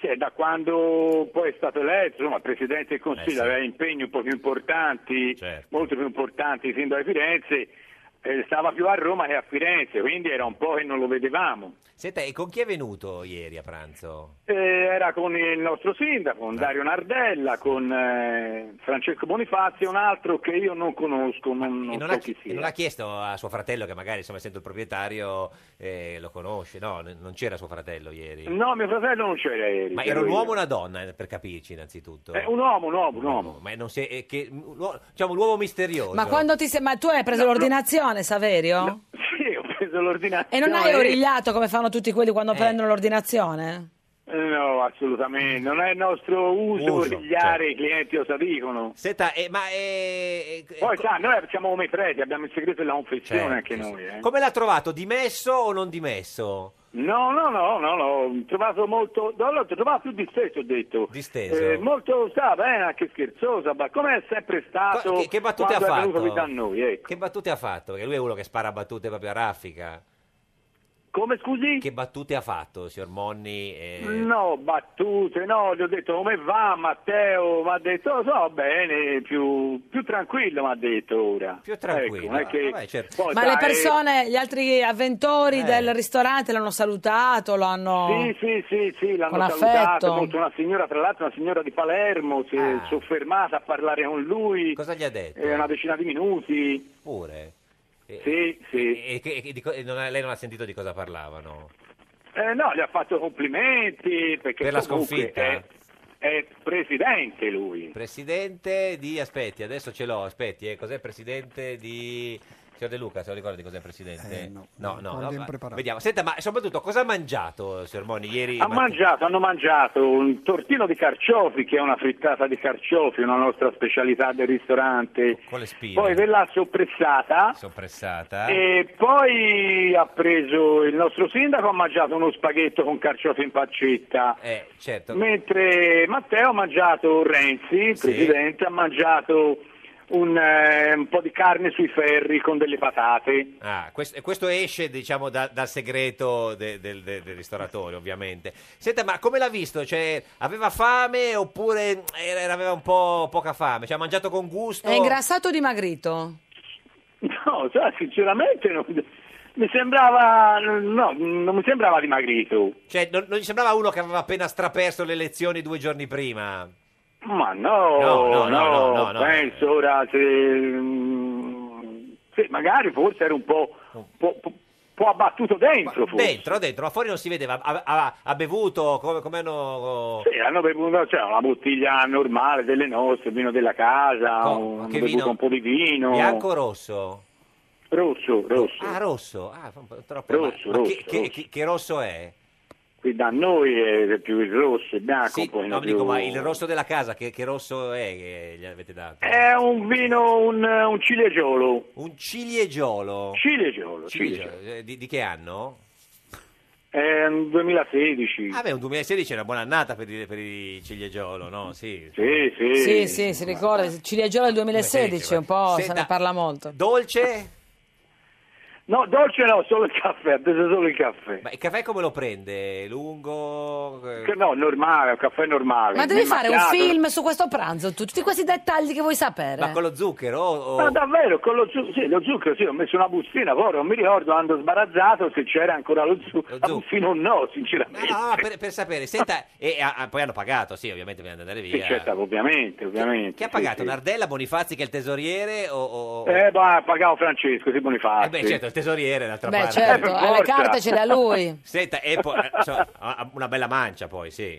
R: Sì, da quando poi è stato eletto, insomma, Presidente del Consiglio
B: Eh, sì. Certo.
R: aveva impegni un po' più importanti, molto più importanti, sin da Firenze, eh, stava più a Roma che a Firenze, quindi era un po' che non lo vedevamo.
B: Senta, e con chi è venuto ieri a pranzo?
R: Eh, era con il nostro sindaco,
B: Eh.
R: con Dario Nardella, con eh, Francesco Bonifazio, un altro che io non conosco, non, non
B: E non,
R: so
B: ha,
R: chi
B: e
R: sia.
B: non ha chiesto a suo fratello, che magari insomma, essendo il proprietario eh, lo conosce, no? n- Non c'era suo fratello ieri.
R: No, mio fratello non c'era ieri.
B: Ma era
R: ero
B: un
R: Eh, io.
B: uomo o una donna, eh, per capirci, innanzitutto?
R: Eh, un uomo, un uomo, un uomo.
B: Ma non si è- eh, che- un uo- diciamo, l'uomo misterioso.
A: Ma quando ti sei... Ma tu hai preso l'ordinazione, Saverio?
R: Sì, ho preso eh, l'ordinazione.
A: E non hai origliato come fanno tutti quelli quando
R: Eh.
A: prendono l'ordinazione?
R: Eh, No, assolutamente, non è il nostro uso
B: Uso,
R: origliare i clienti, cosa dicono.
B: Senta, eh, ma... eh, eh,
R: Poi sa, noi siamo come i preti, abbiamo il segreto della confessione
B: Certo,
R: anche
B: sì,
R: noi.
B: sì.
R: eh.
B: Come l'ha trovato? Dimesso o non dimesso?
R: No, no, no, no, no, ho trovato molto, no, l'ho trovato più disteso, ho detto.
B: Disteso.
R: Eh, molto, sta bene, anche scherzosa, ma come è sempre stato
B: Che, che battute ha
R: Ah, quando è venuto
B: fatto?
R: qui da noi, ecco.
B: Che battute ha fatto? Perché lui è uno che spara battute proprio a raffica.
R: Come scusi? Mm.
B: Che battute ha fatto, signor Monni? Eh,
R: No, battute, no, gli ho detto come va Matteo, mi ha detto, "Oh, so bene, più, più tranquillo mi ha detto ora.
B: Più tranquillo,
R: Ecco, non è che-
B: vabbè, certo.
R: Poi,
A: Ma
R: sai,
A: le persone, gli altri avventori
R: Eh.
A: del ristorante l'hanno salutato, lo hanno...
R: Sì, sì, sì, sì, l'hanno
A: Con affetto.
R: salutato molto una signora, tra l'altro una signora di Palermo, si è soffermata a parlare con lui.
B: Ah. Cosa gli ha detto?
R: Eh, una decina di minuti.
B: Pure? Eh,
R: Sì, sì.
B: E, che- e di co- e non ha- lei non ha sentito di cosa parlavano?
R: Eh, no, gli ha fatto complimenti perché
B: Per la
R: comunque
B: sconfitta?
R: È, è presidente lui.
B: Presidente di... Aspetti, adesso ce l'ho, aspetti. eh, cos'è presidente di... Signor De Luca, se lo ricordi cos'è il presidente? no, no, no,
R: guardi
B: va-
R: impreparato.
B: Vediamo. Senta, ma soprattutto cosa ha mangiato, signor Monni, ieri?
R: Ha
B: mattina?
R: mangiato, hanno mangiato un tortino di carciofi, che è una frittata di carciofi, una nostra specialità del ristorante.
B: Con le spine.
R: Poi Eh. ve l'ha soppressata.
B: eh. Soppressata.
R: E poi ha preso il nostro sindaco, ha mangiato uno spaghetto con carciofi in paccetta.
B: Eh, certo.
R: Mentre Matteo ha mangiato Renzi, il
B: Sì.
R: presidente, ha mangiato un, eh, un po' di carne sui ferri con delle patate.
B: Ah, questo, e questo esce diciamo da- dal segreto de- del, de- del ristoratore ovviamente. Senta, ma come l'ha visto? Cioè, aveva fame oppure era- aveva un po' poca fame? Cioè, ha mangiato
A: Eh,
B: con gusto?
A: È ingrassato o dimagrito?
R: No, cioè, sinceramente non, Mi sembrava, no, non mi sembrava dimagrito.
B: Cioè, non, non gli sembrava uno che aveva appena straperso le elezioni due giorni prima?
R: Ma no,
B: No, no, no, no, no, no.
R: penso ora se, mm, se magari forse era un po', po- po- po' abbattuto dentro. forse.
B: Dentro, dentro, Oh. ma fuori non si vedeva. Ha, ha- ha bevuto, come, come hanno...
R: Sì, hanno bevuto cioè, una bottiglia normale delle nostre, vino della casa, un, hanno
B: che
R: bevuto
B: vino?
R: un po' di vino.
B: Bianco o rosso?
R: Rosso, rosso.
B: Ah, rosso. Ah, fa un po' troppo.
R: Rosso,
B: ma, ma
R: rosso,
B: che, che-
R: rosso.
B: che- che rosso è?
R: Qui da noi è più il rosso, il bianco, un po'
B: No, mi
R: più-
B: dico, ma il rosso della casa, che, che rosso è che gli avete dato?
R: È un vino, un, un ciliegioolo.
B: Un ciliegioolo?
R: Ciliegioolo,
B: Ciliegio-
R: ciliegio.
B: eh, Di, di che anno?
R: È un 2016.
B: Ah beh, un 2016 è una buona annata per, i- per i ciliegioolo, no? Sì,
R: sì. Eh.
A: Sì, sì, si ricorda, Ciliegiola del 2016, un po' se
B: Senta,
A: ne parla molto.
B: Dolce?
R: No, dolce no, solo il caffè, ho preso solo il caffè.
B: Ma il caffè come lo prende? Lungo? Eh,
R: Che No, normale, un caffè normale.
A: Ma devi
R: Non
A: fare un
R: macchiato.
A: film su questo pranzo, tu, tutti questi dettagli che vuoi sapere.
B: Ma con lo zucchero? o-
R: Ma davvero, con lo, zu- sì, lo zucchero, sì, ho messo una bustina, poi non mi ricordo, quando sbarazzato se c'era ancora lo zucchero. La bustina o no, sinceramente.
B: No, no, Ah, per, per sapere, senta, e ah, ah, poi hanno pagato, sì, ovviamente bisogna andare
R: Sì,
B: via.
R: certo, ovviamente, ovviamente.
B: Chi ha
R: sì,
B: pagato?
R: sì.
B: Nardella, Bonifazzi che è il tesoriere o... o- o-
R: Eh, ma pagavo Francesco, si Bonifacio.
B: Eh beh, certo, il tesoriere d'altra
A: Beh,
B: parte.
R: Eh,
A: certo, alle carte ce le ha lui.
B: Senta, e poi, eh, so, ha una bella mancia poi, sì.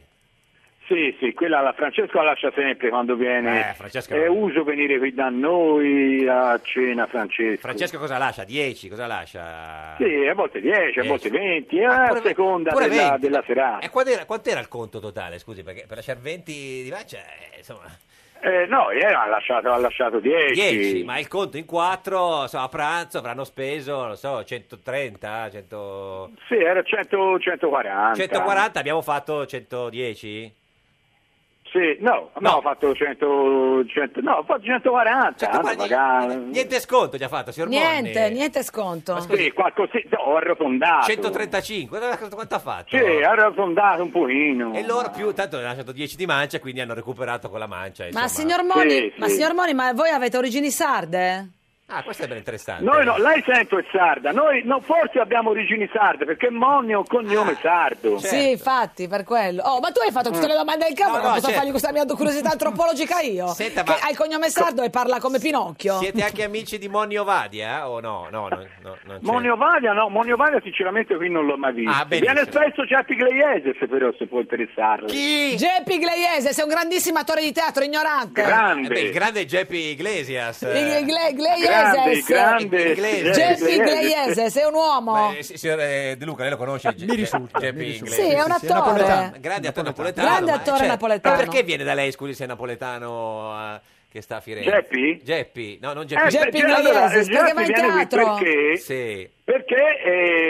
R: Sì, sì, quella la Francesco la lascia sempre quando viene.
B: Eh, Francesco-
R: È uso venire qui da noi a cena Francesco.
B: Francesco cosa lascia? 10, cosa lascia?
R: Sì, a volte 10, a
B: Dieci.
R: volte 20, eh,
B: Ah,
R: a
B: pure-
R: seconda
B: pure
R: della,
B: 20.
R: della serata.
B: E quant'era, Eh, quant'era il conto totale, scusi, perché per lasciare 20 di mancia, eh, insomma...
R: Eh, no, ieri ha lasciato, ha lasciato 10.
B: 10, ma il conto in 4, so, a pranzo avranno speso, non so, 130, 100...
R: Sì, era 100, 140.
B: 140, abbiamo fatto 110?
R: Sì, no, no, ho fatto 100, 100 no, ho fatto 140. tanto magari-
B: Niente sconto gli ha fatto, signor
A: Niente,
B: Monni?
A: niente sconto.
R: Sì, qualcosa, no, ho arrotondato.
B: 135, guarda quanto ha fatto?
R: Sì, ho arrotondato un pochino.
B: E loro più, tanto hanno lasciato 10 di mancia, quindi hanno recuperato con la mancia.
A: Ma
B: insomma.
A: signor, Moni, ma signor Moni, ma voi avete origini sarde?
B: Ah, questo è ben interessante.
R: Noi no, lei sento è sarda, noi no, forse abbiamo origini sarde perché Monni è un cognome
B: Ah,
R: sardo.
B: certo.
A: Sì, infatti, per quello. Oh, ma tu hai fatto tutte le domande del capo,
R: No,
A: non
R: no,
A: posso
R: certo.
A: fargli questa mia curiosità antropologica io?
B: cioè- Senta,
A: che
B: ma-
A: ha il cognome sardo e parla come Pinocchio.
B: Siete anche amici di Monni Ovadia o no? No, no, no non c'è.
R: Monio Valia, no, Monio Valia sinceramente qui non l'ho mai visto.
B: Ah, benissimo.
R: Viene spesso Giappi Gleiese, se però se può interessarlo.
A: Geppi Gleiese, sei un grandissimo attore di teatro ignorante.
B: Eh
R: Grande.
B: beh, il grande Geppi Iglesias.
A: Il- il Gle-
R: Grande,
A: Gleiese,
R: grande.
B: Iglesias.
A: Geppi
B: Gleiese.
A: Gleiese, sei un uomo.
B: Ma, eh, si- signor eh, De Luca, lei lo conosce? Ge- Geppi Iglesias.
A: Sì, è un Sì, sì, è attore. napoletano.
B: Grande attore napoletano.
A: Grande
B: ma-
A: attore
B: cioè,
A: napoletano.
B: ma Perché viene da lei, scusi, se è napoletano eh, che sta a Firenze?
R: Geppi?
B: Geppi. No, non
R: Eh,
B: Geppi.
R: Geppi perché- allora, Iglesias, Geppi perché va in viene qui teatro? perché-
B: Sì.
R: Perché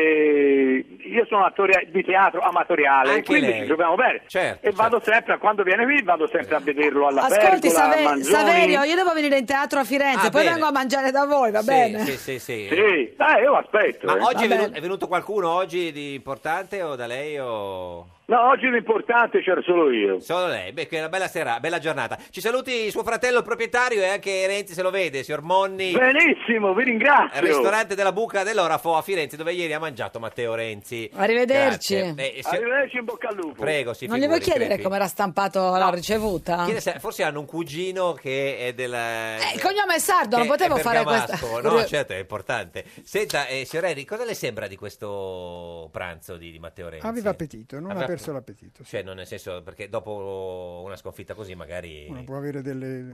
R: eh, io sono attore di teatro amatoriale,
B: Ah, Anche
R: quindi
B: lei.
R: ci troviamo bene.
B: Certo,
R: e vado sempre, quando viene qui, vado sempre a vederlo alla
A: Ascolti
R: Pergola, a
A: Save-
R: Manzoni.
A: Saverio, io devo venire in teatro a Firenze,
B: Ah,
A: poi
B: bene.
A: vengo a mangiare da voi, va
B: Sì,
A: bene?
B: Sì, sì, sì.
R: Sì, dai, io aspetto.
B: Ma
R: eh.
B: oggi è
R: Va
B: venuto,
R: bene.
B: è venuto qualcuno oggi di importante o da lei o...
R: No, oggi l'importante c'ero solo io.
B: Solo lei, beh, che è una bella sera, bella giornata. Ci saluti suo fratello il proprietario e anche Renzi se lo vede, signor Monni.
R: Benissimo, vi
B: Al
R: ringrazio.
B: ristorante della Buca dell'Orafo a Firenze, dove ieri ha mangiato Matteo Renzi.
A: Arrivederci.
B: Grazie. Eh, signor-
R: Arrivederci, in bocca al lupo.
B: Prego, si
A: non gli
B: figuri,
A: vuoi chiedere
B: crepi.
A: come era stampato la ricevuta?
B: Chiede se- Forse hanno un cugino che è della...
A: Eh, il cognome è sardo,
B: che
A: non potevo
B: è
A: fare
B: bergamasco.
A: questa.
B: No, certo, è importante. Senta, eh, signor Henry, cosa le sembra di questo pranzo di, di Matteo Renzi?
M: Aveva appetito, non
B: Aveva-
M: ha perso l'appetito.
B: Cioè, non nel senso, perché dopo una sconfitta così magari...
M: Uno può avere delle-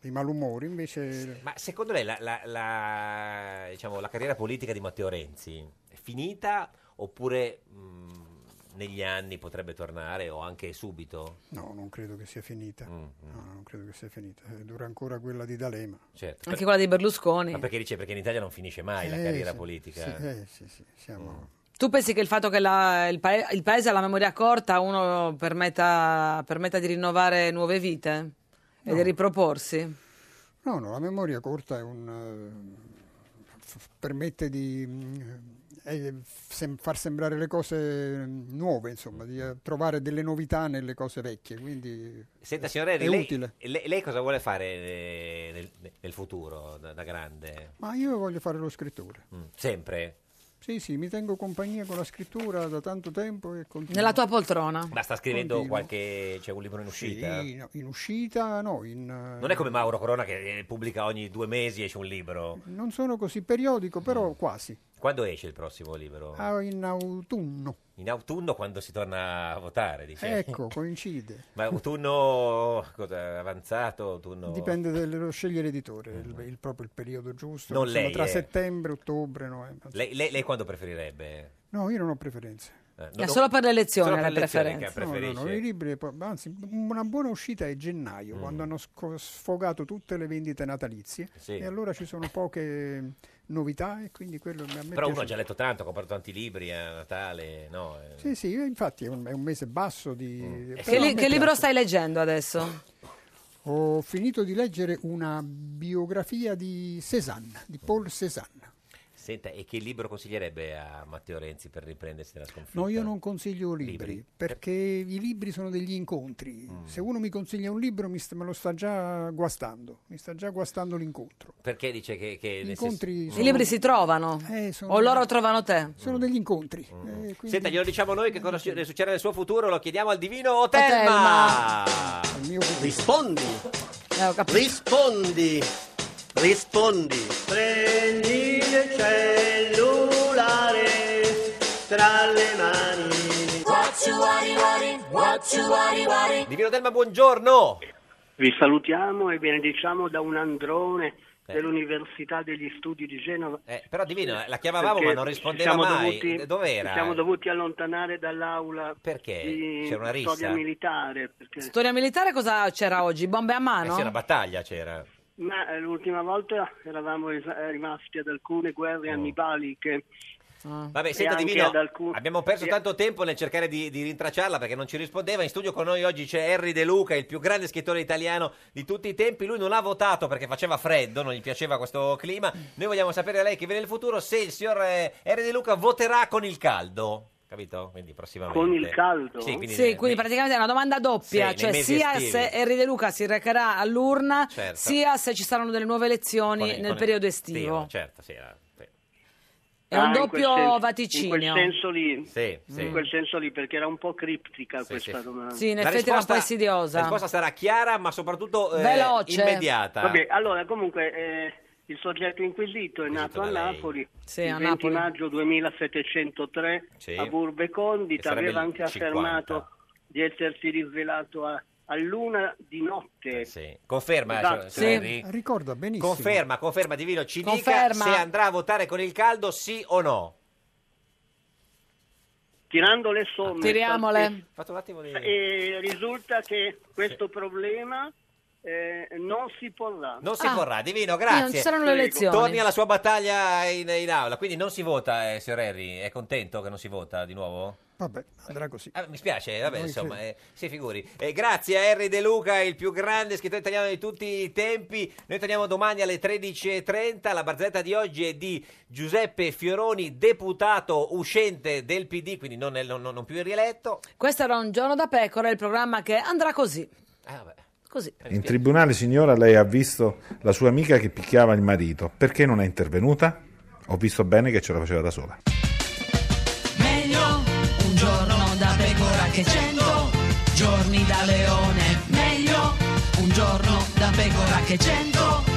M: dei malumori, invece
B: Mm, Ma secondo lei la, la- la- diciamo, la carriera politica di Matteo Renzi è finita oppure mh, negli anni potrebbe tornare o anche subito?
M: no, non credo che sia finita.
B: Mm,
M: No, non credo che sia finita. Eh, Dura ancora quella di D'Alema.
B: Certo.
A: Anche quella di Berlusconi.
B: Ma perché dice? Perché in Italia non finisce mai la
M: Eh,
B: carriera
M: sì,
B: politica. Mm.
M: sì, eh, sì, sì, siamo...
A: Tu pensi che il fatto che la- il, pae- il paese ha la memoria corta uno permetta, permetta di rinnovare nuove vite e di riproporsi?
M: No, no, la memoria corta è un, eh, f- permette di mm, eh, sem- far sembrare le cose mm, nuove, insomma, di eh, trovare delle novità nelle cose vecchie, quindi
B: Senta,
M: eh,
B: signor Henry,
M: è
B: lei,
M: utile.
B: lei- lei cosa vuole fare eh, nel, nel futuro da, da grande?
M: Ma io voglio fare lo scrittore.
B: Mm, Sempre?
M: Sì, sì, mi tengo compagnia con la scrittura da tanto tempo e continuo.
A: Nella tua poltrona.
B: Ma sta scrivendo
M: Continuo.
B: qualche. c'è un libro in uscita?
M: Sì, no, in uscita no, in, eh,
B: Non è come Mauro Corona che eh, pubblica ogni due mesi esce un libro.
M: eh, non sono così periodico, però quasi.
B: Quando esce il prossimo libro?
M: Ah, in autunno.
B: In autunno quando si torna a votare, dice.
M: Ecco, coincide.
B: Ma autunno cosa, avanzato, autunno...
M: Dipende dallo scegliere editore, il, il- proprio il periodo giusto.
B: Eh. Non
M: insomma,
B: lei,
M: tra
B: eh.
M: settembre, ottobre, novembre.
B: Lei, lei- lei quando preferirebbe?
M: No, io non ho preferenze.
B: Eh,
A: È solo per le lezioni
B: solo per
A: la
B: le lezioni che
M: No, no,
B: preferisce. Mm.
M: no, i libri, poi- anzi, una buona uscita è gennaio, quando hanno sco- sfogato tutte le vendite natalizie
B: Sì.
M: e allora ci sono poche novità e quindi quello mi- a me
B: Però uno
M: piace.
B: ha già letto tanto, ha comprato tanti libri a Natale, no? eh.
M: Sì, sì, eh, infatti è un, è un mese basso di...
B: Mm.
M: però
A: Che,
M: a
A: li-
M: me
A: che libro
M: piace.
A: stai leggendo adesso?
M: Ho finito di leggere una biografia di Cézanne, di Paul Cézanne.
B: Senta, e che libro consiglierebbe a Matteo Renzi per riprendersi dalla sconfitta?
M: No, io non consiglio libri,
B: Libri? Eh. Mm.
M: perché i libri sono degli incontri. Se uno mi consiglia un libro mi sta- me lo sta già guastando, mi sta già guastando l'incontro.
B: Perché dice che... che nel
M: Incontri Eh,
B: senso- Oh.
A: I libri si trovano?
M: sono-
A: O loro trovano te?
M: Sono degli incontri.
B: Mm.
M: eh, quindi
B: Senta, glielo diciamo noi che cosa su- ne succede nel suo futuro, lo chiediamo al divino Otelma!
N: Rispondi! Rispondi! Rispondi! Prendi il cellulare tra le mani.
B: Divino Otelma, buongiorno!
N: Vi salutiamo e benediciamo da un androne dell'Università degli Studi di Genova.
B: Eh. Però Divino, eh, la chiamavamo
N: Perché
B: ma non rispondeva
N: ci siamo
B: mai. Eh,
N: dovuti-
B: Dov'era?
N: Ci siamo dovuti allontanare dall'aula perché? di
B: C'era una rissa?
N: storia militare. Perché...
A: Storia militare cosa c'era oggi? Bombe a
B: Eh sì, una
A: mano?
B: battaglia c'era.
N: Ma eh, l'ultima volta eravamo es- eh, rimasti ad alcune guerre
B: Oh.
N: annibaliche.
A: Ah.
B: Vabbè,
N: E
B: senta
N: anche
B: Divino,
N: ad alcun-
B: abbiamo perso
N: e-
B: tanto tempo nel cercare di, di rintracciarla perché non ci rispondeva. In studio con noi oggi c'è Henry De Luca, il più grande scrittore italiano di tutti i tempi. Lui non ha votato perché faceva freddo, non gli piaceva questo clima. Noi vogliamo sapere da lei che vede il futuro se il signor eh, Henry De Luca voterà con il caldo. Capito? Quindi prossimamente.
N: Con il caldo?
B: Sì, quindi,
A: Sì, quindi praticamente è una domanda doppia,
B: Sì, nei
A: cioè
B: mesi
A: sia
B: estivi.
A: se Henry De Luca si recherà all'urna,
B: Certo.
A: sia se ci saranno delle nuove elezioni
B: Eh, con il-
A: nel
B: con il-
A: periodo estivo.
B: certo, sì. era- sì.
A: È un
N: Ah, in quel
A: doppio
N: senso-
A: vaticinio.
N: In quel senso lì,
B: sì.
N: in quel senso lì, perché era un po' criptica questa domanda.
A: Sì, in La effetti era un risposta- po' insidiosa.
B: La risposta sarà chiara ma soprattutto eh,
N: Veloce.
B: immediata.
N: Vabbè, allora comunque eh, il soggetto inquisito è nato a
B: da lei.
N: Napoli
A: Sì,
N: il
A: a
N: 20
A: Napoli.
N: maggio 2703
B: Sì.
N: a Burbe Condita,
B: E sarebbe
N: aveva
B: il
N: anche
B: 50.
N: affermato di essersi rivelato a, all'una di notte.
B: Conferma, eh,
N: Esatto.
B: signor- signor Henry?
M: ricorda benissimo.
B: Conferma, conferma Divino, ci
N: Conferma.
B: dica se andrà a votare con il caldo sì o no.
N: Tirando le somme,
A: Tiriamole.
B: Fatto un attimo di...
N: e eh, risulta che questo problema eh, non si porrà.
B: Non si
N: Ah.
B: vorrà, Divino,
N: Sì,
B: grazie.
N: non ci saranno le elezioni.
B: Torni alla sua battaglia in, in aula, quindi non si vota, eh, signor Henry. È contento che non si vota di nuovo?
M: Vabbè, andrà così.
B: Ah, mi spiace, vabbè,
M: Noi
B: insomma, eh, si figuri. Eh, grazie a Henry De Luca, il più grande scrittore italiano di tutti i tempi. Noi torniamo domani alle 13.30. La barzetta di oggi è di Giuseppe Fioroni, deputato uscente del PD, quindi non, è- non- non più rieletto.
A: Questo era un giorno da pecora, il programma che andrà così. Così.
U: In tribunale, signora, lei ha visto la sua amica che picchiava il marito. Perché non è intervenuta? Ho visto bene che ce la faceva da sola.
H: Meglio un giorno da pecora che cento giorni da leone. Meglio un giorno da pecora che cento